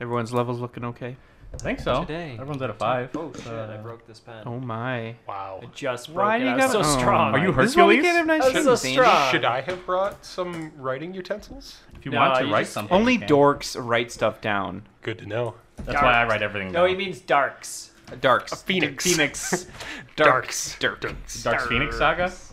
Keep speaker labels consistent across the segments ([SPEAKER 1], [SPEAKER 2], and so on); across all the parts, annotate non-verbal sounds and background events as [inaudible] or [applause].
[SPEAKER 1] Everyone's levels looking okay.
[SPEAKER 2] I think so.
[SPEAKER 3] Today.
[SPEAKER 2] Everyone's at a five.
[SPEAKER 3] Oh shit! I
[SPEAKER 2] Uh,
[SPEAKER 3] broke this pen.
[SPEAKER 1] Oh my.
[SPEAKER 4] Wow.
[SPEAKER 3] I just broke
[SPEAKER 1] Why
[SPEAKER 3] it.
[SPEAKER 1] do you
[SPEAKER 3] I was
[SPEAKER 1] got
[SPEAKER 3] so
[SPEAKER 1] oh.
[SPEAKER 3] strong.
[SPEAKER 2] Are you
[SPEAKER 1] This is why we
[SPEAKER 2] Hercules?
[SPEAKER 1] can't have nice
[SPEAKER 3] I was so
[SPEAKER 1] shoes, Andy.
[SPEAKER 3] strong.
[SPEAKER 4] Should I have brought some writing utensils?
[SPEAKER 2] If you
[SPEAKER 3] No,
[SPEAKER 2] want to
[SPEAKER 3] you
[SPEAKER 2] write
[SPEAKER 3] just-
[SPEAKER 2] something,
[SPEAKER 1] Only
[SPEAKER 2] you can.
[SPEAKER 1] dorks write stuff down.
[SPEAKER 4] Good to know.
[SPEAKER 2] That's why I write everything.
[SPEAKER 3] No,
[SPEAKER 2] Down.
[SPEAKER 3] he means darks.
[SPEAKER 1] Darks.
[SPEAKER 2] [laughs]
[SPEAKER 4] phoenix.
[SPEAKER 1] Phoenix.
[SPEAKER 4] Darks.
[SPEAKER 1] Dark.
[SPEAKER 2] Dark Phoenix Saga. Is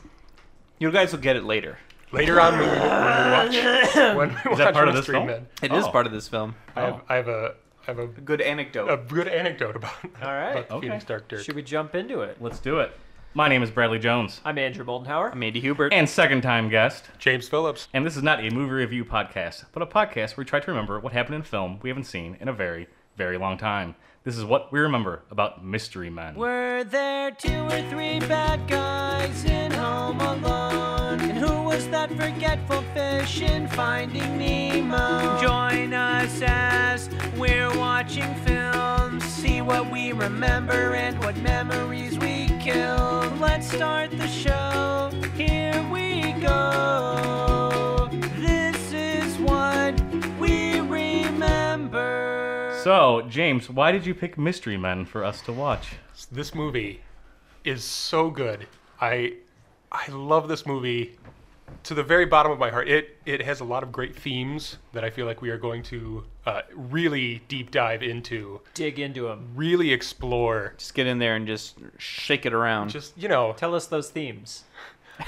[SPEAKER 1] You guys will get it later.
[SPEAKER 4] Later on, when we, when we watch, when we
[SPEAKER 2] Is that
[SPEAKER 4] watch
[SPEAKER 2] part of
[SPEAKER 4] West
[SPEAKER 2] this
[SPEAKER 4] Street
[SPEAKER 2] film?
[SPEAKER 4] Men,
[SPEAKER 1] It is
[SPEAKER 2] Oh.
[SPEAKER 1] part of this film.
[SPEAKER 4] I have, I have a, I have a,
[SPEAKER 1] Good
[SPEAKER 4] a
[SPEAKER 1] anecdote.
[SPEAKER 4] good anecdote about, [laughs]
[SPEAKER 3] All right.
[SPEAKER 4] about the
[SPEAKER 2] Okay.
[SPEAKER 4] Phoenix Dark Dirk.
[SPEAKER 3] Should we jump into it?
[SPEAKER 2] Let's do it. My name is Bradley Jones,
[SPEAKER 3] I'm Andrew Moldenhauer.
[SPEAKER 1] I'm Andy Hubert.
[SPEAKER 2] and second time guest.
[SPEAKER 4] James Phillips.
[SPEAKER 2] And this is not a movie review podcast, but a podcast where we try to remember what happened in film we haven't seen in a very, very long time. This is what we remember about Mystery Men.
[SPEAKER 3] Were there two or three bad guys in Home Alone? And who was that forgetful fish in Finding Nemo? Join us as we're watching films. See what we remember and what memories we kill. Let's start the show. Here we go. This is what we remember.
[SPEAKER 2] So, James, why did you pick Mystery Men for us to watch?
[SPEAKER 4] This movie is so good. I, I love this movie to the very bottom of my heart. It, it has a lot of great themes that I feel like we are going to uh, really deep dive into,
[SPEAKER 3] dig into them.
[SPEAKER 4] really explore.
[SPEAKER 1] Just get in there and just shake it around.
[SPEAKER 4] Just you know,
[SPEAKER 3] Tell us those themes.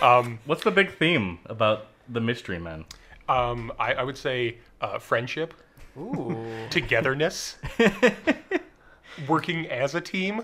[SPEAKER 4] um,
[SPEAKER 2] What's the big theme about the Mystery Men?
[SPEAKER 4] um, I, I would say uh, friendship,
[SPEAKER 3] [laughs] Ooh.
[SPEAKER 2] [laughs]
[SPEAKER 4] togetherness, working as a team,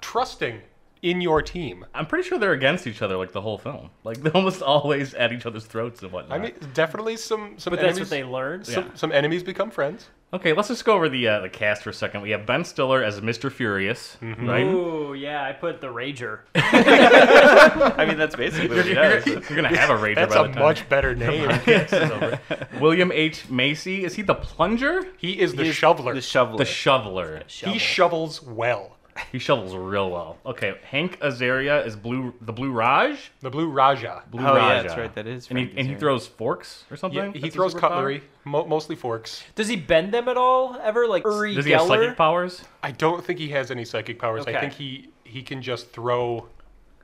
[SPEAKER 4] trusting in your team.
[SPEAKER 2] I'm pretty sure they're against each other, like the whole film. Like they're almost [laughs] always at each other's throats and whatnot.
[SPEAKER 4] I mean, definitely some some
[SPEAKER 3] but that's
[SPEAKER 4] enemies.
[SPEAKER 3] what they learned.
[SPEAKER 2] Yeah.
[SPEAKER 4] Some enemies become friends.
[SPEAKER 2] okay, let's just go over the uh, the cast for a second. We have Ben Stiller as Mr. Furious, right?
[SPEAKER 3] Ooh, yeah, I put the Rager.
[SPEAKER 2] [laughs]
[SPEAKER 1] I mean, that's basically [laughs] what he
[SPEAKER 2] You're
[SPEAKER 1] does.
[SPEAKER 2] gonna have a rager
[SPEAKER 4] That's
[SPEAKER 2] by
[SPEAKER 4] a
[SPEAKER 2] the time.
[SPEAKER 4] much better name.
[SPEAKER 2] [laughs] this is over. William H Macy is he the plunger?
[SPEAKER 4] he is the shoveler.
[SPEAKER 1] The shoveler.
[SPEAKER 2] The shoveler.
[SPEAKER 4] he shovels well.
[SPEAKER 2] He shovels real well. Okay, Hank Azaria is blue. The Blue Raj.
[SPEAKER 4] The Blue Raja.
[SPEAKER 2] Blue
[SPEAKER 1] Oh, yeah,
[SPEAKER 2] Raja.
[SPEAKER 1] that's right, that is
[SPEAKER 2] And he,
[SPEAKER 1] Frank
[SPEAKER 2] and he
[SPEAKER 1] Azaria.
[SPEAKER 2] throws forks or something.
[SPEAKER 4] Yeah, he
[SPEAKER 2] That's his
[SPEAKER 4] throws
[SPEAKER 2] superpower?
[SPEAKER 4] cutlery, mo- mostly forks.
[SPEAKER 3] Does he bend them at all? Ever like Uri
[SPEAKER 2] Does he have
[SPEAKER 3] Geller?
[SPEAKER 2] psychic powers?
[SPEAKER 4] I don't think he has any psychic powers.
[SPEAKER 3] Okay.
[SPEAKER 4] I think he he can just throw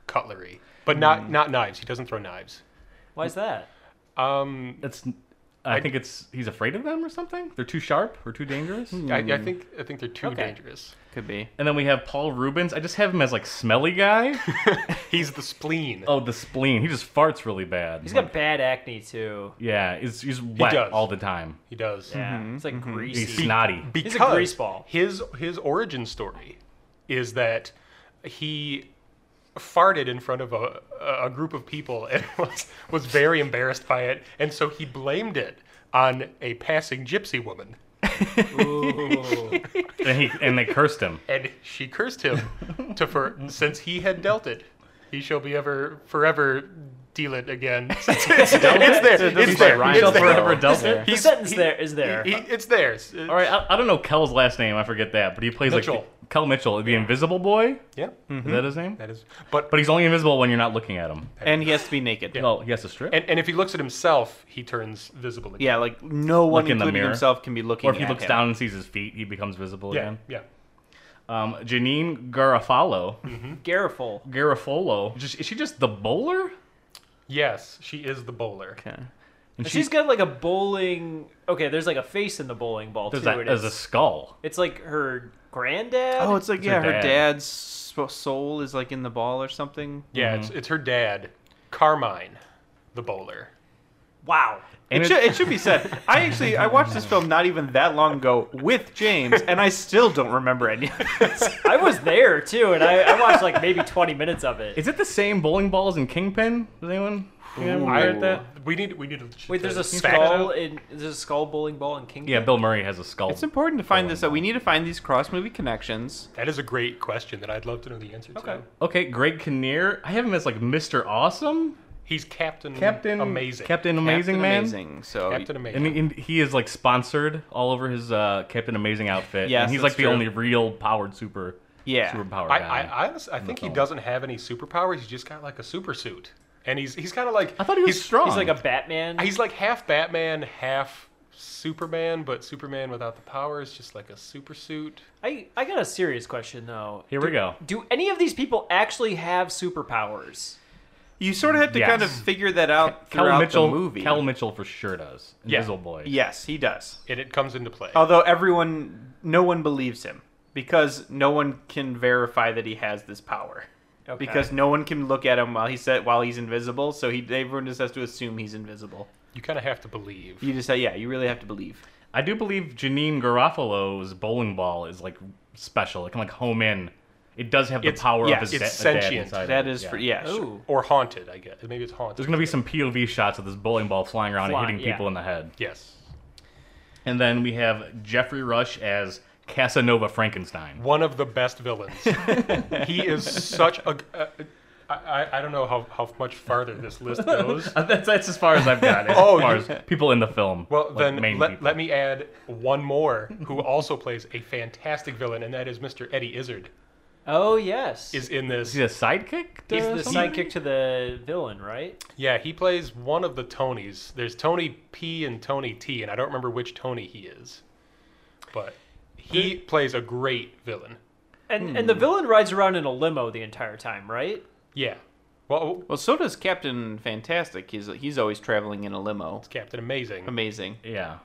[SPEAKER 4] cutlery, but not not knives. He doesn't throw knives.
[SPEAKER 3] Why is that?
[SPEAKER 4] Um,
[SPEAKER 2] It's. I, think it's he's afraid of them or something. They're too sharp or too dangerous. and
[SPEAKER 4] I, I think I think they're too
[SPEAKER 3] Okay.
[SPEAKER 4] dangerous.
[SPEAKER 1] Could be.
[SPEAKER 2] then we have Paul Rubens. I just have him as like smelly guy.
[SPEAKER 4] He's the spleen.
[SPEAKER 2] oh, the spleen. He just farts really bad.
[SPEAKER 3] He's got bad acne too.
[SPEAKER 2] yeah, he's he's wet
[SPEAKER 4] does.
[SPEAKER 2] all the time.
[SPEAKER 4] He does.
[SPEAKER 3] Yeah, it's like greasy.
[SPEAKER 2] Mm-hmm, He's snotty.
[SPEAKER 4] Because
[SPEAKER 3] a greaseball.
[SPEAKER 4] His his origin story is that he farted in front of a a group of people and [laughs] was was very embarrassed by it, and so he blamed it on a passing gypsy woman,
[SPEAKER 3] Ooh.
[SPEAKER 2] and he and they cursed him.
[SPEAKER 4] and she cursed him to for since he had dealt it, he shall be ever forever deal it again. [laughs] it's, there. [laughs] It's
[SPEAKER 1] quite
[SPEAKER 4] there.
[SPEAKER 1] rhyme,
[SPEAKER 4] It's
[SPEAKER 2] Shall
[SPEAKER 1] though.
[SPEAKER 4] there.
[SPEAKER 2] forever
[SPEAKER 4] [laughs]
[SPEAKER 2] double.
[SPEAKER 3] the sentence there is there.
[SPEAKER 4] He- it's theirs.
[SPEAKER 2] All right, I, I don't know Kell's last name. I forget that, but he plays like
[SPEAKER 4] Mitchell. Mm-hmm.
[SPEAKER 2] the- Kell Mitchell, the Invisible Boy.
[SPEAKER 4] Yeah,
[SPEAKER 2] Is that his name?
[SPEAKER 4] that is. But
[SPEAKER 2] But he's only invisible when you're not looking at him.
[SPEAKER 1] And he has to be naked. Yeah,
[SPEAKER 2] Well, he has to strip.
[SPEAKER 4] And, and if he looks at himself, he turns visible again.
[SPEAKER 1] like no one,
[SPEAKER 2] Look in the
[SPEAKER 1] including
[SPEAKER 2] mirror.
[SPEAKER 1] himself, can be looking
[SPEAKER 2] or if he
[SPEAKER 1] at
[SPEAKER 2] looks
[SPEAKER 1] him.
[SPEAKER 2] down and sees his feet, he becomes visible
[SPEAKER 4] Yeah.
[SPEAKER 2] again.
[SPEAKER 4] Yeah.
[SPEAKER 2] Um, Janine Garofalo,
[SPEAKER 4] Mm-hmm.
[SPEAKER 3] Gariful.
[SPEAKER 2] Garofolo. Just, is she just the bowler?
[SPEAKER 4] Yes, she is the bowler.
[SPEAKER 1] Okay.
[SPEAKER 2] And
[SPEAKER 3] She's got like a bowling. Okay, there's like a face in the bowling ball
[SPEAKER 2] there's,
[SPEAKER 3] too.
[SPEAKER 2] a,
[SPEAKER 3] It
[SPEAKER 2] there's
[SPEAKER 3] is.
[SPEAKER 2] a skull.
[SPEAKER 3] It's like her granddad.
[SPEAKER 1] Oh, it's like,
[SPEAKER 2] It's her
[SPEAKER 1] yeah, her,
[SPEAKER 2] dad.
[SPEAKER 1] dad's sp- soul is like in the ball or something.
[SPEAKER 4] Yeah, it's,
[SPEAKER 2] mm-hmm.
[SPEAKER 4] it's her dad, Carmine, the bowler.
[SPEAKER 3] wow.
[SPEAKER 2] And
[SPEAKER 1] it, should, it should be
[SPEAKER 2] [laughs]
[SPEAKER 1] said. I actually I watched this film not even that long ago with James, and I still don't remember any. of this.
[SPEAKER 3] I was there too, and I, I watched like maybe 20 minutes of it.
[SPEAKER 2] Is it the same bowling ball as in Kingpin? Does anyone? anyone
[SPEAKER 4] I-
[SPEAKER 2] remember that?
[SPEAKER 4] We need we need to
[SPEAKER 3] Wait, there's a
[SPEAKER 4] to fact that
[SPEAKER 3] skull
[SPEAKER 4] out.
[SPEAKER 3] in there's a skull bowling ball in Kingdom.
[SPEAKER 2] Yeah, Bill Murray has a skull.
[SPEAKER 1] It's important to find this out. We need to find these cross movie connections.
[SPEAKER 4] That is a great question that I'd love to know the answer
[SPEAKER 3] Okay.
[SPEAKER 4] to.
[SPEAKER 2] okay, Greg Kinnear. I have him as like Mr. Awesome,
[SPEAKER 4] He's Captain
[SPEAKER 2] Captain
[SPEAKER 4] Amazing.
[SPEAKER 2] Captain Amazing
[SPEAKER 1] Captain
[SPEAKER 2] Man.
[SPEAKER 1] Amazing. So
[SPEAKER 4] Captain
[SPEAKER 2] And,
[SPEAKER 4] Amazing.
[SPEAKER 2] he- and he is like sponsored all over his uh, Captain Amazing outfit.
[SPEAKER 1] Yes,
[SPEAKER 2] and he's
[SPEAKER 1] that's
[SPEAKER 2] like the
[SPEAKER 1] true.
[SPEAKER 2] only real powered super
[SPEAKER 1] yeah,
[SPEAKER 2] superpower
[SPEAKER 4] I,
[SPEAKER 2] guy.
[SPEAKER 4] I, I, honest- I think he
[SPEAKER 2] film.
[SPEAKER 4] doesn't have any superpowers. He's just got like a super suit, and he's he's kind of like
[SPEAKER 2] I thought he was
[SPEAKER 4] he's,
[SPEAKER 2] strong.
[SPEAKER 3] He's like a Batman.
[SPEAKER 4] He's like half Batman, half Superman, but Superman without the powers, just like a super suit.
[SPEAKER 3] I, I got a serious question though.
[SPEAKER 2] Here we
[SPEAKER 3] Do-
[SPEAKER 2] go.
[SPEAKER 3] Do any of these people actually have superpowers?
[SPEAKER 1] You sort of have to
[SPEAKER 2] Yes.
[SPEAKER 1] kind of figure that out
[SPEAKER 2] Cal
[SPEAKER 1] throughout
[SPEAKER 2] Mitchell,
[SPEAKER 1] the movie.
[SPEAKER 2] Cal Mitchell for sure does.
[SPEAKER 4] Yeah.
[SPEAKER 2] Invisible Boy.
[SPEAKER 1] yes, he does.
[SPEAKER 4] And it comes into
[SPEAKER 2] Oh.
[SPEAKER 4] play.
[SPEAKER 1] Although everyone, no one believes him because no one can verify that he has this power.
[SPEAKER 3] Okay.
[SPEAKER 1] Because no one can look at him while he's while he's invisible, so he everyone just has to assume he's invisible.
[SPEAKER 4] You kind of have to believe.
[SPEAKER 1] You just say, yeah, you really have to believe.
[SPEAKER 2] I do believe Janine Garofalo's bowling ball is like special. It can like home in. It does have the
[SPEAKER 4] It's-
[SPEAKER 2] power
[SPEAKER 1] yes,
[SPEAKER 2] of his
[SPEAKER 4] it's
[SPEAKER 2] da- a dad
[SPEAKER 4] sentient.
[SPEAKER 2] inside of
[SPEAKER 1] That
[SPEAKER 2] it,
[SPEAKER 1] is for yeah. sure.
[SPEAKER 3] Ooh.
[SPEAKER 4] Or haunted, I guess. Maybe it's haunted.
[SPEAKER 2] There's gonna be some POV shots of this bowling ball flying around
[SPEAKER 3] Flying,
[SPEAKER 2] and hitting people
[SPEAKER 3] yeah.
[SPEAKER 2] in the head.
[SPEAKER 4] Yes.
[SPEAKER 2] And then we have Jeffrey Rush as Casanova Frankenstein.
[SPEAKER 4] One of the
[SPEAKER 2] [laughs]
[SPEAKER 4] best villains. he is such a. Uh, I, I- I don't know how, how much farther this
[SPEAKER 2] [laughs]
[SPEAKER 4] list goes.
[SPEAKER 2] Uh, That's, that's as far as I've
[SPEAKER 4] [laughs]
[SPEAKER 2] got. As
[SPEAKER 4] Oh,
[SPEAKER 2] far
[SPEAKER 4] you-
[SPEAKER 2] as people in the film.
[SPEAKER 4] Well,
[SPEAKER 2] like,
[SPEAKER 4] then
[SPEAKER 2] main
[SPEAKER 4] let,
[SPEAKER 2] people.
[SPEAKER 4] let me add one more who also plays a fantastic villain, and that is Mr. Eddie Izzard.
[SPEAKER 3] Oh yes.
[SPEAKER 4] Is in this.
[SPEAKER 2] Is he a sidekick? to
[SPEAKER 3] He's the
[SPEAKER 2] somebody?
[SPEAKER 3] sidekick to the villain, right?
[SPEAKER 4] Yeah, he plays one of the Tonys. There's Tony P and Tony T, and I don't remember which Tony he is. But he plays a great villain.
[SPEAKER 3] And and the
[SPEAKER 2] Hmm.
[SPEAKER 3] villain rides around in a limo the entire time, right?
[SPEAKER 4] Yeah. Well,
[SPEAKER 1] Well, so does Captain Fantastic. He's he's always traveling in a limo.
[SPEAKER 4] Captain Amazing.
[SPEAKER 1] Amazing.
[SPEAKER 2] Yeah.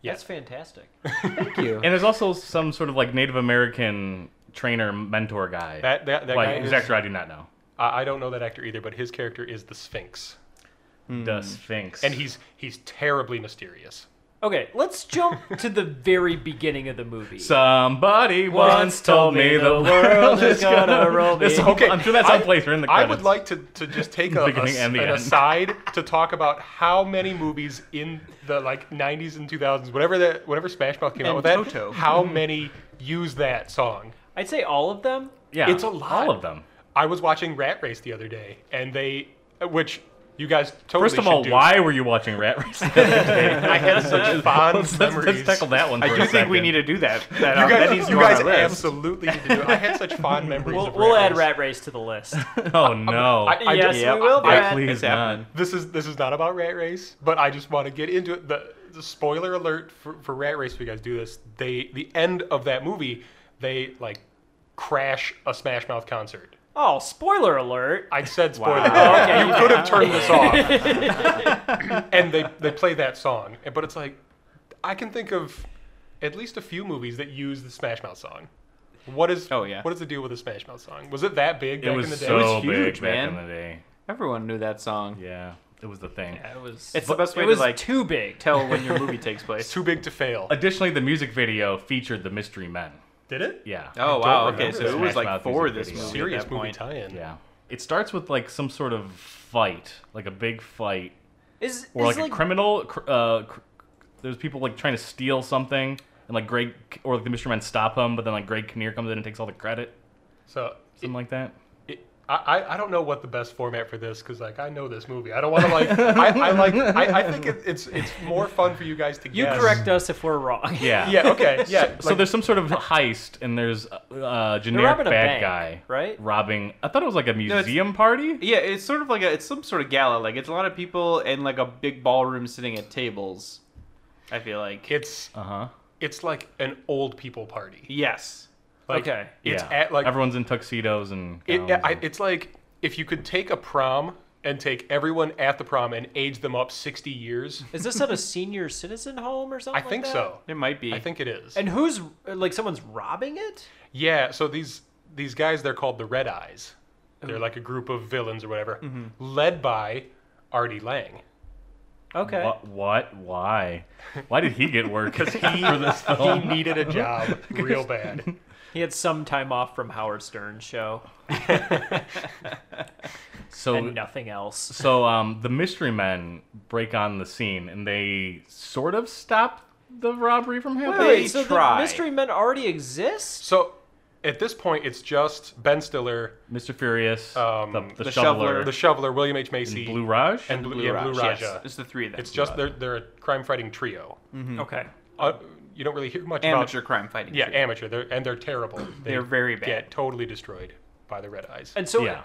[SPEAKER 4] Yeah.
[SPEAKER 3] That's fantastic.
[SPEAKER 1] Thank you.
[SPEAKER 2] And there's also some sort of like Native American trainer mentor guy.
[SPEAKER 4] That that, that
[SPEAKER 2] like,
[SPEAKER 4] guy.
[SPEAKER 2] whose
[SPEAKER 4] Is,
[SPEAKER 2] actor I do not know.
[SPEAKER 4] I, I don't know that actor either, but his character is the Sphinx,
[SPEAKER 2] The Sphinx.
[SPEAKER 4] Hmm. and he's he's
[SPEAKER 2] [laughs]
[SPEAKER 4] terribly mysterious.
[SPEAKER 3] Okay, let's jump to the very beginning of the movie.
[SPEAKER 2] Somebody once told me the world is gonna roll me.
[SPEAKER 4] Okay,
[SPEAKER 2] I'm sure that's on
[SPEAKER 4] I-
[SPEAKER 2] place. We're in the
[SPEAKER 4] I
[SPEAKER 2] credits.
[SPEAKER 4] would like to, to
[SPEAKER 2] [laughs]
[SPEAKER 4] just take a, a
[SPEAKER 2] Beginning
[SPEAKER 4] s-
[SPEAKER 2] and
[SPEAKER 4] an
[SPEAKER 2] the end.
[SPEAKER 4] aside to talk about how many movies in the like 90s and 2000s, whatever that whatever Smash Mouth came out
[SPEAKER 1] And
[SPEAKER 4] with that,
[SPEAKER 1] Toto. [laughs]
[SPEAKER 4] how many use that song.
[SPEAKER 3] I'd say all of them.
[SPEAKER 2] Yeah,
[SPEAKER 4] it's a lot.
[SPEAKER 2] All of them.
[SPEAKER 4] I was watching Rat Race the other day, and they, which you guys totally
[SPEAKER 2] First of
[SPEAKER 4] should
[SPEAKER 2] all,
[SPEAKER 4] do.
[SPEAKER 2] why were you watching Rat Race? I
[SPEAKER 4] I had [laughs] such
[SPEAKER 2] [laughs]
[SPEAKER 4] fond
[SPEAKER 2] let's, let's,
[SPEAKER 4] memories.
[SPEAKER 2] let's tackle that one.
[SPEAKER 1] I
[SPEAKER 2] for
[SPEAKER 1] do
[SPEAKER 2] a
[SPEAKER 1] think we
[SPEAKER 2] second.
[SPEAKER 1] need to do that. That, um,
[SPEAKER 4] You
[SPEAKER 1] that needs
[SPEAKER 4] guys,
[SPEAKER 1] to
[SPEAKER 4] you
[SPEAKER 1] go on
[SPEAKER 4] guys
[SPEAKER 1] our list.
[SPEAKER 4] absolutely need to do. It. I had such fond memories.
[SPEAKER 3] We'll,
[SPEAKER 4] of
[SPEAKER 3] we'll
[SPEAKER 4] Rat
[SPEAKER 3] add
[SPEAKER 4] Race.
[SPEAKER 3] Rat Race to the list.
[SPEAKER 2] [laughs] Oh no!
[SPEAKER 4] I- I
[SPEAKER 3] yes,
[SPEAKER 4] just-
[SPEAKER 1] Yep.
[SPEAKER 3] we will,
[SPEAKER 1] Yeah,
[SPEAKER 3] Brad.
[SPEAKER 2] please
[SPEAKER 1] it's
[SPEAKER 2] not.
[SPEAKER 1] happening.
[SPEAKER 4] This is this is not about Rat Race, but I just want to get into it. The, the spoiler alert for, for Rat Race. If you guys do this, they the end of that movie, they like crash a Smash Mouth concert.
[SPEAKER 3] Oh, spoiler alert.
[SPEAKER 4] I said spoiler.
[SPEAKER 1] Wow.
[SPEAKER 4] alert. you could have turned this off. and they they play that song, but it's like I can think of at least a few movies that use the Smash Mouth song. What is
[SPEAKER 1] Oh, yeah.
[SPEAKER 4] What is the deal with the Smash Mouth song? Was it that big
[SPEAKER 2] it
[SPEAKER 4] back
[SPEAKER 2] was
[SPEAKER 4] in the day?
[SPEAKER 2] so
[SPEAKER 1] was huge,
[SPEAKER 2] big back
[SPEAKER 1] man.
[SPEAKER 2] in the day.
[SPEAKER 1] Everyone knew that song.
[SPEAKER 2] Yeah, it was the thing.
[SPEAKER 3] That was.
[SPEAKER 1] It's the best way
[SPEAKER 3] it
[SPEAKER 1] to,
[SPEAKER 3] was
[SPEAKER 1] like-
[SPEAKER 3] too big.
[SPEAKER 1] Tell when your movie takes
[SPEAKER 4] It's
[SPEAKER 1] place.
[SPEAKER 4] too big to fail.
[SPEAKER 2] Additionally, the music video featured the Mystery Men.
[SPEAKER 4] Uh, Did it?
[SPEAKER 2] Yeah.
[SPEAKER 1] Oh wow. Okay,
[SPEAKER 4] remember
[SPEAKER 1] so
[SPEAKER 4] that.
[SPEAKER 1] it was
[SPEAKER 2] Smash
[SPEAKER 1] like
[SPEAKER 2] Mouth
[SPEAKER 1] for
[SPEAKER 2] music
[SPEAKER 1] this
[SPEAKER 2] video.
[SPEAKER 1] movie.
[SPEAKER 4] serious
[SPEAKER 1] at that
[SPEAKER 4] movie
[SPEAKER 1] point.
[SPEAKER 4] tie-in.
[SPEAKER 2] Yeah. It starts with like some sort of fight, like a big fight,
[SPEAKER 3] Is,
[SPEAKER 2] or
[SPEAKER 3] is
[SPEAKER 2] like,
[SPEAKER 3] like
[SPEAKER 2] a criminal. cr- Uh, cr- there's people like trying to steal something, and like Greg or like the Mystery Men stop him, but then like Greg Kinnear comes in and takes all the credit,
[SPEAKER 4] So it,
[SPEAKER 2] something like that.
[SPEAKER 4] it, I, I- I don't know what the best format for this because like I know this movie. I don't want to like I, I like I, I think it, it's it's more fun for you guys to
[SPEAKER 3] you
[SPEAKER 4] guess.
[SPEAKER 3] correct us if we're wrong.
[SPEAKER 2] Yeah.
[SPEAKER 4] Yeah. Okay. Yeah.
[SPEAKER 2] [laughs] so
[SPEAKER 4] like- uh,
[SPEAKER 2] there's some sort of heist, and there's uh, uh, generic
[SPEAKER 3] robbing
[SPEAKER 2] bad
[SPEAKER 3] a bank,
[SPEAKER 2] guy
[SPEAKER 3] right?
[SPEAKER 2] robbing. I thought it was like
[SPEAKER 1] it's-
[SPEAKER 2] a museum party.
[SPEAKER 1] Yeah, it's sort of like a it's some sort of gala. Like it's a lot of people and like a big ballroom sitting at tables. I feel like
[SPEAKER 4] it's
[SPEAKER 2] Uh huh.
[SPEAKER 4] it's like an old people party.
[SPEAKER 1] yes.
[SPEAKER 4] Like,
[SPEAKER 3] Okay.
[SPEAKER 4] It's
[SPEAKER 2] yeah.
[SPEAKER 4] at like
[SPEAKER 2] everyone's in tuxedos and.
[SPEAKER 4] it,
[SPEAKER 2] gowns
[SPEAKER 4] I,
[SPEAKER 2] and-
[SPEAKER 4] it's like if you could take a prom and take everyone at the prom and age them up 60 years.
[SPEAKER 3] [laughs] Is this at a senior citizen home or
[SPEAKER 4] I
[SPEAKER 3] something?
[SPEAKER 4] think
[SPEAKER 3] like that?
[SPEAKER 4] so.
[SPEAKER 1] It might be.
[SPEAKER 4] I think it is.
[SPEAKER 3] And who's like someone's robbing it?
[SPEAKER 4] Yeah, so these these guys they're called the Red Eyes.
[SPEAKER 1] Mm-hmm.
[SPEAKER 4] They're like a group of villains or whatever, led by Artie Lang.
[SPEAKER 3] Okay.
[SPEAKER 2] What? What? Why? Why did he get
[SPEAKER 4] [laughs]
[SPEAKER 2] work? Because he for this
[SPEAKER 4] He
[SPEAKER 2] film.
[SPEAKER 4] needed a
[SPEAKER 1] Ah, [laughs]
[SPEAKER 4] job [laughs] real bad.
[SPEAKER 3] He had some time off from Howard Stern's show
[SPEAKER 2] [laughs] So
[SPEAKER 3] and nothing else.
[SPEAKER 2] so um, the mystery men break on the scene and they sort of stop the robbery from happening.
[SPEAKER 1] They
[SPEAKER 3] Wait, so
[SPEAKER 1] try.
[SPEAKER 3] the mystery men already exist?
[SPEAKER 4] So at this point, it's just Ben Stiller,
[SPEAKER 2] Mr. Furious,
[SPEAKER 4] Um,
[SPEAKER 2] the, the,
[SPEAKER 1] the
[SPEAKER 2] shoveler,
[SPEAKER 1] shoveler,
[SPEAKER 4] the Shoveler, William H Macy,
[SPEAKER 2] Blue Raj,
[SPEAKER 4] and Blue, yeah, Blue
[SPEAKER 1] Raj, yes.
[SPEAKER 4] Raja.
[SPEAKER 1] It's the three of them.
[SPEAKER 4] It's just they're they're a crime fighting trio.
[SPEAKER 2] Mm-hmm.
[SPEAKER 3] Okay.
[SPEAKER 4] Uh, you don't really hear much
[SPEAKER 1] amateur
[SPEAKER 4] about
[SPEAKER 1] crime fighting.
[SPEAKER 4] yeah
[SPEAKER 1] too.
[SPEAKER 4] amateur.
[SPEAKER 1] [clears throat]
[SPEAKER 4] They're and they're terrible. They
[SPEAKER 1] They're very bad.
[SPEAKER 4] Get totally destroyed by the Red Eyes.
[SPEAKER 3] And so uh,
[SPEAKER 2] Yeah.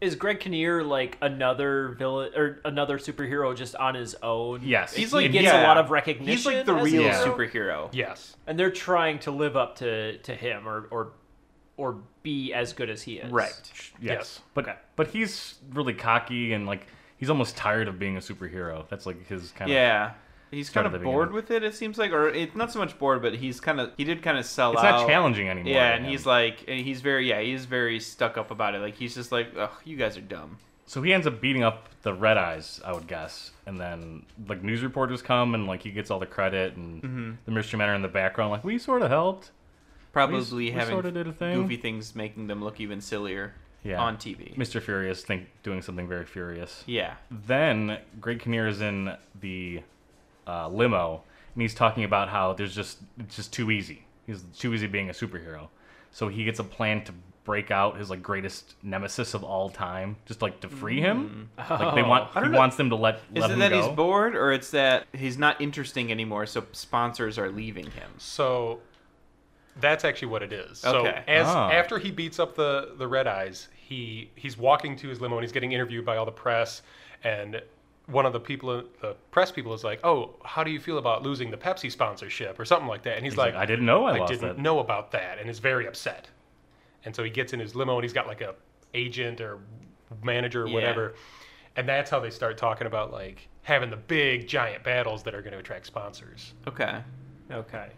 [SPEAKER 3] is Greg Kinnear like another villain or another superhero just on his own?
[SPEAKER 2] Yes.
[SPEAKER 3] he's
[SPEAKER 2] He's
[SPEAKER 3] like
[SPEAKER 2] like-
[SPEAKER 3] he gets a
[SPEAKER 1] yeah.
[SPEAKER 3] lot of
[SPEAKER 1] He's like
[SPEAKER 3] recognition.
[SPEAKER 1] the
[SPEAKER 3] as a
[SPEAKER 1] real
[SPEAKER 2] Yeah.
[SPEAKER 3] superhero,
[SPEAKER 4] Yes.
[SPEAKER 3] and they're trying to live up to to him or or or be as good as he is.
[SPEAKER 1] Right.
[SPEAKER 2] Yes.
[SPEAKER 4] Yes.
[SPEAKER 2] But but he's really cocky and like he's almost tired of being a superhero. That's like his kind of
[SPEAKER 1] Yeah. He's
[SPEAKER 2] Start
[SPEAKER 1] kind
[SPEAKER 2] at
[SPEAKER 1] of
[SPEAKER 2] the
[SPEAKER 1] bored
[SPEAKER 2] beginning.
[SPEAKER 1] with it. It seems like, or it's not so much bored, but he's kind of he did kind of sell
[SPEAKER 2] It's
[SPEAKER 1] out.
[SPEAKER 2] not challenging anymore.
[SPEAKER 1] Yeah,
[SPEAKER 2] to
[SPEAKER 1] and
[SPEAKER 2] him.
[SPEAKER 1] he's like, and he's very, yeah, he's very stuck up about it. Like he's just like, ugh, you guys are dumb.
[SPEAKER 2] So he ends up beating up the Red Eyes, I would guess, and then like news reporters come and like he gets all the credit, and
[SPEAKER 1] Mm-hmm.
[SPEAKER 2] the mystery men are in the background, like we sort of helped.
[SPEAKER 1] Probably
[SPEAKER 2] we
[SPEAKER 1] having
[SPEAKER 2] sorta did a thing.
[SPEAKER 1] goofy things making them look even sillier
[SPEAKER 2] Yeah.
[SPEAKER 1] on TV.
[SPEAKER 2] Mr. Furious think doing something very furious.
[SPEAKER 1] Yeah.
[SPEAKER 2] Then Greg Kinnear is in the uh, limo, and he's talking about how there's just it's just too easy. He's too easy being a superhero. So he gets a plan to break out his like greatest nemesis of all time, just like to free him. Like they want
[SPEAKER 1] I
[SPEAKER 2] he
[SPEAKER 1] don't know.
[SPEAKER 2] wants them to let
[SPEAKER 1] Is
[SPEAKER 2] let
[SPEAKER 1] it
[SPEAKER 2] him
[SPEAKER 1] that
[SPEAKER 2] go.
[SPEAKER 1] he's bored, or it's that he's not interesting anymore, so sponsors are leaving him?
[SPEAKER 4] So that's actually what it is.
[SPEAKER 1] Okay.
[SPEAKER 4] So as
[SPEAKER 2] Ah.
[SPEAKER 4] after he beats up the the Red Eyes, he he's walking to his limo and he's getting interviewed by all the press and one of the people the press people is like, "Oh, how do you feel about losing the Pepsi sponsorship or something like that?" And he's,
[SPEAKER 2] He's
[SPEAKER 4] like,
[SPEAKER 2] like, I didn't know I,
[SPEAKER 4] I
[SPEAKER 2] lost
[SPEAKER 4] didn't
[SPEAKER 2] it.
[SPEAKER 4] know about that and is very upset. And so he gets in his limo and he's got like a agent or manager or
[SPEAKER 1] Yeah.
[SPEAKER 4] whatever. And that's how they start talking about like having the big giant battles that are going to attract sponsors.
[SPEAKER 1] Okay.
[SPEAKER 3] Okay,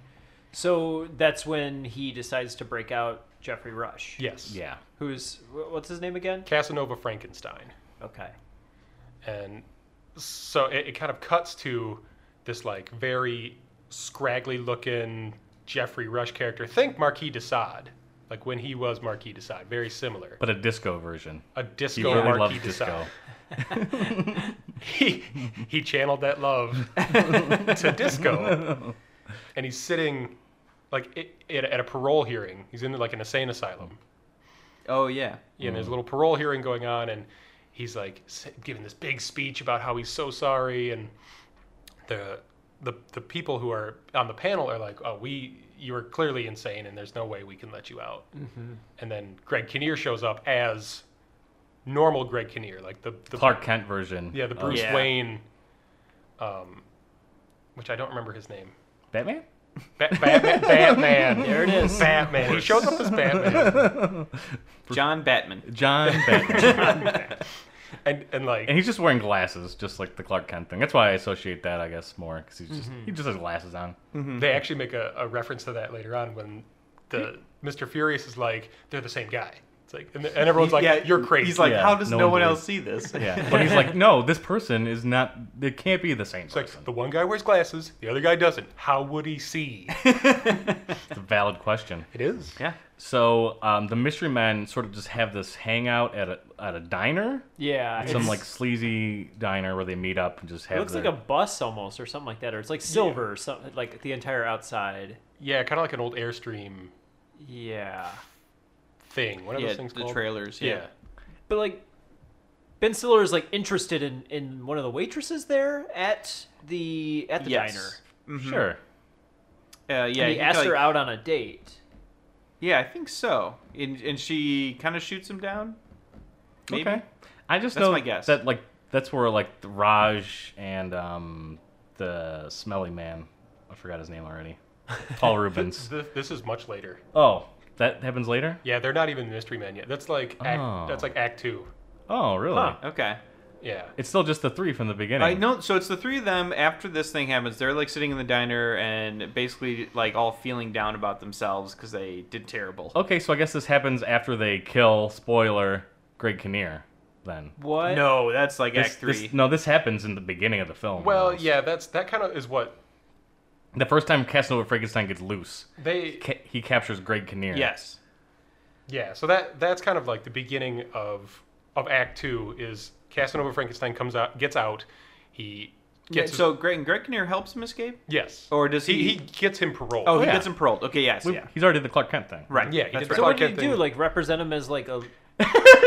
[SPEAKER 3] so that's when he decides to break out Jeffrey Rush.
[SPEAKER 4] Yes.
[SPEAKER 2] Yeah.
[SPEAKER 3] who's wh- what's his name again?
[SPEAKER 4] Casanova Frankenstein.
[SPEAKER 3] Okay,
[SPEAKER 4] And so it, it kind of cuts to this like very scraggly looking Jeffrey Rush character. Think Marquis de Sade, like when he was Marquis de Sade, very similar.
[SPEAKER 2] But a disco version.
[SPEAKER 4] A
[SPEAKER 2] He
[SPEAKER 4] disco
[SPEAKER 2] really
[SPEAKER 4] Marquis
[SPEAKER 2] loves
[SPEAKER 4] de
[SPEAKER 2] disco.
[SPEAKER 4] Sade. [laughs] He, he channeled
[SPEAKER 2] [laughs]
[SPEAKER 4] that love to disco. And he's sitting like i- at, a- at a parole hearing. He's in like an insane asylum.
[SPEAKER 1] Oh yeah.
[SPEAKER 4] you know, there's a little parole hearing going on, and he's like s- giving this big speech about how he's so sorry, and the the the people who are on the panel are like, "Oh, we you are clearly insane, and there's no way we can let you out." And then Greg Kinnear shows up as normal Greg Kinnear, like the, the
[SPEAKER 2] Clark Oh, Kent version.
[SPEAKER 4] yeah, the
[SPEAKER 2] of
[SPEAKER 4] Bruce
[SPEAKER 1] Yeah.
[SPEAKER 4] Wayne, um, which I don't remember his name.
[SPEAKER 2] Batman?
[SPEAKER 4] Ba- Batman, Batman.
[SPEAKER 3] There it is.
[SPEAKER 4] Batman. He shows up as Batman,
[SPEAKER 1] John Batman.
[SPEAKER 2] John Batman.
[SPEAKER 4] and and like
[SPEAKER 2] and he's just wearing glasses, just like the Clark Kent thing. That's why I associate that, I guess, more because he's just he just has glasses on.
[SPEAKER 4] They actually make a, a reference to that later on when the Mr. Furious is like, they're the same guy. It's like, and, and everyone's like, you're crazy.
[SPEAKER 1] He's like,
[SPEAKER 2] Yeah,
[SPEAKER 1] how does
[SPEAKER 2] no
[SPEAKER 1] no,
[SPEAKER 2] one
[SPEAKER 1] one,
[SPEAKER 2] believes-
[SPEAKER 1] else see this?
[SPEAKER 2] Yeah, but he's like, no, this person is not. It can't be the same
[SPEAKER 4] it's
[SPEAKER 2] person.
[SPEAKER 4] like the one guy wears glasses, the other guy doesn't. How would he see?
[SPEAKER 2] It's a valid question.
[SPEAKER 4] It is.
[SPEAKER 1] [laughs] yeah.
[SPEAKER 2] So um, the mystery men sort of just have this hangout at a at a diner,
[SPEAKER 3] yeah,
[SPEAKER 2] some
[SPEAKER 3] it's-
[SPEAKER 2] like sleazy diner where they meet up and just have.
[SPEAKER 3] It looks like
[SPEAKER 2] their-
[SPEAKER 3] a bus almost, or something like that, or it's like silver, or something like the entire outside.
[SPEAKER 4] Yeah, kind of like an old Airstream
[SPEAKER 3] Yeah,
[SPEAKER 4] thing. What are
[SPEAKER 1] Yeah.
[SPEAKER 4] those things
[SPEAKER 1] The
[SPEAKER 4] called?
[SPEAKER 1] trailers.
[SPEAKER 4] Yeah.
[SPEAKER 1] Yeah.
[SPEAKER 3] but like Ben Stiller is like interested in in one of the waitresses there at the at the
[SPEAKER 1] Yes.
[SPEAKER 2] sure.
[SPEAKER 1] Uh, Mm-hmm. yeah.
[SPEAKER 3] diner. And he
[SPEAKER 1] you
[SPEAKER 3] asked
[SPEAKER 1] like-
[SPEAKER 3] her out on a date.
[SPEAKER 1] Yeah, I think so. And and she kind of shoots him down. Maybe.
[SPEAKER 2] Okay. I just
[SPEAKER 1] That's
[SPEAKER 2] know
[SPEAKER 1] my guess.
[SPEAKER 2] that like that's where like the Raj and um the smelly man, I forgot his name already. Paul Rubens.
[SPEAKER 4] This, this is much later.
[SPEAKER 2] Oh, that happens later.
[SPEAKER 4] Yeah, they're not even Mystery Men yet. That's like act,
[SPEAKER 2] Oh.
[SPEAKER 4] that's like Act Two.
[SPEAKER 2] Oh, really?
[SPEAKER 3] Huh.
[SPEAKER 1] Okay.
[SPEAKER 4] Yeah.
[SPEAKER 2] It's still just the three from the beginning.
[SPEAKER 1] I know. So it's the three of them after this thing happens. They're like sitting in the diner and basically like all feeling down about themselves because they did
[SPEAKER 4] Oh,
[SPEAKER 1] terrible.
[SPEAKER 2] Okay, so I guess this happens after they kill spoiler Greg Kinnear. Then
[SPEAKER 3] What?
[SPEAKER 1] No, that's like
[SPEAKER 2] this,
[SPEAKER 1] Act Three.
[SPEAKER 2] This, no, this happens in the beginning of the film.
[SPEAKER 4] Well,
[SPEAKER 2] almost.
[SPEAKER 4] yeah, that's that kind of is what
[SPEAKER 2] The first time Casanova Frankenstein gets loose,
[SPEAKER 4] they
[SPEAKER 2] ca- he captures Greg Kinnear.
[SPEAKER 1] Yes.
[SPEAKER 4] Yeah, so that that's kind of like the beginning of of Act Two is Casanova Frankenstein comes out, gets out, he gets his-
[SPEAKER 1] so Greg Greg Kinnear helps him escape,
[SPEAKER 4] yes,
[SPEAKER 1] or does
[SPEAKER 4] he,
[SPEAKER 1] he?
[SPEAKER 4] he gets him paroled.
[SPEAKER 1] oh, he
[SPEAKER 2] yeah.
[SPEAKER 1] gets him paroled. Okay. Yes.
[SPEAKER 2] We-
[SPEAKER 1] yeah.
[SPEAKER 2] He's already the Clark Kent thing.
[SPEAKER 1] Right.
[SPEAKER 4] Yeah, he
[SPEAKER 1] That's
[SPEAKER 4] did the
[SPEAKER 1] right.
[SPEAKER 3] What did he
[SPEAKER 4] Fucking
[SPEAKER 3] do?
[SPEAKER 4] thing.
[SPEAKER 3] Like represent him as like a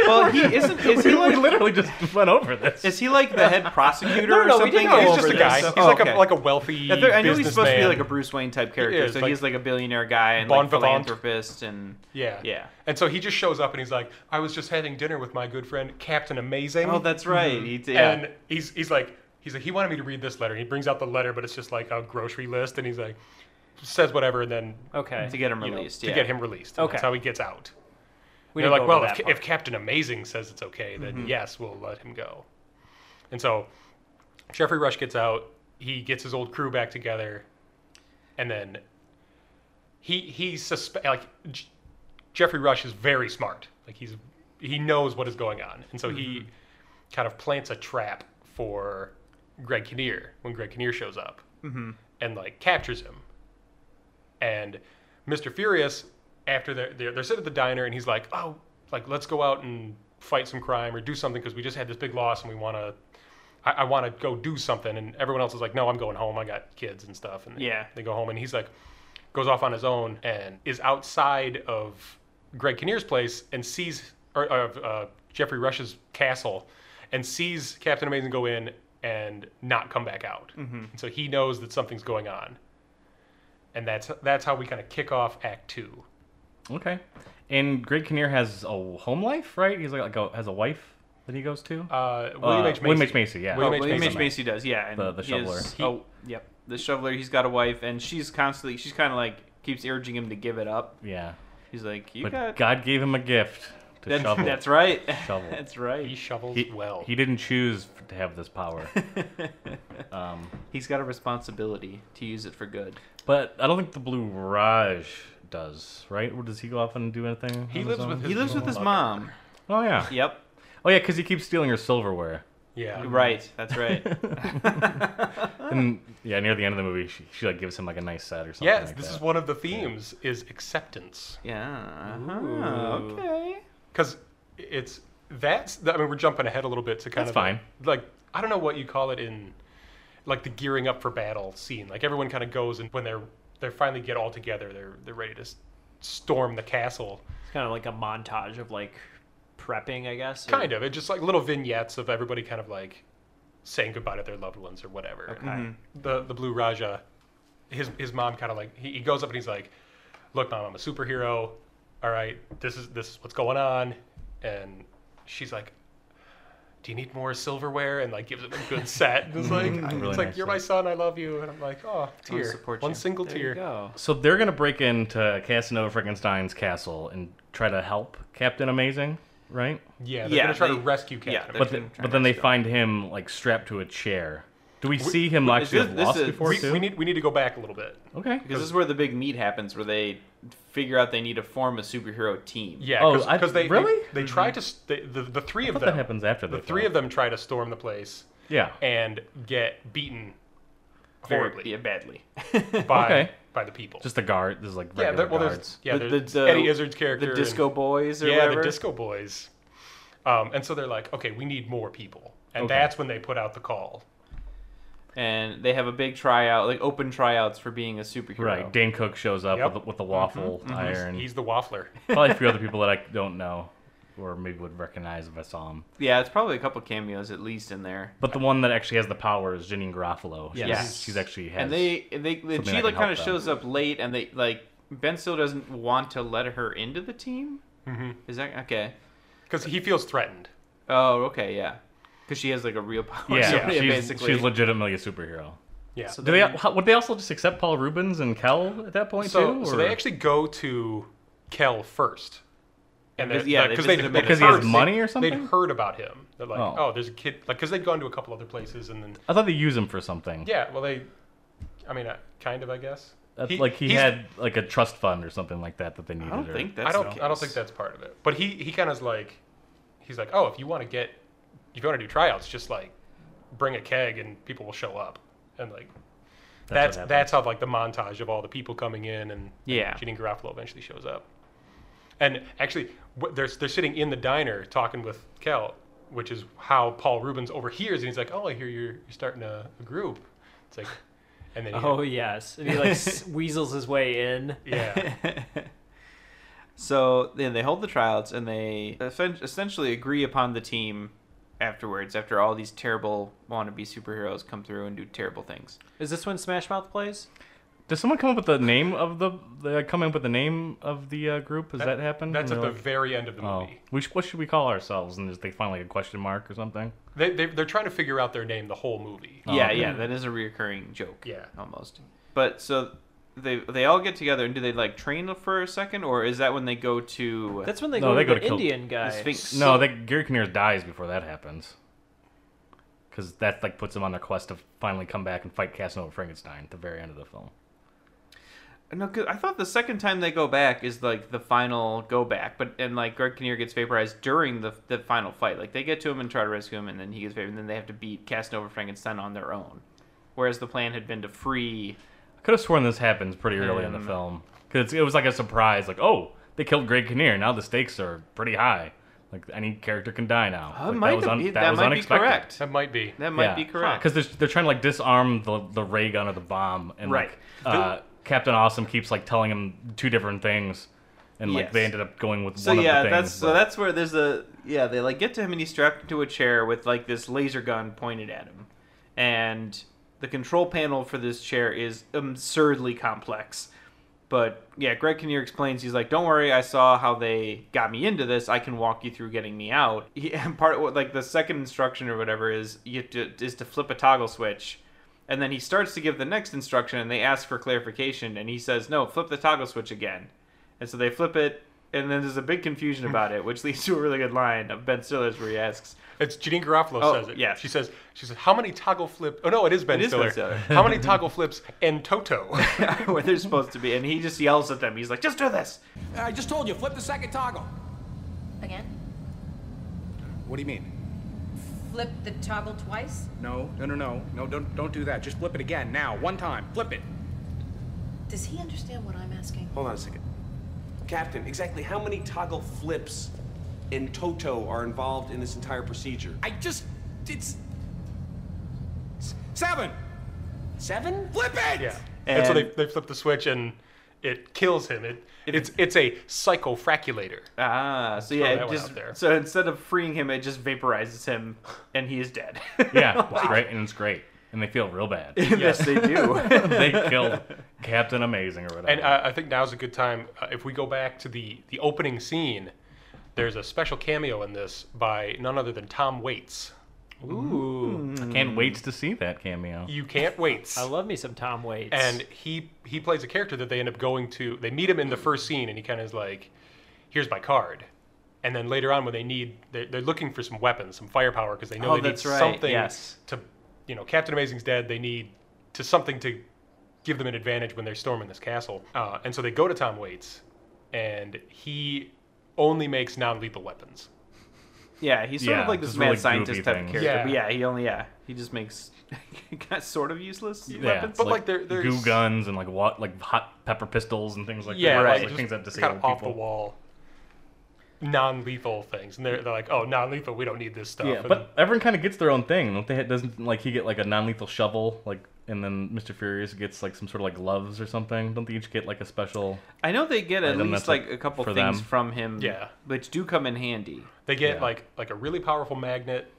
[SPEAKER 1] Well,
[SPEAKER 3] [laughs]
[SPEAKER 4] [laughs]
[SPEAKER 1] he isn't. Is he
[SPEAKER 2] [laughs] we
[SPEAKER 1] like? [laughs]
[SPEAKER 2] literally just went over this.
[SPEAKER 1] Is he like the head
[SPEAKER 4] [laughs]
[SPEAKER 1] prosecutor
[SPEAKER 3] No, no,
[SPEAKER 1] or
[SPEAKER 3] no, we
[SPEAKER 1] something?
[SPEAKER 3] didn't go
[SPEAKER 1] over
[SPEAKER 4] he's just a
[SPEAKER 1] this?
[SPEAKER 4] guy. He's
[SPEAKER 1] Oh,
[SPEAKER 4] like
[SPEAKER 1] okay.
[SPEAKER 4] a like a wealthy.
[SPEAKER 1] I, thought- I knew he's supposed to be
[SPEAKER 4] businessman.
[SPEAKER 1] like a Bruce Wayne type character,
[SPEAKER 4] is,
[SPEAKER 1] so
[SPEAKER 4] like-
[SPEAKER 1] he's like a billionaire guy and
[SPEAKER 4] Bon
[SPEAKER 1] like
[SPEAKER 4] vivant.
[SPEAKER 1] philanthropist and
[SPEAKER 4] Yeah.
[SPEAKER 1] yeah.
[SPEAKER 4] And so he just shows up and he's like, I was just having dinner with my good friend Captain Amazing.
[SPEAKER 1] Oh, that's right. He, yeah.
[SPEAKER 4] And he's he's like he's like he wanted me to read this letter. He brings out the letter, but it's just like a grocery list, and he's like says whatever, and then
[SPEAKER 3] Okay.
[SPEAKER 1] to get him
[SPEAKER 4] you know,
[SPEAKER 1] released.
[SPEAKER 4] to
[SPEAKER 1] yeah.
[SPEAKER 4] get him released. And
[SPEAKER 3] Okay.
[SPEAKER 4] That's how he gets out.
[SPEAKER 3] We
[SPEAKER 4] They're
[SPEAKER 3] didn't
[SPEAKER 4] like,
[SPEAKER 3] go over
[SPEAKER 4] well, if,
[SPEAKER 3] that
[SPEAKER 4] if
[SPEAKER 3] part. Mm-hmm.
[SPEAKER 4] Captain Amazing says it's okay, then yes, we'll let him go. And so Jeffrey Rush gets out. He gets his old crew back together, and then he he suspe- like J- Jeffrey Rush is very smart. Like he's he knows what is going on, and so
[SPEAKER 3] Mm-hmm.
[SPEAKER 4] he kind of plants a trap for Greg Kinnear when Greg Kinnear shows up
[SPEAKER 3] Mm-hmm.
[SPEAKER 4] and like captures him. And Mr. Furious, after they're, they're, they're sitting at the diner, and he's like, oh, like, let's go out and fight some crime or do something because we just had this big loss and we want to, I, I want to go do something. And everyone else is like, no, I'm going home. I got kids and stuff. And they-
[SPEAKER 1] Yeah.
[SPEAKER 4] they go home, and he's like, goes off on his own and is outside of Greg Kinnear's place and sees, or of uh, Jeffrey Rush's castle, and sees Captain Amazing go in and not come back out. And so he knows that something's going on and that's that's how we kind of kick off Act Two.
[SPEAKER 2] okay. And Greg Kinnear has a home life, right? He's like, like a, has a wife that he goes to.
[SPEAKER 4] Uh, William
[SPEAKER 2] Uh,
[SPEAKER 4] H. Macy.
[SPEAKER 2] William H. Macy, yeah.
[SPEAKER 1] Oh,
[SPEAKER 4] William H.
[SPEAKER 1] William H.
[SPEAKER 4] Macy.
[SPEAKER 1] Macy does, yeah. And
[SPEAKER 2] The- the
[SPEAKER 1] he is-
[SPEAKER 2] shoveler.
[SPEAKER 1] he- oh, yep. The shoveler. He's got a wife, and she's constantly. She's kind of like keeps urging him to give it up.
[SPEAKER 2] yeah.
[SPEAKER 1] He's like, you
[SPEAKER 2] But
[SPEAKER 1] got.
[SPEAKER 2] God gave him a gift to
[SPEAKER 1] That's,
[SPEAKER 2] shovel.
[SPEAKER 1] that's right. [laughs]
[SPEAKER 2] Shovel.
[SPEAKER 1] that's
[SPEAKER 4] He
[SPEAKER 1] right.
[SPEAKER 4] shovels
[SPEAKER 2] he,
[SPEAKER 4] well.
[SPEAKER 2] he didn't choose to have this power. um,
[SPEAKER 1] He's got a responsibility to use it for good.
[SPEAKER 2] but I don't think the Blue Raj does, right? Or does he go off and do anything?
[SPEAKER 4] He
[SPEAKER 2] on
[SPEAKER 4] lives
[SPEAKER 2] his
[SPEAKER 4] with
[SPEAKER 2] own?
[SPEAKER 4] his-
[SPEAKER 1] He lives with his
[SPEAKER 4] mother.
[SPEAKER 1] mom.
[SPEAKER 2] Oh yeah.
[SPEAKER 1] Yep.
[SPEAKER 2] Oh yeah, because he keeps stealing her silverware.
[SPEAKER 4] yeah,
[SPEAKER 1] Right. That's right.
[SPEAKER 4] Ah.
[SPEAKER 2] And yeah, near the end of the movie, she, she like gives him like a nice set or something.
[SPEAKER 4] Yes,
[SPEAKER 2] like
[SPEAKER 4] this
[SPEAKER 2] that.
[SPEAKER 4] is one of the themes is acceptance
[SPEAKER 1] yeah. uh-huh,
[SPEAKER 2] Ooh.
[SPEAKER 1] Okay.
[SPEAKER 4] because it's that's. I mean, we're jumping ahead a little bit to kind
[SPEAKER 2] That's
[SPEAKER 4] of
[SPEAKER 2] fine.
[SPEAKER 4] Like I don't know what you call it in like the gearing up for battle scene. Like everyone kind of goes and when they're they finally get all together, they're they're ready to s- storm the castle.
[SPEAKER 3] It's kind of like a montage of like prepping, I guess. or-
[SPEAKER 4] Kind of. It's just like little vignettes of everybody kind of like saying goodbye to their loved ones or whatever. And
[SPEAKER 1] Mm-hmm.
[SPEAKER 4] The the blue Raja, his his mom kind of like he, he goes up and he's like, "Look, mom, I'm a superhero. All right, this is this is what's going on." And she's like, "Do you need more silverware?" And like gives him a good
[SPEAKER 1] [laughs]
[SPEAKER 4] set. And it's like
[SPEAKER 1] Mm-hmm.
[SPEAKER 4] I-
[SPEAKER 2] Really
[SPEAKER 4] it's like
[SPEAKER 2] nice
[SPEAKER 4] you're my son. I love you. And I'm like, oh, tear.
[SPEAKER 1] support
[SPEAKER 4] One
[SPEAKER 1] you.
[SPEAKER 4] single
[SPEAKER 1] There
[SPEAKER 4] tear.
[SPEAKER 1] you go.
[SPEAKER 2] So they're gonna break into Casanova Frankenstein's castle and try to help Captain Amazing, right?
[SPEAKER 4] Yeah, they're
[SPEAKER 1] Yeah,
[SPEAKER 4] gonna try
[SPEAKER 1] they-
[SPEAKER 4] to rescue Captain.
[SPEAKER 1] yeah,
[SPEAKER 4] America.
[SPEAKER 1] they're
[SPEAKER 2] But,
[SPEAKER 1] gonna
[SPEAKER 2] the,
[SPEAKER 1] try
[SPEAKER 2] but
[SPEAKER 1] to
[SPEAKER 2] then they
[SPEAKER 1] rescue him.
[SPEAKER 2] find him like strapped to a chair. Do we see him
[SPEAKER 1] wait,
[SPEAKER 2] actually
[SPEAKER 1] this-
[SPEAKER 2] have
[SPEAKER 1] this
[SPEAKER 2] lost
[SPEAKER 1] is-
[SPEAKER 2] before
[SPEAKER 4] we,
[SPEAKER 2] too?
[SPEAKER 4] we need we need to go back a little bit.
[SPEAKER 2] okay.
[SPEAKER 1] Because this is where the big meet happens, where they figure out they need to form a superhero team.
[SPEAKER 4] Yeah,
[SPEAKER 2] Oh,
[SPEAKER 4] because
[SPEAKER 2] I-
[SPEAKER 4] they
[SPEAKER 2] really?
[SPEAKER 4] they, they try to s- they, the the three of
[SPEAKER 2] But
[SPEAKER 4] them
[SPEAKER 2] that happens after
[SPEAKER 4] the three of them try to storm the place
[SPEAKER 2] Yeah.
[SPEAKER 4] and get beaten
[SPEAKER 1] horribly,
[SPEAKER 4] horribly
[SPEAKER 1] yeah, badly. [laughs]
[SPEAKER 4] by
[SPEAKER 2] Okay.
[SPEAKER 4] by the people.
[SPEAKER 2] Just the guard. There's like
[SPEAKER 4] yeah,
[SPEAKER 2] regular
[SPEAKER 4] there, well, there's
[SPEAKER 2] guards.
[SPEAKER 4] yeah,
[SPEAKER 1] The-
[SPEAKER 4] there's
[SPEAKER 1] the- the-
[SPEAKER 4] Eddie Izzard's character,
[SPEAKER 1] the
[SPEAKER 4] and-
[SPEAKER 1] Disco Boys or
[SPEAKER 4] yeah,
[SPEAKER 1] whatever.
[SPEAKER 4] the Disco Boys, um, and so they're like, okay, we need more people, and
[SPEAKER 2] Okay.
[SPEAKER 4] that's when they put out the call.
[SPEAKER 1] and they have a big tryout, like open tryouts for being a superhero.
[SPEAKER 2] Right. Dane Cook shows up
[SPEAKER 4] Yep. Mm-hmm.
[SPEAKER 2] with, the, with the waffle iron.
[SPEAKER 4] He's [laughs] the waffler.
[SPEAKER 2] Probably a few other people that I don't know, or maybe would recognize if I saw him.
[SPEAKER 1] Yeah, it's probably a couple cameos at least in there.
[SPEAKER 2] But the one that actually has the power is Janine Garofalo. She's,
[SPEAKER 1] Yes.
[SPEAKER 2] she's actually has.
[SPEAKER 1] and they, they, they
[SPEAKER 2] something
[SPEAKER 1] she
[SPEAKER 2] that
[SPEAKER 1] like
[SPEAKER 2] can
[SPEAKER 1] kind
[SPEAKER 2] help
[SPEAKER 1] of
[SPEAKER 2] them.
[SPEAKER 1] shows up late, and they like Ben still doesn't want to let her into the team. Mm-hmm. Is that okay?
[SPEAKER 4] because he feels threatened.
[SPEAKER 1] Oh, okay, yeah. Because she has like a real [laughs] power.
[SPEAKER 2] yeah,
[SPEAKER 1] so,
[SPEAKER 2] she's,
[SPEAKER 1] basically.
[SPEAKER 2] she's legitimately a superhero.
[SPEAKER 4] Yeah.
[SPEAKER 1] So
[SPEAKER 2] Do they? How, would they also just accept Paul Rubens and Kel at that point
[SPEAKER 4] so,
[SPEAKER 2] too?
[SPEAKER 4] so
[SPEAKER 2] or-
[SPEAKER 4] they actually go to Kel first. And
[SPEAKER 1] Because-
[SPEAKER 4] they're-
[SPEAKER 1] yeah,
[SPEAKER 4] like,
[SPEAKER 1] they
[SPEAKER 4] 'cause they'd-
[SPEAKER 1] visited him
[SPEAKER 4] they'd
[SPEAKER 1] at his
[SPEAKER 4] heard-
[SPEAKER 2] house. Because he has money or
[SPEAKER 4] they'd-
[SPEAKER 2] something?
[SPEAKER 4] They'd heard about him. They're like,
[SPEAKER 2] Oh.
[SPEAKER 4] oh, there's a kid. Like, because they'd gone to a couple other places, and then
[SPEAKER 2] I thought they use him for something.
[SPEAKER 4] yeah, well, they, I mean, uh, kind of, I guess.
[SPEAKER 2] That's like he
[SPEAKER 4] he's-
[SPEAKER 2] had like a trust fund or something like that that they needed.
[SPEAKER 1] I don't
[SPEAKER 2] or-
[SPEAKER 1] think that's.
[SPEAKER 4] I don't.
[SPEAKER 1] the
[SPEAKER 4] I don't
[SPEAKER 1] case.
[SPEAKER 4] think that's part of it. But he he kind of like, he's like, oh, if you want to get, if you want to do tryouts, just like, bring a keg and people will show up, and like, that's
[SPEAKER 2] happened.
[SPEAKER 4] that's, how like the montage of all the people coming in and
[SPEAKER 1] Yeah.
[SPEAKER 4] Janine Garofalo eventually shows up, and actually wh- they're they're sitting in the diner talking with Kel, which is how Paul Rubens overhears and he's like, oh, I hear you're you're starting a, a group. It's like,
[SPEAKER 1] [laughs] Oh,
[SPEAKER 4] [laughs] and then he,
[SPEAKER 1] [laughs]
[SPEAKER 3] Oh yes, and he like s- weasels his way in.
[SPEAKER 4] yeah.
[SPEAKER 1] So then they hold the tryouts and they effen- essentially agree upon the team afterwards. After all these terrible wannabe superheroes come through and do terrible things.
[SPEAKER 3] Is this when Smash Mouth plays?
[SPEAKER 2] Does someone come up with the name of the, the come up with the name of the uh, group? Has that, happened?
[SPEAKER 4] That's
[SPEAKER 2] And
[SPEAKER 4] at
[SPEAKER 2] they're
[SPEAKER 4] the
[SPEAKER 2] like,
[SPEAKER 4] very end of the
[SPEAKER 2] Oh,
[SPEAKER 4] movie.
[SPEAKER 2] we sh- what should we call ourselves? And there's they find like a question mark or something.
[SPEAKER 4] They, they, they're trying to figure out their name the whole movie.
[SPEAKER 1] yeah,
[SPEAKER 2] okay.
[SPEAKER 1] yeah, that is a reoccurring joke.
[SPEAKER 4] Yeah.
[SPEAKER 1] almost. But so they they all get together and do they like train for a second or is that when they go to
[SPEAKER 3] That's when they
[SPEAKER 2] No,
[SPEAKER 3] go
[SPEAKER 2] they
[SPEAKER 3] to
[SPEAKER 2] go
[SPEAKER 3] the
[SPEAKER 2] to kill-
[SPEAKER 3] Indian guy.
[SPEAKER 1] Sphinx.
[SPEAKER 2] No, that Gary Kinnear dies before that happens. Because that like puts them on their quest to finally come back and fight Casanova and Frankenstein at the very end of the film.
[SPEAKER 1] No, 'cause I thought the second time they go back is like the final go back, but and like Greg Kinnear gets vaporized during the the final fight. Like they get to him and try to rescue him, and then he gets vaporized, and then they have to beat Casanova Frankenstein on their own. Whereas the plan had been to free.
[SPEAKER 2] I could have sworn this happens pretty early in the
[SPEAKER 1] Mm.
[SPEAKER 2] film because it was like a surprise. Like, oh, they killed Greg Kinnear. Now the stakes are pretty high. Like any character can die now.
[SPEAKER 1] Uh,
[SPEAKER 2] Like,
[SPEAKER 1] might have
[SPEAKER 2] un-
[SPEAKER 1] been- that might be correct.
[SPEAKER 4] That might be.
[SPEAKER 1] That might be correct.
[SPEAKER 2] Because they're, they're trying to like disarm the, the ray gun or the bomb, and
[SPEAKER 1] Right.
[SPEAKER 2] like, uh, Captain Awesome keeps like telling him two different things, and like
[SPEAKER 1] Yes.
[SPEAKER 2] they ended up going with
[SPEAKER 1] so
[SPEAKER 2] one
[SPEAKER 1] yeah,
[SPEAKER 2] of the things.
[SPEAKER 1] that's so
[SPEAKER 2] but-
[SPEAKER 1] that's where there's a yeah. They like get to him and he's strapped into a chair with like this laser gun pointed at him, and the control panel for this chair is absurdly complex. But yeah, Greg Kinnear explains. He's like, "Don't worry, I saw how they got me into this. I can walk you through getting me out." [laughs] He, and part of what, like the second instruction or whatever is you have to, is to flip a toggle switch, and then he starts to give the next instruction, and they ask for clarification, and he says, "No, flip the toggle switch again." And so they flip it, and then there's a big confusion about it, which [laughs] leads to a really good line of Ben Stiller's where he asks, [laughs]
[SPEAKER 4] It's Janine Garofalo
[SPEAKER 1] Oh,
[SPEAKER 4] says it.
[SPEAKER 1] yeah.
[SPEAKER 4] She says she says how many toggle flip? Oh no, it is Ben
[SPEAKER 1] It is
[SPEAKER 4] Stiller.
[SPEAKER 1] Ben Stiller.
[SPEAKER 4] how
[SPEAKER 1] [laughs]
[SPEAKER 4] many toggle flips and Toto? [laughs]
[SPEAKER 1] where they're supposed to be, and he just yells at them. He's like, "Just do this."
[SPEAKER 5] I just told you, flip the second toggle.
[SPEAKER 6] Again?
[SPEAKER 5] What do you mean?
[SPEAKER 6] Flip the toggle twice?
[SPEAKER 5] No, no, no, no, no. Don't don't do that. Just flip it again now. One time. Flip it.
[SPEAKER 6] Does he understand what I'm asking?
[SPEAKER 7] Hold on a second. Captain, exactly how many toggle flips in Toto are involved in this entire procedure?
[SPEAKER 5] I just it's s- seven.
[SPEAKER 7] Seven?
[SPEAKER 5] Flip it.
[SPEAKER 4] yeah. And, so they,
[SPEAKER 1] And-
[SPEAKER 4] they flip the switch and it kills him. It, it's it's a psychofraculator.
[SPEAKER 1] Ah, so yeah,
[SPEAKER 4] that
[SPEAKER 1] it
[SPEAKER 4] one
[SPEAKER 1] just
[SPEAKER 4] out there.
[SPEAKER 1] so instead of freeing him, it just vaporizes him, and he is dead. [laughs]
[SPEAKER 2] yeah, it's great and it's great, and they feel real bad. [laughs]
[SPEAKER 1] yes, they do. [laughs]
[SPEAKER 2] they killed Captain Amazing or whatever.
[SPEAKER 4] And uh, I think now's a good time uh, if we go back to the the opening scene. There's a special cameo in this by none other than Tom Waits.
[SPEAKER 2] I can't wait to see that cameo.
[SPEAKER 4] You can't wait.
[SPEAKER 3] I love me some Tom Waits.
[SPEAKER 4] and he he plays a character that they end up going to they meet him in the first scene and he kind of is like here's my card and then later on when they need they're, they're looking for some weapons some firepower because they know
[SPEAKER 1] Oh,
[SPEAKER 4] they
[SPEAKER 1] that's
[SPEAKER 4] need
[SPEAKER 1] right,
[SPEAKER 4] something
[SPEAKER 1] yes.
[SPEAKER 4] to you know captain amazing's dead they need to something to give them an advantage when they're storming this castle uh, and so they go to tom waits and he only makes non-lethal weapons
[SPEAKER 1] yeah, he's sort
[SPEAKER 2] Yeah,
[SPEAKER 1] of like this
[SPEAKER 2] just
[SPEAKER 1] mad
[SPEAKER 2] really
[SPEAKER 1] scientist
[SPEAKER 2] goofy
[SPEAKER 1] type of
[SPEAKER 2] things.
[SPEAKER 1] character.
[SPEAKER 4] Yeah.
[SPEAKER 1] But yeah, he only yeah he just makes [laughs] kind of sort of useless weapons.
[SPEAKER 2] it's
[SPEAKER 4] but, like, there- there's-
[SPEAKER 2] goo guns and like what, like hot pepper pistols and things like
[SPEAKER 4] yeah
[SPEAKER 2] that.
[SPEAKER 1] right.
[SPEAKER 2] Like,
[SPEAKER 4] like
[SPEAKER 2] things that
[SPEAKER 4] just
[SPEAKER 2] disable
[SPEAKER 4] kind of off the
[SPEAKER 2] people.
[SPEAKER 4] wall non-lethal things and they're, they're like oh non-lethal we don't need this stuff
[SPEAKER 1] Yeah,
[SPEAKER 4] And
[SPEAKER 2] But everyone kind of gets their own thing. Don't they? Doesn't like he get like a non-lethal shovel, like, and then Mr. Furious gets like some sort of like gloves or something. Don't they each get like a special?
[SPEAKER 1] I know they get at
[SPEAKER 2] Item
[SPEAKER 1] least
[SPEAKER 2] that's, like,
[SPEAKER 1] like a couple
[SPEAKER 2] for
[SPEAKER 1] things
[SPEAKER 2] them.
[SPEAKER 1] from him,
[SPEAKER 4] Yeah.
[SPEAKER 1] which do come in handy.
[SPEAKER 4] They get
[SPEAKER 2] Yeah.
[SPEAKER 4] like like a really powerful magnet.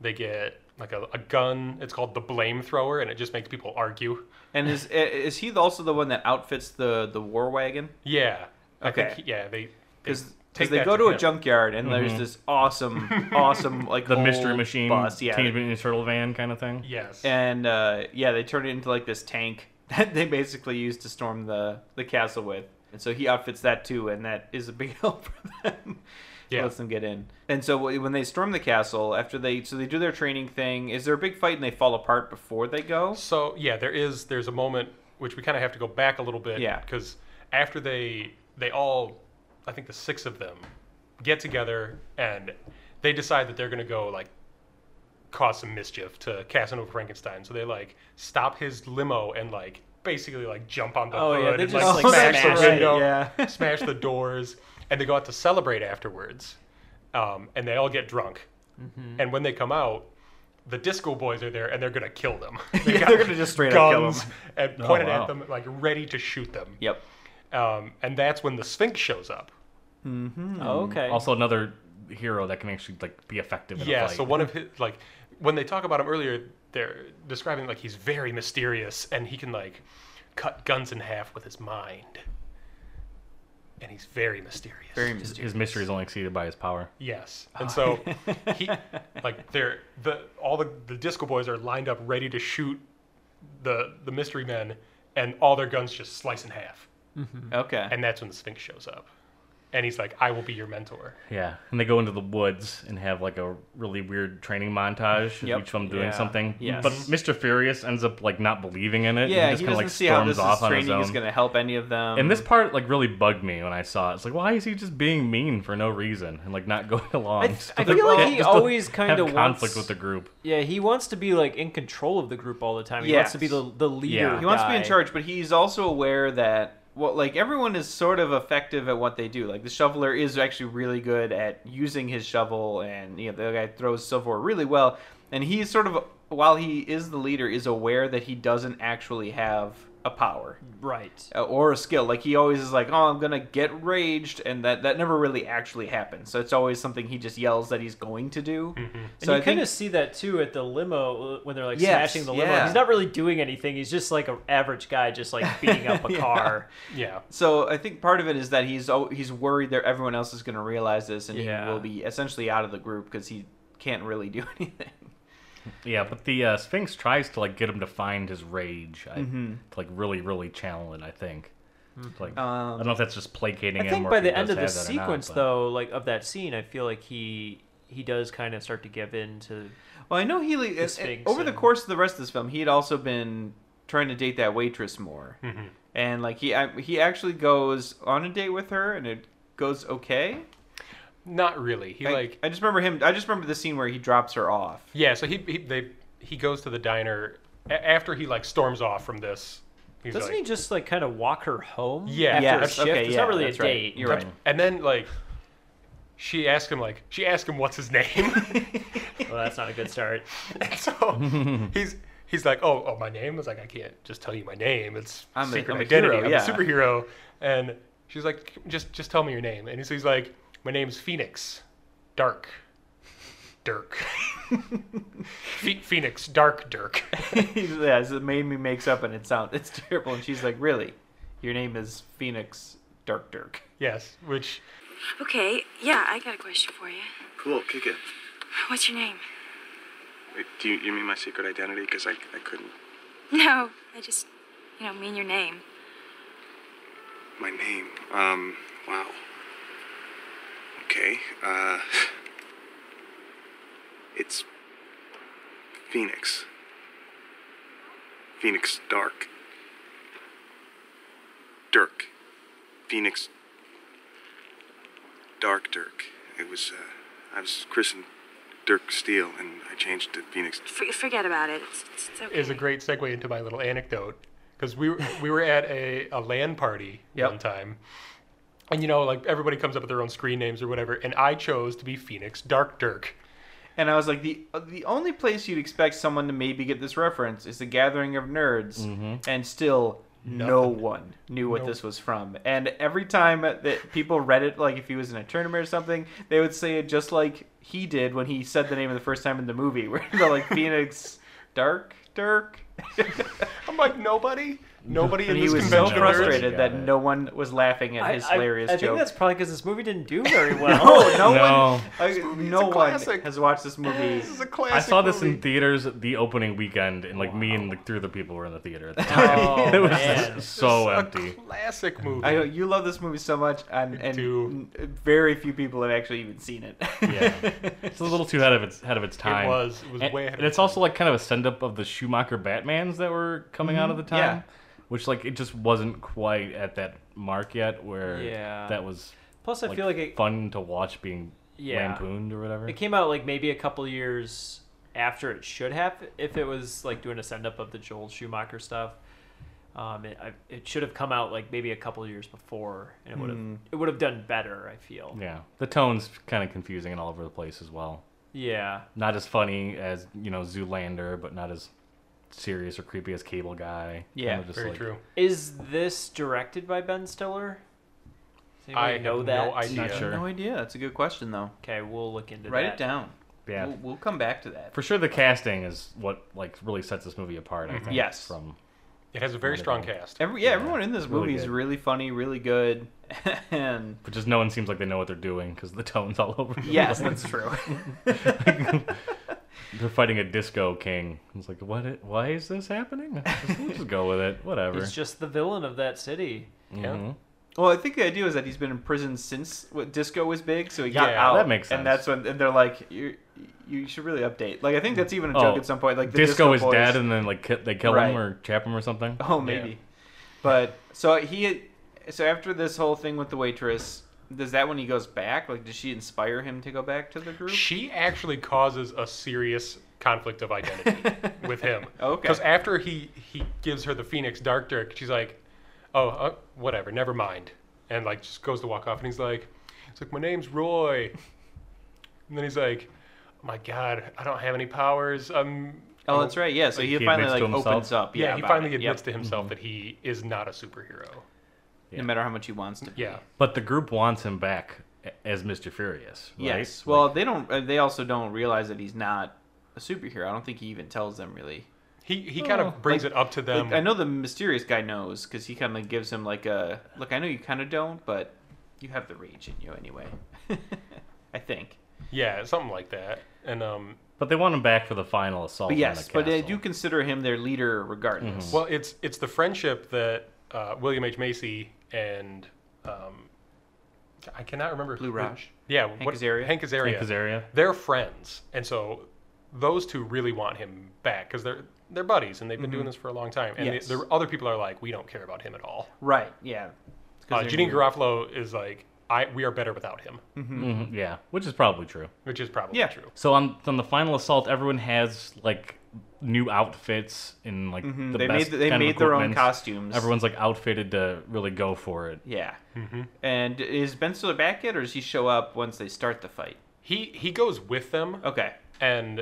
[SPEAKER 4] They get like a, a gun. It's called the blame thrower, and it just makes people argue.
[SPEAKER 1] And is is he also the one that outfits the the war wagon?
[SPEAKER 4] Yeah. I think
[SPEAKER 1] Okay.
[SPEAKER 4] he- yeah. They
[SPEAKER 1] Because
[SPEAKER 4] take
[SPEAKER 1] they
[SPEAKER 4] that
[SPEAKER 1] go to a
[SPEAKER 4] him.
[SPEAKER 1] junkyard and there's this awesome, awesome like
[SPEAKER 2] Mm-hmm. [laughs] The mystery
[SPEAKER 1] old
[SPEAKER 2] machine,
[SPEAKER 1] bus, yeah,
[SPEAKER 2] Teenage Mutant Ninja Turtle van kind of thing.
[SPEAKER 4] Yes.
[SPEAKER 1] and uh, yeah, they turn it into like this tank [laughs] that they basically use to storm the the castle with. And so he outfits that too, and that is a big [laughs] help for them.
[SPEAKER 4] Yeah.
[SPEAKER 1] lets them get in. And so wh- when they storm the castle, after they so they do their training thing, is there a big fight and they fall apart before they go?
[SPEAKER 4] so yeah, there is there's a moment which we kind of have to go back a little bit.
[SPEAKER 1] Yeah.
[SPEAKER 4] Because after they they all, I think the six of them, get together and they decide that they're gonna go like cause some mischief to Casanova Frankenstein. So they like stop his limo and like basically like jump on the
[SPEAKER 3] Oh,
[SPEAKER 4] hood
[SPEAKER 3] yeah, they
[SPEAKER 4] and
[SPEAKER 3] just,
[SPEAKER 4] like,
[SPEAKER 3] like,
[SPEAKER 4] smash,
[SPEAKER 3] smash
[SPEAKER 4] the
[SPEAKER 3] it,
[SPEAKER 4] window,
[SPEAKER 1] yeah.
[SPEAKER 4] smash the doors, and they go out to celebrate afterwards. Um, and they all get drunk. And when they come out, the disco boys are there and they're gonna kill
[SPEAKER 1] [laughs]
[SPEAKER 4] them. They've
[SPEAKER 1] Yeah,
[SPEAKER 4] got
[SPEAKER 1] they're gonna just straight up kill
[SPEAKER 4] guns
[SPEAKER 1] them.
[SPEAKER 4] and pointed
[SPEAKER 2] wow.
[SPEAKER 4] at them like ready to shoot them.
[SPEAKER 1] Yep.
[SPEAKER 4] Um, and that's when the Sphinx shows up.
[SPEAKER 3] Oh, Okay.
[SPEAKER 2] Also, another hero that can actually like be effective. In
[SPEAKER 4] yeah
[SPEAKER 2] a fight.
[SPEAKER 4] so one of his like when they talk about him earlier they're describing like he's very mysterious and he can like cut guns in half with his mind and he's very mysterious
[SPEAKER 1] Very
[SPEAKER 2] his,
[SPEAKER 1] mysterious.
[SPEAKER 2] his mystery is only exceeded by his power.
[SPEAKER 4] yes and so he like they're the all the, the disco boys are lined up ready to shoot the the mystery men and all their guns just slice in half
[SPEAKER 1] Okay.
[SPEAKER 4] and that's when the sphinx shows up and he's like i will be your mentor
[SPEAKER 2] Yeah, and they go into the woods and have like a really weird training montage of
[SPEAKER 1] Yep.
[SPEAKER 2] each of them doing
[SPEAKER 1] Yeah.
[SPEAKER 2] something.
[SPEAKER 1] Yes.
[SPEAKER 2] But Mr. Furious ends up like not believing in it.
[SPEAKER 1] yeah,
[SPEAKER 2] and
[SPEAKER 1] he
[SPEAKER 2] he just kind
[SPEAKER 1] doesn't
[SPEAKER 2] of like
[SPEAKER 1] see how
[SPEAKER 2] storms
[SPEAKER 1] this
[SPEAKER 2] off
[SPEAKER 1] is
[SPEAKER 2] on his
[SPEAKER 1] training
[SPEAKER 2] own.
[SPEAKER 1] is going to help any of them.
[SPEAKER 2] And this part like really bugged me when I saw it. It's like, why is he just being mean for no reason and like not [laughs] going along?
[SPEAKER 3] I th-
[SPEAKER 2] Just
[SPEAKER 3] I
[SPEAKER 2] to-
[SPEAKER 3] feel like
[SPEAKER 2] just
[SPEAKER 3] he
[SPEAKER 2] to
[SPEAKER 3] always
[SPEAKER 2] have
[SPEAKER 3] kinda wants-
[SPEAKER 2] conflict with the group.
[SPEAKER 3] Yeah, he wants to be like in control of the group all the time. He wants to be
[SPEAKER 1] Yes.
[SPEAKER 3] the the leader.
[SPEAKER 2] Yeah.
[SPEAKER 1] he wants to be in
[SPEAKER 3] guy.
[SPEAKER 1] charge, but he's also aware that well, like everyone is sort of effective at what they do. Like the shoveler is actually really good at using his shovel, and you know the guy throws silverware really well. And he's sort of while he is the leader, is aware that he doesn't actually have a power
[SPEAKER 3] Right.
[SPEAKER 1] uh, or a skill. Like he always is like, "Oh, I'm gonna get raged," and that that never really actually happens. So it's always something he just yells that he's going to do.
[SPEAKER 3] and you kind of see that too at the limo uh, when they're like
[SPEAKER 1] Yes,
[SPEAKER 3] smashing the limo.
[SPEAKER 1] yeah.
[SPEAKER 3] He's not really doing anything. He's just like an average guy, just like [laughs] beating up a
[SPEAKER 1] Yeah.
[SPEAKER 3] car.
[SPEAKER 4] yeah
[SPEAKER 1] So I think part of it is that he's al- he's worried that everyone else is going to realize this, and
[SPEAKER 3] Yeah.
[SPEAKER 1] he will be essentially out of the group because he can't really do [laughs] anything.
[SPEAKER 2] Yeah, but the uh, Sphinx tries to like get him to find his rage, I,
[SPEAKER 3] Mm-hmm.
[SPEAKER 2] to like really, really channel it. I think. To, Like, I don't know if that's just placating
[SPEAKER 3] Um, I
[SPEAKER 2] him.
[SPEAKER 3] think
[SPEAKER 2] or
[SPEAKER 3] by
[SPEAKER 2] if he
[SPEAKER 3] the end
[SPEAKER 2] does
[SPEAKER 3] of the
[SPEAKER 2] have that or not,
[SPEAKER 3] sequence,
[SPEAKER 2] but-
[SPEAKER 3] [laughs] though, like of that scene, I feel like he he does kind of start to give in to.
[SPEAKER 1] Well, I know he le- and- and
[SPEAKER 3] Sphinx
[SPEAKER 1] over the
[SPEAKER 3] and-
[SPEAKER 1] course of the rest of this film, he had also been trying to date that waitress more, and like he I, he actually goes on a date with her, and it goes okay.
[SPEAKER 4] not really he
[SPEAKER 1] I,
[SPEAKER 4] like
[SPEAKER 1] I just remember him. I just remember the scene where he drops her off. [laughs]
[SPEAKER 4] Yeah, so he he, they, he goes to the diner a- after he like storms off from this. He's
[SPEAKER 3] Doesn't
[SPEAKER 4] like,
[SPEAKER 3] he just like kind of walk her home?
[SPEAKER 4] Yeah.
[SPEAKER 3] After
[SPEAKER 4] Yes,
[SPEAKER 3] a shift,
[SPEAKER 1] okay,
[SPEAKER 3] it's not
[SPEAKER 1] yeah,
[SPEAKER 3] really a
[SPEAKER 1] that's right.
[SPEAKER 3] date.
[SPEAKER 1] You're right.
[SPEAKER 4] And then like, she asked him like she asked him what's his name.
[SPEAKER 3] Well, that's not a good [laughs] start.
[SPEAKER 4] [laughs] And so he's he's like, oh oh my name. I was like, I can't just tell you my name. It's
[SPEAKER 1] I'm a-
[SPEAKER 4] secret
[SPEAKER 1] I'm a
[SPEAKER 4] identity.
[SPEAKER 1] hero,
[SPEAKER 4] I'm
[SPEAKER 1] yeah.
[SPEAKER 4] a superhero. And she's like, just just tell me your name. And so he's like, my name's Phoenix, Dark, Dirk. [laughs] Phe- Phoenix, Dark Dirk. [laughs]
[SPEAKER 1] yeah, so the maid me makes up, and it sounds it's [laughs] terrible. And she's like, "Really, your name is Phoenix Dark Dirk."
[SPEAKER 4] Yes, which
[SPEAKER 8] Okay, yeah, I got a question for you.
[SPEAKER 9] Cool, kick it.
[SPEAKER 8] What's your name?
[SPEAKER 9] Wait, do you, you mean my secret identity? Because I, I couldn't.
[SPEAKER 8] No, I just, you know, mean your name.
[SPEAKER 9] My name. Um, wow. Okay, uh. It's. Phoenix. Phoenix Dark. Dirk. Phoenix. Dark Dirk. It was, uh. I was christened Dirk Steele, and I changed to Phoenix
[SPEAKER 8] F- forget about it. It's, it's, it's okay.
[SPEAKER 4] is a great segue into my little anecdote because we were, we were at a, a LAN party
[SPEAKER 1] Yep.
[SPEAKER 4] one time, and you know, like everybody comes up with their own screen names or whatever, and I chose to be Phoenix Dark Dirk.
[SPEAKER 1] And I was like, the uh, the only place you'd expect someone to maybe get this reference is the Gathering of Nerds,
[SPEAKER 2] Mm-hmm.
[SPEAKER 1] and still no one knew what this was from. And every time that people read it, like if he was in a tournament or something, they would say it just like he did when he said the name of the first time in the movie, [laughs] where they're like Phoenix Dark Dirk.
[SPEAKER 4] I'm like nobody, nobody in
[SPEAKER 1] And he
[SPEAKER 4] this
[SPEAKER 1] was so
[SPEAKER 4] convention. of nerds-
[SPEAKER 1] frustrated that
[SPEAKER 2] Got it.
[SPEAKER 1] no one was laughing at
[SPEAKER 3] I,
[SPEAKER 1] his
[SPEAKER 3] I-
[SPEAKER 1] hilarious
[SPEAKER 3] I
[SPEAKER 1] joke.
[SPEAKER 3] think that's probably because this movie didn't do [laughs] very well.
[SPEAKER 1] no,
[SPEAKER 2] No.
[SPEAKER 1] one, I- no one
[SPEAKER 4] classic.
[SPEAKER 1] has watched this movie. [laughs]
[SPEAKER 4] This is a classic.
[SPEAKER 2] I saw this in
[SPEAKER 4] movie.
[SPEAKER 2] theaters the opening weekend, and like me and like three other people were in the theater at the time. [laughs]
[SPEAKER 3] [laughs] Oh,
[SPEAKER 2] it was
[SPEAKER 3] man.
[SPEAKER 2] so
[SPEAKER 4] It's
[SPEAKER 2] empty.
[SPEAKER 4] A classic movie.
[SPEAKER 1] I know you love this movie so much, and, and
[SPEAKER 4] do.
[SPEAKER 1] n- very few people have actually even seen it. [laughs]
[SPEAKER 2] Yeah, it's a little too ahead of its ahead of its time.
[SPEAKER 4] was. It was
[SPEAKER 2] and,
[SPEAKER 4] way ahead of
[SPEAKER 2] And
[SPEAKER 4] its
[SPEAKER 2] it's also like kind of a send up of the Schumacher Batmans that were coming out at the time,
[SPEAKER 1] yeah.
[SPEAKER 2] which like it just wasn't quite at that mark yet where
[SPEAKER 3] Yeah.
[SPEAKER 2] that was.
[SPEAKER 3] Plus, I feel like it,
[SPEAKER 2] fun to watch being
[SPEAKER 3] Yeah.
[SPEAKER 2] lampooned or whatever.
[SPEAKER 3] it came out like maybe a couple years after it should have, if it was like doing a send up of the Joel Schumacher stuff. Um, it, I, it should have come out like maybe a couple years before, and it would
[SPEAKER 4] Hmm.
[SPEAKER 3] have it would have done better. I feel.
[SPEAKER 2] Yeah, the tone's kind of confusing and all over the place as well.
[SPEAKER 3] Yeah.
[SPEAKER 2] Not as funny as you know Zoolander, but not as serious or creepy as Cable Guy.
[SPEAKER 1] Yeah,
[SPEAKER 2] Kinda just
[SPEAKER 4] Very
[SPEAKER 2] like-
[SPEAKER 4] true.
[SPEAKER 3] Is this directed by Ben Stiller? Is
[SPEAKER 4] I
[SPEAKER 3] anybody know
[SPEAKER 4] have
[SPEAKER 3] that?
[SPEAKER 4] no idea.
[SPEAKER 2] Not sure.
[SPEAKER 1] No idea. That's a good question, though.
[SPEAKER 3] Okay, we'll look into
[SPEAKER 1] Write
[SPEAKER 3] that.
[SPEAKER 1] it down.
[SPEAKER 2] Yeah.
[SPEAKER 1] We'll, we'll come back to that.
[SPEAKER 2] For sure, the casting is what like really sets this movie apart. I think.
[SPEAKER 1] Yes.
[SPEAKER 2] From
[SPEAKER 4] It has a very strong cast.
[SPEAKER 1] Every, yeah, everyone in this
[SPEAKER 2] really
[SPEAKER 1] movie is
[SPEAKER 2] good.
[SPEAKER 1] really funny, really good. [laughs] and
[SPEAKER 2] [laughs] but just no one seems like they know what they're doing because the tone's all [laughs] over. the
[SPEAKER 1] yes,
[SPEAKER 2] place.
[SPEAKER 1] that's
[SPEAKER 2] [laughs]
[SPEAKER 1] true.
[SPEAKER 2] they're fighting a disco king. It's like, what? i- Why is this happening? [laughs] Just, we'll just go with it. Whatever.
[SPEAKER 3] He's just the villain of that city.
[SPEAKER 2] Mhm.
[SPEAKER 1] well, I think the idea is that he's been in prison since what, disco was big, so he got
[SPEAKER 4] Yeah,
[SPEAKER 1] out.
[SPEAKER 2] that makes
[SPEAKER 1] And
[SPEAKER 2] sense.
[SPEAKER 1] that's when and they're like, you you should really update. Like I think that's even a joke at some point. Like the
[SPEAKER 2] Oh,
[SPEAKER 1] disco,
[SPEAKER 2] disco, is
[SPEAKER 1] boys-
[SPEAKER 2] dead, and then like ki- they kill
[SPEAKER 1] Right.
[SPEAKER 2] him or trap him or something.
[SPEAKER 1] [laughs] Oh, maybe. But so he, so after this whole thing with the waitress, does that when he goes back? Like, does she inspire him to go back to the group?
[SPEAKER 4] She actually causes a serious conflict of
[SPEAKER 1] [laughs]
[SPEAKER 4] identity with him.
[SPEAKER 1] Okay.
[SPEAKER 4] Because after he he gives her the Phoenix Dark Dirk, she's like, "Oh, uh, whatever, never mind," and like just goes to walk off, and he's like, "It's like my name's Roy," and then he's like, oh "My God, I don't have any powers." Um.
[SPEAKER 1] Oh, that's right. Yeah. So he,
[SPEAKER 2] he
[SPEAKER 1] finally
[SPEAKER 2] admits
[SPEAKER 1] like
[SPEAKER 2] to himself?
[SPEAKER 1] opens up.
[SPEAKER 4] Yeah,
[SPEAKER 1] Yeah.
[SPEAKER 4] he
[SPEAKER 1] about
[SPEAKER 4] finally
[SPEAKER 1] it. Yep. Mm-hmm.
[SPEAKER 4] admits to himself that he is not a superhero.
[SPEAKER 1] No matter how much he wants to. be.
[SPEAKER 4] Yeah.
[SPEAKER 2] But the group wants him back a- as Mr. Furious. Right?
[SPEAKER 1] Yes.
[SPEAKER 2] Like,
[SPEAKER 1] Well, they don't. uh, They also don't realize that he's not a superhero. I don't think he even tells them really.
[SPEAKER 4] He he kind of brings
[SPEAKER 1] Oh, like-
[SPEAKER 4] it up to them.
[SPEAKER 1] Like, I know the mysterious guy knows because he kind of gives him like a look. I know you kind of don't, but you have the rage in you anyway. [laughs] I think.
[SPEAKER 4] Yeah, something like that. And um,
[SPEAKER 2] but they want him back for the final assault.
[SPEAKER 1] But yes,
[SPEAKER 2] on the
[SPEAKER 1] but I
[SPEAKER 2] castle. Mm-hmm.
[SPEAKER 1] do consider him their leader regardless.
[SPEAKER 4] Well, it's it's the friendship that uh, William H Macy and um, I cannot remember
[SPEAKER 1] Lou
[SPEAKER 4] who-
[SPEAKER 1] Roche?
[SPEAKER 4] Yeah,
[SPEAKER 1] Hank Azaria?
[SPEAKER 4] Hank Azaria.
[SPEAKER 2] Hank Azaria?
[SPEAKER 4] They're friends, and so those two really want him back because they're they're buddies and they've been doing this for a long time. And
[SPEAKER 1] Mm-hmm. Yes.
[SPEAKER 4] the, the other people are like, we don't care about him at all.
[SPEAKER 1] Right. Yeah.
[SPEAKER 4] Uh, Janine Garofalo is like, I we are better without him,
[SPEAKER 2] Mhm, yeah, which is probably true.
[SPEAKER 4] which is probably
[SPEAKER 1] Hmm. Yeah.
[SPEAKER 4] true.
[SPEAKER 2] So on on the final assault, everyone has like new outfits and like the
[SPEAKER 1] Mm-hmm. they
[SPEAKER 2] best
[SPEAKER 1] made they
[SPEAKER 2] kind of
[SPEAKER 1] made their own
[SPEAKER 2] equipment.
[SPEAKER 1] costumes.
[SPEAKER 2] Everyone's like outfitted to really go for it.
[SPEAKER 1] Yeah.
[SPEAKER 2] Mm-hmm.
[SPEAKER 1] And is Ben Stiller back yet, or does he show up once they start the fight?
[SPEAKER 4] He he goes with them,
[SPEAKER 1] Okay.
[SPEAKER 4] and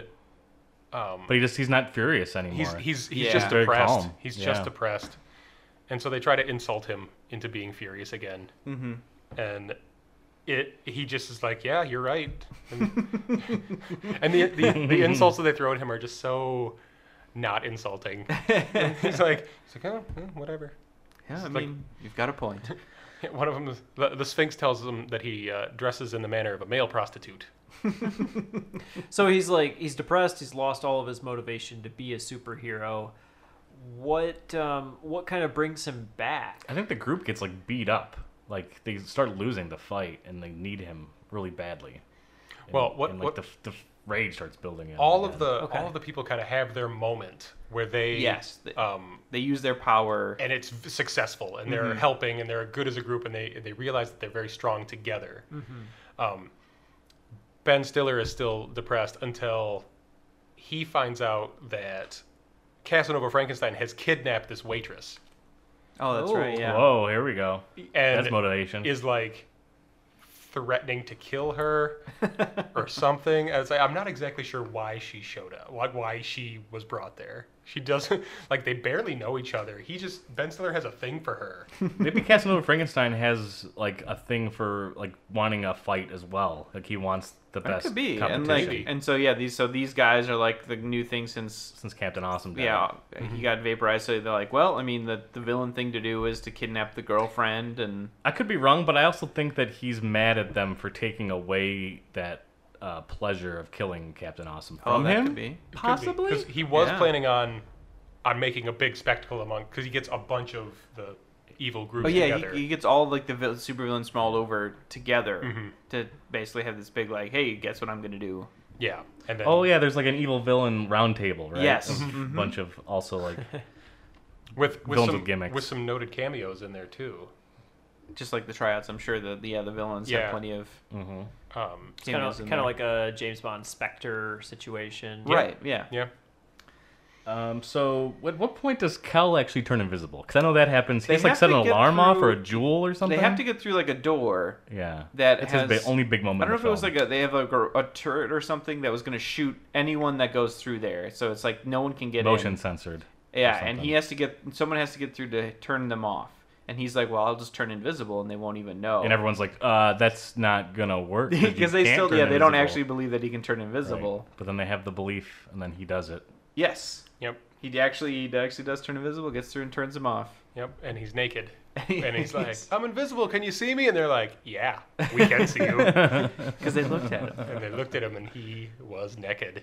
[SPEAKER 4] um,
[SPEAKER 2] But he just he's not furious anymore.
[SPEAKER 4] He's he's he's
[SPEAKER 1] Yeah.
[SPEAKER 4] just
[SPEAKER 2] Very
[SPEAKER 4] depressed.
[SPEAKER 2] calm.
[SPEAKER 4] He's
[SPEAKER 2] Yeah.
[SPEAKER 4] just depressed, and so they try to insult him into being furious again. Mm-hmm. And it he just is like, yeah, you're right. And,
[SPEAKER 2] [laughs]
[SPEAKER 4] and the, the the insults that they throw at him are just so not insulting.
[SPEAKER 2] [laughs]
[SPEAKER 4] he's like, he's like, oh, mm, whatever. [laughs]
[SPEAKER 1] Yeah, I
[SPEAKER 4] like-
[SPEAKER 1] mean, you've got a point. [laughs]
[SPEAKER 4] Yeah, One of them, is- the, the Sphinx tells him that he uh, dresses in the manner of a male prostitute.
[SPEAKER 3] So he's like, he's depressed. He's lost all of his motivation to be a superhero. What um, what kind of brings him back?
[SPEAKER 2] I think the group gets like beat up. Like they start losing the fight, and they need him really badly. And-
[SPEAKER 4] Well, what-
[SPEAKER 2] and, like
[SPEAKER 4] what-
[SPEAKER 2] the, f- the f- rage starts building in.
[SPEAKER 4] All
[SPEAKER 2] again.
[SPEAKER 4] of the
[SPEAKER 3] Okay.
[SPEAKER 4] all of the people kind of have their moment where they
[SPEAKER 1] Yes, they-
[SPEAKER 4] um,
[SPEAKER 1] they use their power.
[SPEAKER 4] and it's v- successful and they're
[SPEAKER 1] Mm-hmm.
[SPEAKER 4] helping and they're good as a group and they they realize that they're very strong together.
[SPEAKER 1] Mm-hmm.
[SPEAKER 4] Um, ben Stiller is still depressed until he finds out that Casanova Frankenstein has kidnapped this waitress
[SPEAKER 1] Oh, that's right. Yeah.
[SPEAKER 2] Whoa, here we go.
[SPEAKER 4] and
[SPEAKER 2] That's motivation.
[SPEAKER 4] is like threatening to kill her or something. As I, I'm not exactly sure why she showed up, why, why she was brought there. She doesn't [laughs] like they barely know each other. He just Ben Stiller has a thing for her.
[SPEAKER 2] Maybe Casanova Frankenstein has like a thing for like wanting a fight as well. Like he wants the
[SPEAKER 1] That
[SPEAKER 2] best
[SPEAKER 1] could be. And
[SPEAKER 2] competition.
[SPEAKER 1] like, and so yeah, these so these guys are like the new thing since
[SPEAKER 2] Since Captain Awesome died.
[SPEAKER 1] yeah uh,
[SPEAKER 2] mm-hmm.
[SPEAKER 1] he got vaporized. So they're like, well, I mean, the the villain thing to do is to kidnap the girlfriend and
[SPEAKER 2] I could be wrong, but I also think that he's mad at them for taking away that uh, pleasure of killing Captain Awesome
[SPEAKER 1] oh,
[SPEAKER 2] from
[SPEAKER 1] that
[SPEAKER 2] him.
[SPEAKER 1] could be.
[SPEAKER 2] Possibly.
[SPEAKER 4] because he was
[SPEAKER 1] Yeah.
[SPEAKER 4] planning on on making a big spectacle among because he gets a bunch of the evil groups
[SPEAKER 1] Oh yeah,
[SPEAKER 4] together.
[SPEAKER 1] he, he gets all like the vil- supervillains from all over together
[SPEAKER 2] Mm-hmm.
[SPEAKER 1] to basically have this big like, hey, guess what I'm gonna do?
[SPEAKER 4] yeah, and then
[SPEAKER 2] Oh yeah, there's like an evil villain roundtable, right?
[SPEAKER 1] Yes. Mm-hmm.
[SPEAKER 2] A bunch of
[SPEAKER 1] [laughs]
[SPEAKER 2] also like
[SPEAKER 4] with with
[SPEAKER 2] villains
[SPEAKER 4] some
[SPEAKER 2] with gimmicks.
[SPEAKER 4] with some noted cameos in there too.
[SPEAKER 1] Just like the tryouts, I'm sure that the yeah, the villains
[SPEAKER 4] Yeah.
[SPEAKER 1] have plenty of
[SPEAKER 4] Um,
[SPEAKER 3] Kind
[SPEAKER 1] cameos
[SPEAKER 3] of
[SPEAKER 1] in
[SPEAKER 3] kind of
[SPEAKER 1] there.
[SPEAKER 3] like a James Bond Spectre situation.
[SPEAKER 1] right, yeah.
[SPEAKER 4] yeah,
[SPEAKER 2] um, so at what point does Kel actually turn invisible? Because I know that happens. He's like
[SPEAKER 1] have
[SPEAKER 2] set an
[SPEAKER 1] to get
[SPEAKER 2] alarm off or a
[SPEAKER 1] through-
[SPEAKER 2] jewel or something.
[SPEAKER 1] They have to get through like a door.
[SPEAKER 2] Yeah.
[SPEAKER 1] That
[SPEAKER 2] it's
[SPEAKER 1] has-
[SPEAKER 2] his ba- only big
[SPEAKER 1] I
[SPEAKER 2] moment.
[SPEAKER 1] don't know if
[SPEAKER 2] in
[SPEAKER 1] it
[SPEAKER 2] the
[SPEAKER 1] was
[SPEAKER 2] film.
[SPEAKER 1] like a they have like a, a turret or something that was gonna shoot anyone that goes through there. So it's like no one can get in.
[SPEAKER 2] motion censored.
[SPEAKER 1] Yeah,
[SPEAKER 2] or
[SPEAKER 1] and
[SPEAKER 2] something.
[SPEAKER 1] he has to get someone has to get through to turn them off. And he's like, well, I'll just turn invisible and they won't even know. [laughs]
[SPEAKER 2] And everyone's like, uh, that's not gonna work you
[SPEAKER 1] Because they
[SPEAKER 2] can't
[SPEAKER 1] still,
[SPEAKER 2] turn
[SPEAKER 1] yeah, they don't
[SPEAKER 2] invisible.
[SPEAKER 1] actually believe that he can turn invisible.
[SPEAKER 2] Right. But then they have the belief, and then he does it.
[SPEAKER 1] Yes.
[SPEAKER 4] Yep.
[SPEAKER 1] He actually, he actually does turn invisible, gets through and turns him
[SPEAKER 2] [laughs]
[SPEAKER 1] off.
[SPEAKER 4] Yep. And he's naked. And he's like, I'm invisible. Can you see me? And they're like, Yeah, we can see you. and
[SPEAKER 1] because they looked at
[SPEAKER 2] [laughs]
[SPEAKER 1] him. [laughs]
[SPEAKER 4] they looked at him and he was naked.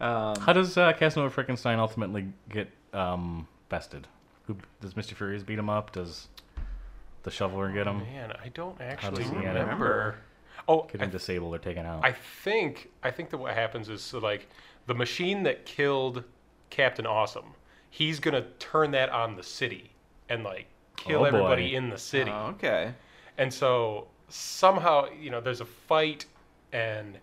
[SPEAKER 2] How does uh, Casanova Frankenstein ultimately get um, bested? Who does Mr. Furious beat him up? Does the shoveler get him?
[SPEAKER 4] Man, I don't actually
[SPEAKER 2] does he end up?
[SPEAKER 4] remember. Oh,
[SPEAKER 2] Get
[SPEAKER 4] Um, I
[SPEAKER 2] him disabled or taken out?
[SPEAKER 4] I think I think that what happens is so like the machine that killed Captain Awesome, he's gonna turn that on the city and like kill
[SPEAKER 2] Oh,
[SPEAKER 4] everybody
[SPEAKER 2] boy.
[SPEAKER 4] in the city.
[SPEAKER 1] Oh, okay.
[SPEAKER 4] And so somehow you know there's a fight and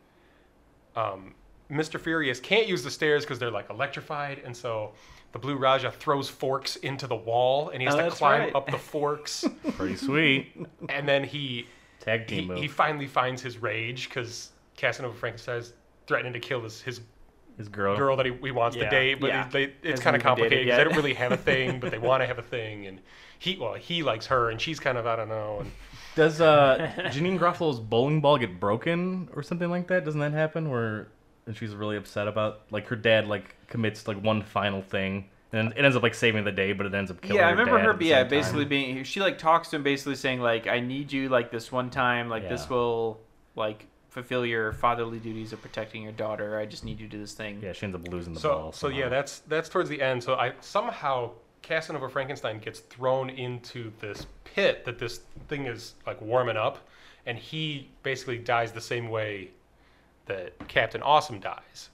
[SPEAKER 4] um, Mr. Furious can't use the stairs because they're like electrified, and so the Blue Raja throws forks into the wall and he has
[SPEAKER 1] Oh,
[SPEAKER 4] to
[SPEAKER 1] that's
[SPEAKER 4] climb
[SPEAKER 1] right.
[SPEAKER 4] up
[SPEAKER 1] [laughs]
[SPEAKER 4] the forks,
[SPEAKER 2] Pretty
[SPEAKER 4] [laughs]
[SPEAKER 2] sweet.
[SPEAKER 4] and then he
[SPEAKER 2] Tag
[SPEAKER 4] he,
[SPEAKER 2] team move.
[SPEAKER 4] he finally finds his rage because Casanova Frankenstein's threatening to kill his, his
[SPEAKER 2] His girl.
[SPEAKER 4] girl that he, he wants
[SPEAKER 1] Yeah,
[SPEAKER 4] to date, but
[SPEAKER 1] yeah.
[SPEAKER 4] they, it's
[SPEAKER 1] Hasn't even
[SPEAKER 4] kind
[SPEAKER 1] dated
[SPEAKER 4] of complicated because they
[SPEAKER 1] yet.
[SPEAKER 4] don't really have a
[SPEAKER 1] [laughs]
[SPEAKER 4] thing, but they want to have a thing. And he, well, he likes her, and she's kind of, I don't know. And
[SPEAKER 2] Does
[SPEAKER 4] [laughs]
[SPEAKER 2] uh, Janine Gruffalo's bowling ball get broken or something like that? Doesn't that happen? Where and she's really upset about like her dad like commits like one final thing and it ends up like saving the day, but it ends up killing.
[SPEAKER 1] yeah, I
[SPEAKER 2] her
[SPEAKER 1] remember
[SPEAKER 2] dad
[SPEAKER 1] her.
[SPEAKER 2] at the
[SPEAKER 1] Yeah,
[SPEAKER 2] same time.
[SPEAKER 1] basically being she like talks to him, basically saying like, "I need you like this one time. Like this
[SPEAKER 2] Yeah.
[SPEAKER 1] will like fulfill your fatherly duties of protecting your daughter. I just need you to do this thing."
[SPEAKER 2] Yeah, she ends up losing the
[SPEAKER 4] so,
[SPEAKER 2] ball.
[SPEAKER 4] so yeah,
[SPEAKER 2] somehow.
[SPEAKER 4] that's that's towards the end. So I somehow Casanova Frankenstein gets thrown into this pit that this thing is like warming up, and he basically dies the same way that Captain Awesome dies,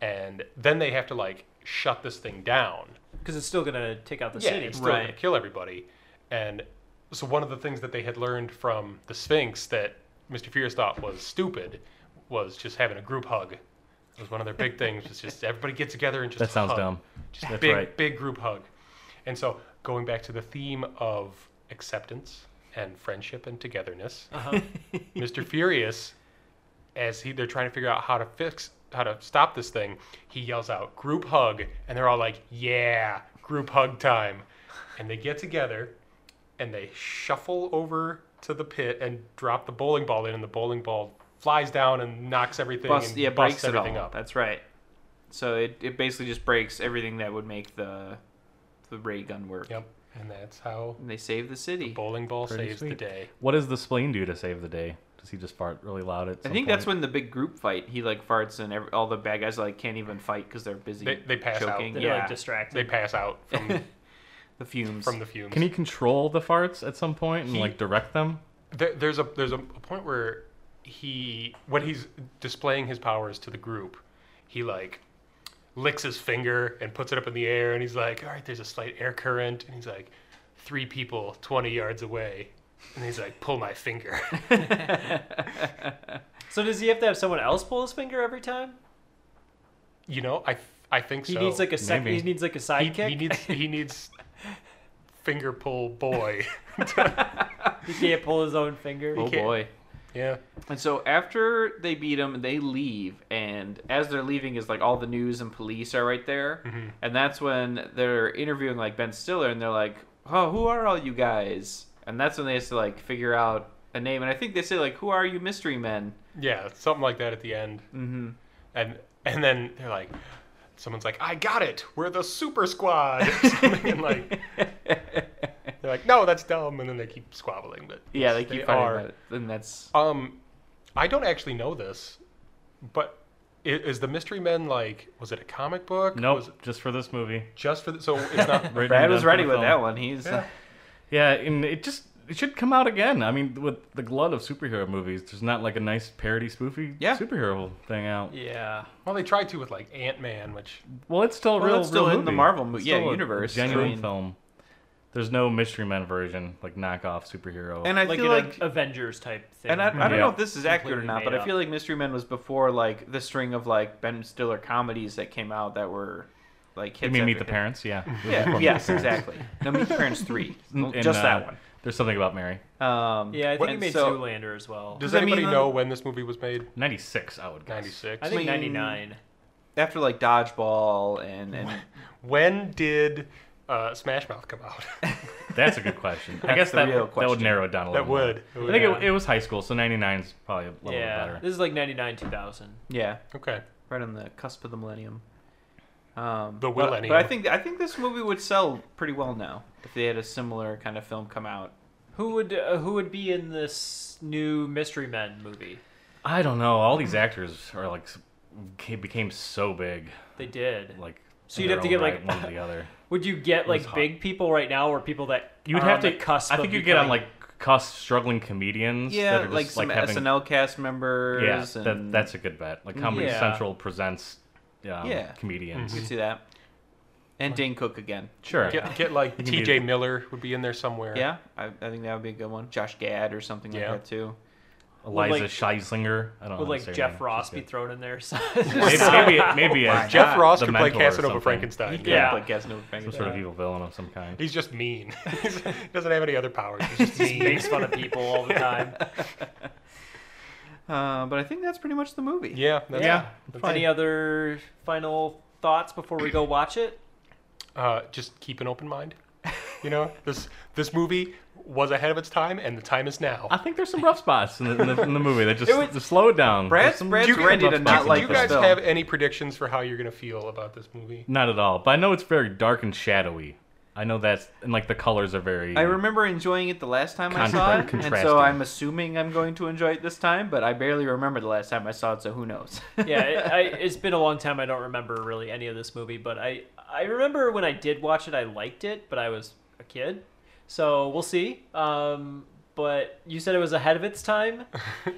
[SPEAKER 4] and then they have to like shut this thing down.
[SPEAKER 3] Because it's still going to take out the
[SPEAKER 4] yeah,
[SPEAKER 3] city.
[SPEAKER 4] it's still gonna
[SPEAKER 1] Right.
[SPEAKER 4] kill everybody. And so one of the things that they had learned from the Sphinx that Mr. Fierce thought was stupid was just having a group hug. It was one of their big things.
[SPEAKER 3] [laughs]
[SPEAKER 4] It's just everybody get together and just
[SPEAKER 2] That sounds
[SPEAKER 4] hug.
[SPEAKER 2] dumb.
[SPEAKER 4] Just
[SPEAKER 2] That's
[SPEAKER 4] big,
[SPEAKER 2] right.
[SPEAKER 4] big group hug. And so going back to the theme of acceptance and friendship and togetherness,
[SPEAKER 3] Uh-huh.
[SPEAKER 4] Mr. Furious, as he they're trying to figure out how to fix how to stop this thing, he yells out group hug, and they're all like, "Yeah, group hug time!" And they get together, and they shuffle over to the pit and drop the bowling ball in, and the bowling ball flies down and knocks everything
[SPEAKER 1] Bust,
[SPEAKER 4] and
[SPEAKER 1] yeah,
[SPEAKER 4] busts
[SPEAKER 1] breaks it all.
[SPEAKER 4] everything up.
[SPEAKER 1] That's right. So it, it basically just breaks everything that would make the the ray gun work.
[SPEAKER 4] Yep, and that's how
[SPEAKER 1] And they save the city.
[SPEAKER 4] bowling ball
[SPEAKER 2] Pretty
[SPEAKER 4] saves the
[SPEAKER 2] sweet.
[SPEAKER 4] day.
[SPEAKER 2] What does the spleen do to save the day? Does he just fart really loud at?
[SPEAKER 1] I
[SPEAKER 2] some
[SPEAKER 1] think that's
[SPEAKER 2] point?
[SPEAKER 1] when the big group fight. He like farts and every, all the bad guys like can't even fight because they're busy.
[SPEAKER 4] They- they pass out.
[SPEAKER 1] choking.
[SPEAKER 4] They're,
[SPEAKER 3] They're
[SPEAKER 1] Yeah,
[SPEAKER 3] like distracted.
[SPEAKER 4] They pass out from
[SPEAKER 1] [laughs] the fumes.
[SPEAKER 4] from the fumes.
[SPEAKER 2] Can he control the farts at some point and
[SPEAKER 4] He-
[SPEAKER 2] like direct them?
[SPEAKER 4] There, there's a there's a point where he when he's displaying his powers to the group, he like licks his finger and puts it up in the air, and he's like, "All right, there's a slight air current," and he's like, three people twenty yards away." And he's like, pull
[SPEAKER 3] [laughs]
[SPEAKER 4] my finger.
[SPEAKER 3] So does he have to have someone else pull his finger every time?
[SPEAKER 4] you know, I I think so.
[SPEAKER 3] He needs like a second.
[SPEAKER 2] maybe.
[SPEAKER 3] He needs like a
[SPEAKER 4] he,
[SPEAKER 3] sidekick.
[SPEAKER 4] he needs he needs finger pull boy.
[SPEAKER 3] [laughs]
[SPEAKER 4] [laughs]
[SPEAKER 3] He can't pull his own finger.
[SPEAKER 1] oh
[SPEAKER 4] can't-
[SPEAKER 1] boy.
[SPEAKER 4] yeah.
[SPEAKER 1] And so after they beat him, they leave, and as they're leaving, is like all the news and police are right there, and that's when they're interviewing like Ben Stiller, and they're like, "Oh, who are all you guys?" And that's when they have to like figure out a name, and I think they say like, "Who are you, mystery men?"
[SPEAKER 4] Yeah, something like that at the end. Mm-hmm. And and then they're like, someone's like, "I got it. We're the Super Squad." [laughs] or something, and like, they're like, "No, that's dumb." And then they keep squabbling. But
[SPEAKER 1] Yeah, they
[SPEAKER 4] yes,
[SPEAKER 1] keep fighting
[SPEAKER 4] are.
[SPEAKER 1] about it, and that's
[SPEAKER 4] Um, I don't actually know this, but i- is the Mystery Men like? Was it a comic book?
[SPEAKER 2] Nope,
[SPEAKER 4] Was it
[SPEAKER 2] just for this movie.
[SPEAKER 4] just for the, so it's not.
[SPEAKER 2] Written
[SPEAKER 1] Brad
[SPEAKER 2] and done
[SPEAKER 1] was
[SPEAKER 2] for
[SPEAKER 1] ready
[SPEAKER 2] the
[SPEAKER 1] with
[SPEAKER 2] film.
[SPEAKER 1] that one. He's uh,
[SPEAKER 4] Yeah.
[SPEAKER 2] Yeah, and it just it should come out again. I mean, with the glut of superhero movies, there's not like a nice parody spoofy
[SPEAKER 1] Yeah.
[SPEAKER 2] superhero thing out.
[SPEAKER 3] Yeah.
[SPEAKER 4] Well, they tried to with like Ant Man, which
[SPEAKER 2] Well, it's still a
[SPEAKER 1] Well,
[SPEAKER 2] real,
[SPEAKER 1] that's still
[SPEAKER 2] real
[SPEAKER 1] in the
[SPEAKER 2] movie.
[SPEAKER 1] Marvel mo-
[SPEAKER 2] It's
[SPEAKER 1] yeah,
[SPEAKER 2] still a
[SPEAKER 1] universe.
[SPEAKER 2] genuine
[SPEAKER 1] I mean-
[SPEAKER 2] film. There's no Mystery Men version, like knockoff superhero.
[SPEAKER 1] and I
[SPEAKER 3] Like
[SPEAKER 1] feel
[SPEAKER 3] an
[SPEAKER 1] like.
[SPEAKER 3] Avengers type thing.
[SPEAKER 1] and I, I don't
[SPEAKER 2] Yeah.
[SPEAKER 1] know if this is accurate or
[SPEAKER 3] Completely
[SPEAKER 1] not,
[SPEAKER 3] made
[SPEAKER 1] but I
[SPEAKER 3] up.
[SPEAKER 1] feel like Mystery Men was before like the string of like Ben Stiller comedies that came out that were like hits.
[SPEAKER 2] you mean
[SPEAKER 1] after
[SPEAKER 2] Meet the
[SPEAKER 1] hits.
[SPEAKER 2] Parents? Yeah. [laughs]
[SPEAKER 1] Yeah, yes, exactly. No, Meet the Parents three,
[SPEAKER 2] And,
[SPEAKER 1] just
[SPEAKER 2] uh,
[SPEAKER 1] that one.
[SPEAKER 2] There's something about Mary.
[SPEAKER 1] Um,
[SPEAKER 3] yeah, I think
[SPEAKER 1] and
[SPEAKER 3] he made
[SPEAKER 1] so-
[SPEAKER 3] Zoolander as well.
[SPEAKER 4] does
[SPEAKER 1] I mean,
[SPEAKER 4] anybody
[SPEAKER 1] um,
[SPEAKER 4] know when this movie was made?
[SPEAKER 2] 96, I would guess.
[SPEAKER 4] Ninety six.
[SPEAKER 3] I think
[SPEAKER 1] Clean-
[SPEAKER 3] 99.
[SPEAKER 1] after like Dodgeball and and
[SPEAKER 4] When did uh, Smash Mouth come out? [laughs]
[SPEAKER 2] That's a good question. I
[SPEAKER 1] That's
[SPEAKER 2] guess
[SPEAKER 1] the
[SPEAKER 2] that,
[SPEAKER 1] real
[SPEAKER 2] that would
[SPEAKER 1] question.
[SPEAKER 2] narrow it down a
[SPEAKER 4] that
[SPEAKER 2] little.
[SPEAKER 4] would. It
[SPEAKER 2] more. I
[SPEAKER 4] would-
[SPEAKER 2] think it, it was high school, so 99 is probably a little bit
[SPEAKER 3] Yeah,
[SPEAKER 2] better.
[SPEAKER 3] this is like 99, 2000.
[SPEAKER 1] Yeah,
[SPEAKER 4] okay.
[SPEAKER 1] right on the cusp of the millennium. Um,
[SPEAKER 4] The
[SPEAKER 1] but,
[SPEAKER 4] millennium.
[SPEAKER 1] but I think I think this movie would sell pretty well now if they had a similar kind of film come out.
[SPEAKER 3] Who would uh, who would be in this new Mystery Men movie?
[SPEAKER 2] I don't know. All these actors are like s- ca- became so big,
[SPEAKER 3] They did.
[SPEAKER 2] like
[SPEAKER 3] So
[SPEAKER 2] in
[SPEAKER 3] you'd
[SPEAKER 2] their
[SPEAKER 3] have to
[SPEAKER 2] own
[SPEAKER 3] get,
[SPEAKER 2] right,
[SPEAKER 3] like-
[SPEAKER 2] one or the
[SPEAKER 3] [laughs]
[SPEAKER 2] other.
[SPEAKER 3] Would you get
[SPEAKER 2] was
[SPEAKER 3] like
[SPEAKER 2] hot.
[SPEAKER 3] big people right now, or people that
[SPEAKER 2] You'd
[SPEAKER 3] are
[SPEAKER 2] have
[SPEAKER 3] on
[SPEAKER 2] to
[SPEAKER 3] the cusp?
[SPEAKER 2] I
[SPEAKER 3] of
[SPEAKER 2] think you'd get on like
[SPEAKER 3] becoming-
[SPEAKER 2] cusp struggling comedians. that are
[SPEAKER 1] Yeah,
[SPEAKER 2] just,
[SPEAKER 1] like some
[SPEAKER 2] having,
[SPEAKER 1] SNL cast members.
[SPEAKER 2] Yeah,
[SPEAKER 1] and
[SPEAKER 2] that, that's a good bet. Like Comedy
[SPEAKER 3] Yeah. Mm-hmm.
[SPEAKER 2] Central presents um,
[SPEAKER 1] Yeah.
[SPEAKER 2] comedians.
[SPEAKER 1] you could see that. And Dane Cook again.
[SPEAKER 2] Sure.
[SPEAKER 4] Get, get like
[SPEAKER 2] can be-
[SPEAKER 4] T.J. Miller would be in there somewhere.
[SPEAKER 1] Yeah, I, I think that would be a good one. Josh Gad or something
[SPEAKER 4] Yeah.
[SPEAKER 1] like that too.
[SPEAKER 2] Eliza
[SPEAKER 3] Would, like-
[SPEAKER 2] Scheislinger. I don't know. how
[SPEAKER 3] Would
[SPEAKER 2] to
[SPEAKER 3] like
[SPEAKER 2] say her
[SPEAKER 3] Jeff
[SPEAKER 2] name.
[SPEAKER 3] Ross
[SPEAKER 2] She's
[SPEAKER 3] be
[SPEAKER 2] good.
[SPEAKER 3] thrown in there? [laughs]
[SPEAKER 2] Maybe, maybe, maybe as
[SPEAKER 4] Jeff Ross
[SPEAKER 2] Ah, the
[SPEAKER 4] could play
[SPEAKER 2] mentor or
[SPEAKER 4] Casanova
[SPEAKER 2] something.
[SPEAKER 4] Frankenstein.
[SPEAKER 3] Yeah.
[SPEAKER 1] like Casanova
[SPEAKER 2] Some
[SPEAKER 1] Frankenstein.
[SPEAKER 2] sort of evil villain of some kind.
[SPEAKER 4] He's
[SPEAKER 2] [laughs]
[SPEAKER 4] just mean. he doesn't have any other powers. He's just
[SPEAKER 3] He
[SPEAKER 4] mean.
[SPEAKER 3] makes fun of people all
[SPEAKER 2] [laughs]
[SPEAKER 3] the time.
[SPEAKER 1] Uh, but I think that's pretty much the movie.
[SPEAKER 4] Yeah. That's,
[SPEAKER 2] Yeah.
[SPEAKER 3] Any other final thoughts before we go watch it?
[SPEAKER 4] Uh, just keep an
[SPEAKER 2] [laughs]
[SPEAKER 4] open mind. You know, this this movie was ahead of its time, and the time is now.
[SPEAKER 2] I think there's some rough spots in the, in the, in the
[SPEAKER 1] [laughs]
[SPEAKER 2] movie that just,
[SPEAKER 1] was-
[SPEAKER 2] just slow it down.
[SPEAKER 1] Brad's,
[SPEAKER 2] There's some
[SPEAKER 1] Brad's
[SPEAKER 4] Do you-
[SPEAKER 1] ready
[SPEAKER 2] do
[SPEAKER 1] to
[SPEAKER 2] you-
[SPEAKER 1] not
[SPEAKER 4] do
[SPEAKER 1] like
[SPEAKER 4] you
[SPEAKER 1] this
[SPEAKER 4] guys
[SPEAKER 1] film.
[SPEAKER 4] have any predictions for how you're gonna feel about this movie? [laughs]
[SPEAKER 2] Not at all. But I know it's very dark and shadowy. I know that's and like the colors are very.
[SPEAKER 1] I remember enjoying it the last time I
[SPEAKER 2] Contra-
[SPEAKER 1] saw it, and
[SPEAKER 2] contrasting.
[SPEAKER 1] so I'm assuming I'm going to enjoy it this time. But I barely remember the last time I saw it, so who knows?
[SPEAKER 3] Yeah, it, I, it's been a long time. I don't remember really any of this movie, but I I remember when I did watch it, I liked it, but I was a kid, so we'll see. Um, but you said it was ahead of its
[SPEAKER 2] [laughs]
[SPEAKER 3] time.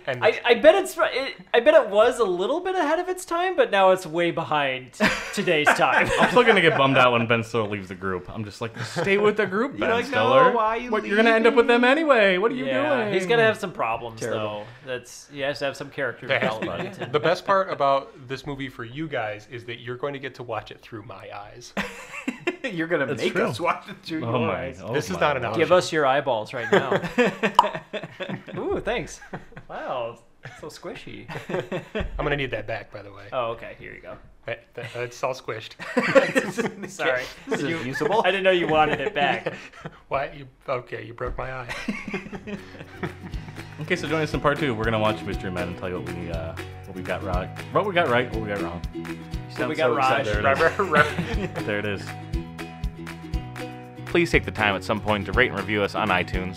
[SPEAKER 4] And
[SPEAKER 3] I, I bet it's it, I bet it was a little bit ahead of its time, but now it's way behind
[SPEAKER 2] [laughs]
[SPEAKER 3] today's time.
[SPEAKER 2] I'm still gonna get bummed out when Ben Stiller leaves the group. I'm just like, stay with the group, Ben
[SPEAKER 1] like, no,
[SPEAKER 2] Stiller.
[SPEAKER 1] why are you
[SPEAKER 2] what, you're gonna end up with them anyway. What are you
[SPEAKER 3] yeah,
[SPEAKER 2] doing?
[SPEAKER 3] he's gonna have some problems
[SPEAKER 1] Terrible.
[SPEAKER 3] though. That's he has to have some character
[SPEAKER 4] There has to be-
[SPEAKER 2] [laughs]
[SPEAKER 3] development.
[SPEAKER 4] the best part about this movie for you guys is that you're going to get to watch it through my eyes.
[SPEAKER 1] You're gonna
[SPEAKER 2] That's
[SPEAKER 1] make
[SPEAKER 2] true.
[SPEAKER 1] us watch it through
[SPEAKER 2] Oh
[SPEAKER 1] your
[SPEAKER 2] my!
[SPEAKER 1] eyes.
[SPEAKER 2] Oh
[SPEAKER 4] This is
[SPEAKER 2] my
[SPEAKER 4] not an
[SPEAKER 2] Lord.
[SPEAKER 4] option.
[SPEAKER 3] Give us your eyeballs right
[SPEAKER 1] [laughs]
[SPEAKER 3] now. Ooh, thanks. Wow, so squishy.
[SPEAKER 4] I'm gonna need that back, by the way.
[SPEAKER 3] Oh, okay. Here you go.
[SPEAKER 4] That, that, that's all
[SPEAKER 1] [laughs]
[SPEAKER 4] squished.
[SPEAKER 3] Sorry.
[SPEAKER 1] This is
[SPEAKER 3] You-
[SPEAKER 1] usable.
[SPEAKER 3] I didn't know you wanted it back.
[SPEAKER 4] Why? You, okay, you broke
[SPEAKER 1] [laughs]
[SPEAKER 4] my eye.
[SPEAKER 2] Okay, so join us in part two. We're gonna watch Mystery Men and tell you what we uh, what we got right, what we got right, what we got wrong.
[SPEAKER 3] So we got Raj.
[SPEAKER 2] excited.
[SPEAKER 4] Remember, remember.
[SPEAKER 2] There it is. Please take the time at some point to rate and review us on iTunes.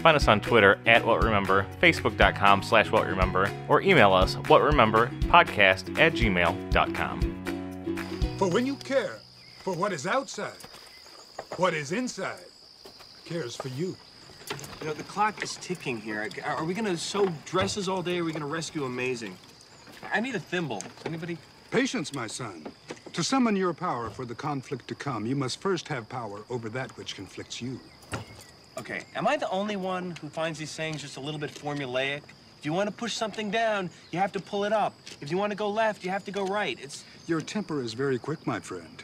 [SPEAKER 2] Find us on Twitter at WhatRemember, Facebook.com slash WhatRemember, or email us WhatRememberPodcast at gmail.com.
[SPEAKER 10] For when you care for what is outside, what is inside cares for you.
[SPEAKER 7] You know, the clock is ticking here. Are we gonna sew dresses all day? Or are we gonna rescue Amazing? I need a thimble. Anybody?
[SPEAKER 10] Patience, my son. To summon your power for the conflict to come, you must first have power over that which conflicts you.
[SPEAKER 7] Okay, am I the only one who finds these sayings just a little bit formulaic? If you want to push something down, you have to pull it up. If you want to go left, you have to go right. It's
[SPEAKER 10] Your temper is very quick, my friend.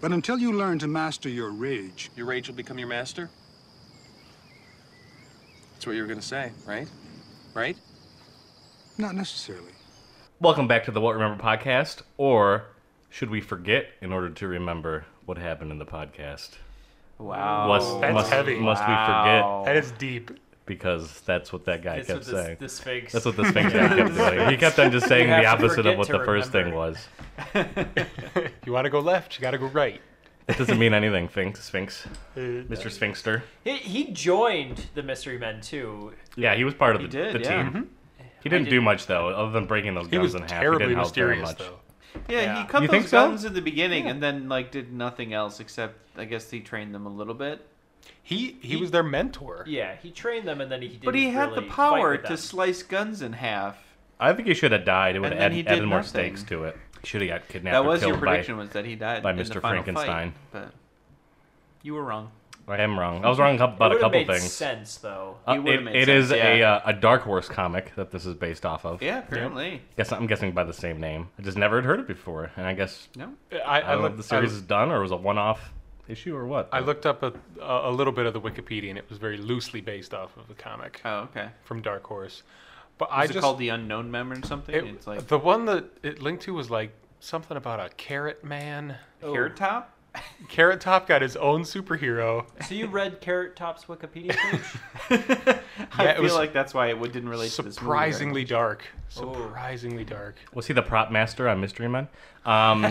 [SPEAKER 10] But until you learn to master your rage,
[SPEAKER 7] your rage will become your master. That's what you were gonna say, right? Right?
[SPEAKER 10] not necessarily.
[SPEAKER 2] Welcome back to the What Remember Podcast, or should we forget in order to remember what happened in the podcast?
[SPEAKER 1] Wow.
[SPEAKER 2] must
[SPEAKER 4] That's
[SPEAKER 2] must,
[SPEAKER 4] heavy.
[SPEAKER 2] must we
[SPEAKER 1] Wow.
[SPEAKER 2] forget
[SPEAKER 4] That is deep.
[SPEAKER 2] because that's what that guy
[SPEAKER 3] That's
[SPEAKER 2] kept
[SPEAKER 3] what this,
[SPEAKER 2] saying.
[SPEAKER 3] the Sphinx.
[SPEAKER 2] That's what the Sphinx
[SPEAKER 3] [laughs]
[SPEAKER 2] guy kept doing. He kept on just saying
[SPEAKER 3] have
[SPEAKER 2] the
[SPEAKER 3] to
[SPEAKER 2] opposite of
[SPEAKER 3] forget
[SPEAKER 2] what the
[SPEAKER 3] to
[SPEAKER 2] first thing
[SPEAKER 3] remember.
[SPEAKER 2] was.
[SPEAKER 4] If you want to go left, you got to go right.
[SPEAKER 2] It doesn't mean anything, Sphinx. Sphinx.
[SPEAKER 4] Uh,
[SPEAKER 2] Mr. Sphinxter.
[SPEAKER 3] he, he joined the Mystery Men too.
[SPEAKER 2] Yeah, he was part of the,
[SPEAKER 1] did,
[SPEAKER 2] the
[SPEAKER 1] yeah. Mm-hmm.
[SPEAKER 2] team. He didn't do much though, other than breaking those
[SPEAKER 4] he
[SPEAKER 2] guns
[SPEAKER 4] was
[SPEAKER 2] in half. he
[SPEAKER 4] terribly
[SPEAKER 2] didn't help very
[SPEAKER 4] mysterious,
[SPEAKER 2] much.
[SPEAKER 4] though.
[SPEAKER 1] Yeah,
[SPEAKER 3] Yeah.
[SPEAKER 1] he cut
[SPEAKER 2] You
[SPEAKER 1] those
[SPEAKER 2] think so?
[SPEAKER 1] guns in the beginning and then like did nothing else except I guess he trained them a little bit.
[SPEAKER 4] He he was their mentor.
[SPEAKER 3] Yeah, he trained them and then he didn't
[SPEAKER 1] But he had
[SPEAKER 3] really
[SPEAKER 1] the
[SPEAKER 3] fight
[SPEAKER 1] power
[SPEAKER 3] with
[SPEAKER 1] to
[SPEAKER 3] them.
[SPEAKER 1] slice guns in half.
[SPEAKER 2] I think he should have died. It would
[SPEAKER 1] And
[SPEAKER 2] have
[SPEAKER 1] then
[SPEAKER 2] add,
[SPEAKER 1] he did
[SPEAKER 2] added more
[SPEAKER 1] nothing.
[SPEAKER 2] stakes to it. Should have got kidnapped
[SPEAKER 1] That
[SPEAKER 2] or
[SPEAKER 1] was
[SPEAKER 2] killed
[SPEAKER 1] your
[SPEAKER 2] by-
[SPEAKER 1] prediction was that he died
[SPEAKER 2] by
[SPEAKER 1] in the
[SPEAKER 2] Mr.
[SPEAKER 1] final fight,
[SPEAKER 2] Frankenstein.
[SPEAKER 1] but you were wrong.
[SPEAKER 2] I am wrong. I was wrong about a
[SPEAKER 3] It would've
[SPEAKER 2] couple
[SPEAKER 3] made
[SPEAKER 2] things.
[SPEAKER 3] sense though.
[SPEAKER 2] Uh,
[SPEAKER 1] It would've
[SPEAKER 2] it
[SPEAKER 1] made
[SPEAKER 2] it
[SPEAKER 1] sense,
[SPEAKER 2] is a
[SPEAKER 1] yeah.
[SPEAKER 2] uh, a Dark Horse comic that this is based off of.
[SPEAKER 1] Yeah, apparently.
[SPEAKER 2] Guess I'm guessing by the same name. I just never had heard it before, and I guess
[SPEAKER 1] No.
[SPEAKER 4] I,
[SPEAKER 2] I don't know if
[SPEAKER 4] looked-
[SPEAKER 2] the series is done or it was a one-off issue or what.
[SPEAKER 4] I looked up a, a a little bit of the Wikipedia, and it was very loosely based off of the comic
[SPEAKER 1] Oh, okay.
[SPEAKER 4] from Dark Horse. But I
[SPEAKER 1] Is it
[SPEAKER 4] just
[SPEAKER 1] called the unknown member or something?
[SPEAKER 4] it-
[SPEAKER 1] it's like
[SPEAKER 3] oh.
[SPEAKER 1] Oh.
[SPEAKER 4] the one that it linked to was like something about a carrot man.
[SPEAKER 1] hair top. [laughs]
[SPEAKER 4] Carrot Top got his own superhero.
[SPEAKER 3] So you read Carrot Top's Wikipedia page?
[SPEAKER 1] I feel like that's why it would- didn't relate to this movie Oh. very
[SPEAKER 4] Surprisingly dark. Surprisingly dark.
[SPEAKER 2] Was he the prop master on Mystery Men? Um,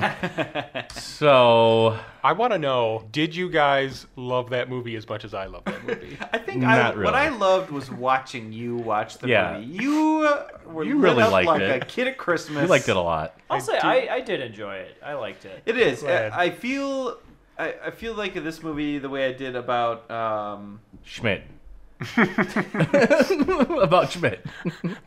[SPEAKER 2] so
[SPEAKER 4] I want to know: Did you guys love that movie as much as I love that
[SPEAKER 1] [laughs]
[SPEAKER 4] movie?
[SPEAKER 1] I think I,
[SPEAKER 2] Not
[SPEAKER 1] what
[SPEAKER 2] really.
[SPEAKER 1] I loved was watching you watch the
[SPEAKER 2] Yeah.
[SPEAKER 1] movie. You uh, were
[SPEAKER 2] You
[SPEAKER 1] lit
[SPEAKER 2] really
[SPEAKER 1] up
[SPEAKER 2] liked
[SPEAKER 1] like
[SPEAKER 2] it.
[SPEAKER 1] a kid at Christmas.
[SPEAKER 2] you liked it a lot.
[SPEAKER 3] I'll say I, I did enjoy it. I liked it.
[SPEAKER 1] It is.
[SPEAKER 4] Glad.
[SPEAKER 1] I, I feel. I, I feel like this movie the way I did about.
[SPEAKER 2] [laughs]
[SPEAKER 1] Um,
[SPEAKER 2] Schmidt. About Schmidt.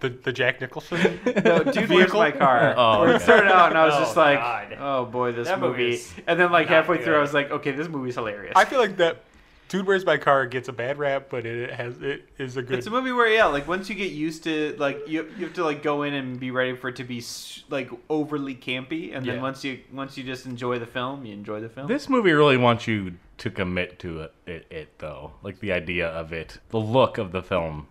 [SPEAKER 4] The the Jack Nicholson.
[SPEAKER 1] no, dude, where's my car?
[SPEAKER 2] Oh,
[SPEAKER 1] Where it
[SPEAKER 2] okay.
[SPEAKER 1] started out, and I was
[SPEAKER 3] Oh,
[SPEAKER 1] just like,
[SPEAKER 3] God.
[SPEAKER 1] "Oh boy, this
[SPEAKER 3] That movie
[SPEAKER 1] movie."
[SPEAKER 3] is
[SPEAKER 1] and then, like
[SPEAKER 3] not
[SPEAKER 1] halfway through,
[SPEAKER 3] good.
[SPEAKER 1] I was like, "Okay, this movie's hilarious."
[SPEAKER 4] I feel like that. Dude, where's my car? Gets a bad rap, but it has it is a good.
[SPEAKER 1] It's a movie where yeah, like once you get used to like you you have to like go in and be ready for it to be s- like overly campy, and then
[SPEAKER 4] Yeah.
[SPEAKER 1] once you once you just enjoy the film, you enjoy the film.
[SPEAKER 2] This movie really wants you to commit to it, it, it, though. Like the idea of it, the look of the film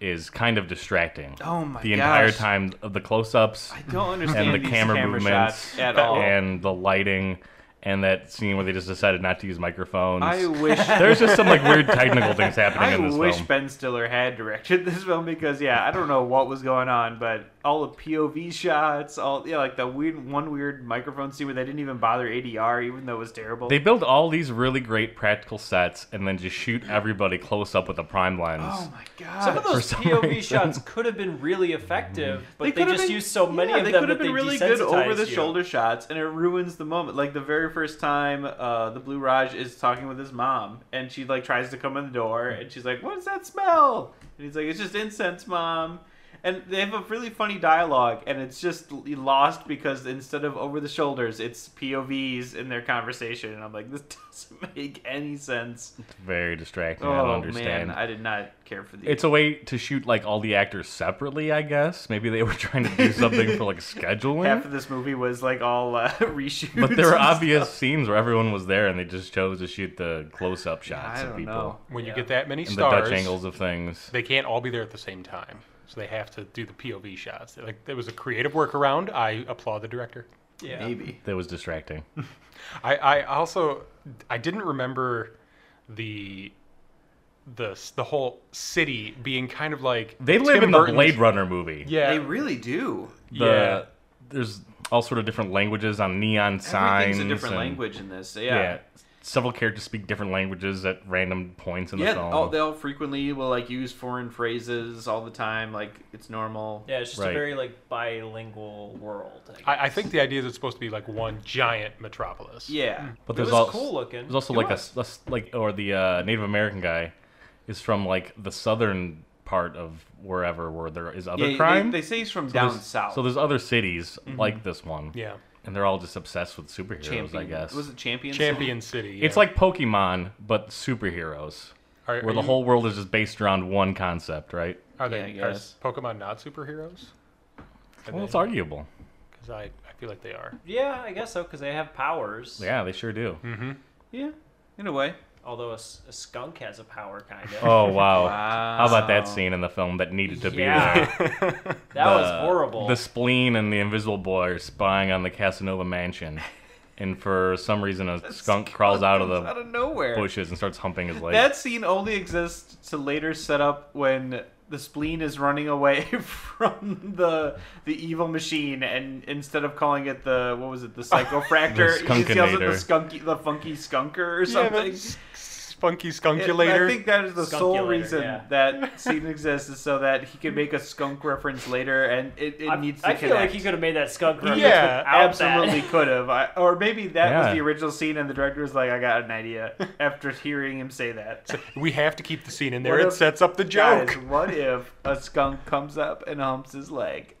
[SPEAKER 2] is kind of distracting.
[SPEAKER 1] Oh my
[SPEAKER 2] The entire
[SPEAKER 1] gosh.
[SPEAKER 2] time of the close-ups
[SPEAKER 1] I don't understand
[SPEAKER 2] and the
[SPEAKER 1] these
[SPEAKER 2] camera, movements
[SPEAKER 1] shots at all.
[SPEAKER 2] and the lighting and that scene where they just decided not to use microphones.
[SPEAKER 1] I wish
[SPEAKER 2] There's just some like weird technical things happening
[SPEAKER 1] I
[SPEAKER 2] in this
[SPEAKER 1] wish
[SPEAKER 2] film.
[SPEAKER 1] Ben Stiller had directed this film because yeah, I don't know what was going on, but all the POV shots, all yeah, like the weird one weird microphone scene where they didn't even bother ADR even though it was terrible.
[SPEAKER 2] They build all these really great practical sets and then just shoot everybody close up with a prime lens.
[SPEAKER 1] oh my god.
[SPEAKER 3] Some of those
[SPEAKER 2] some
[SPEAKER 3] POV
[SPEAKER 2] reason.
[SPEAKER 3] shots could have been really effective, but they,
[SPEAKER 1] could have
[SPEAKER 3] just
[SPEAKER 1] been-
[SPEAKER 3] used so many
[SPEAKER 1] yeah,
[SPEAKER 3] of
[SPEAKER 1] they
[SPEAKER 3] them
[SPEAKER 1] could have
[SPEAKER 3] that
[SPEAKER 1] been
[SPEAKER 3] they
[SPEAKER 1] really good over the
[SPEAKER 3] desensitized you.
[SPEAKER 1] shoulder shots, and it ruins the moment. Like the very first time, uh, the Blue Raj is talking with his mom, and she like tries to come in the door, and she's like, "What is that smell?" And he's like, "It's just incense, mom." And they have a really funny dialogue, and it's just l- lost because instead of over the shoulders, it's POVs in their conversation. And I'm like, this [laughs] doesn't make any sense.
[SPEAKER 2] Very distracting.
[SPEAKER 1] Oh
[SPEAKER 2] I don't understand.
[SPEAKER 1] man, I did not care for the.
[SPEAKER 2] it's a way to shoot like all the actors separately, I guess. Maybe they were trying
[SPEAKER 1] [laughs]
[SPEAKER 2] to do something for like
[SPEAKER 1] half
[SPEAKER 2] scheduling.
[SPEAKER 1] of this movie was like all uh, [laughs] reshoots.
[SPEAKER 2] But
[SPEAKER 1] [laughs]
[SPEAKER 2] there were
[SPEAKER 1] and stuff.
[SPEAKER 2] obvious scenes where everyone was there and they just chose to shoot the close up shots
[SPEAKER 1] I
[SPEAKER 2] of
[SPEAKER 1] don't
[SPEAKER 2] people.
[SPEAKER 1] know.
[SPEAKER 4] when you get that many
[SPEAKER 2] And
[SPEAKER 4] stars,
[SPEAKER 2] the Dutch angles of things.
[SPEAKER 4] they can't all be there at the same time, so they have to do the POV shots. Like it was a creative workaround. I applaud the director.
[SPEAKER 3] Yeah.
[SPEAKER 1] Maybe.
[SPEAKER 2] That
[SPEAKER 1] [laughs]
[SPEAKER 2] was distracting.
[SPEAKER 4] I, I also I didn't remember the the the whole city being kind of like
[SPEAKER 2] They live
[SPEAKER 4] Tim
[SPEAKER 2] in the
[SPEAKER 4] Burton's-
[SPEAKER 2] Blade Runner movie.
[SPEAKER 4] Yeah,
[SPEAKER 1] They really do.
[SPEAKER 2] The,
[SPEAKER 4] yeah.
[SPEAKER 2] There's all sort of different languages on neon signs.
[SPEAKER 1] Everything's a different
[SPEAKER 2] and-
[SPEAKER 1] language in this.
[SPEAKER 2] Yeah.
[SPEAKER 1] Yeah.
[SPEAKER 2] Several characters speak different languages at random points in
[SPEAKER 1] Yeah. oh,
[SPEAKER 2] the film.
[SPEAKER 1] all, they all frequently will like use foreign phrases all the time. Like it's normal.
[SPEAKER 3] Yeah, it's just
[SPEAKER 2] Right.
[SPEAKER 3] a very like bilingual world. I guess.
[SPEAKER 4] I, I think the idea is it's supposed to be like one giant metropolis.
[SPEAKER 1] Yeah.
[SPEAKER 2] But
[SPEAKER 3] It
[SPEAKER 2] there's
[SPEAKER 3] was
[SPEAKER 2] also
[SPEAKER 3] cool looking.
[SPEAKER 2] There's also like a s- a, s- like or the uh, Native American guy is from like the southern part of wherever where there is other
[SPEAKER 1] Yeah, they-
[SPEAKER 2] crime.
[SPEAKER 1] They, say he's from down
[SPEAKER 2] There's-
[SPEAKER 1] south.
[SPEAKER 2] So there's other cities like this one.
[SPEAKER 4] Yeah.
[SPEAKER 2] And they're all just obsessed with superheroes,
[SPEAKER 1] champion.
[SPEAKER 2] I guess.
[SPEAKER 1] Was it champion?
[SPEAKER 4] Champion City. yeah.
[SPEAKER 2] It's like Pokemon but superheroes.
[SPEAKER 4] Are-
[SPEAKER 2] where
[SPEAKER 4] are
[SPEAKER 2] the
[SPEAKER 4] you-
[SPEAKER 2] whole world is just based around one concept, right?
[SPEAKER 4] are
[SPEAKER 1] Yeah, I
[SPEAKER 4] they are
[SPEAKER 1] guess.
[SPEAKER 4] Pokemon not superheroes?
[SPEAKER 2] Well, it's arguable.
[SPEAKER 4] Because I, I feel like they are.
[SPEAKER 3] yeah, I guess so because they have powers.
[SPEAKER 2] Yeah, they sure do.
[SPEAKER 1] Yeah. In a way.
[SPEAKER 3] Although a, s- a skunk has a power kind of.
[SPEAKER 2] Oh
[SPEAKER 3] [laughs]
[SPEAKER 2] wow.
[SPEAKER 1] Wow.
[SPEAKER 2] How about that scene in the film that needed to be there?
[SPEAKER 3] yeah. [laughs] that
[SPEAKER 2] the-
[SPEAKER 3] was horrible.
[SPEAKER 2] The spleen and the invisible boy are spying on the Casanova mansion, and for some reason,
[SPEAKER 3] [laughs]
[SPEAKER 2] a skunk crawls out of
[SPEAKER 1] out
[SPEAKER 2] the
[SPEAKER 1] of nowhere.
[SPEAKER 2] bushes and starts humping his leg.
[SPEAKER 1] That scene only exists to later set up when the spleen is running away [laughs] from the the evil machine, and instead of calling it the what was
[SPEAKER 2] [laughs]
[SPEAKER 1] it the psychofractor, he just yells at the skunky the funky skunker or something.
[SPEAKER 4] Spunky
[SPEAKER 1] And
[SPEAKER 4] skunkulator.
[SPEAKER 1] I think that is the sole
[SPEAKER 3] Skunkulator,
[SPEAKER 1] reason
[SPEAKER 3] yeah. [laughs]
[SPEAKER 1] that scene exists is so that he can make a skunk reference later, and it, it
[SPEAKER 3] I,
[SPEAKER 1] needs to
[SPEAKER 3] I feel
[SPEAKER 1] connect.
[SPEAKER 3] like he could have made that skunk. reference
[SPEAKER 4] Yeah,
[SPEAKER 3] without that.
[SPEAKER 1] Absolutely
[SPEAKER 3] [laughs]
[SPEAKER 1] could have, I, or maybe that
[SPEAKER 2] Yeah.
[SPEAKER 1] was the original scene, and the director was like, "I got an
[SPEAKER 3] [laughs]
[SPEAKER 1] idea." After hearing him say that,
[SPEAKER 4] we have to keep the scene in there.
[SPEAKER 1] What
[SPEAKER 4] It
[SPEAKER 1] if-
[SPEAKER 4] sets up the joke.
[SPEAKER 1] [laughs] Guys, what if a skunk comes up and humps his leg?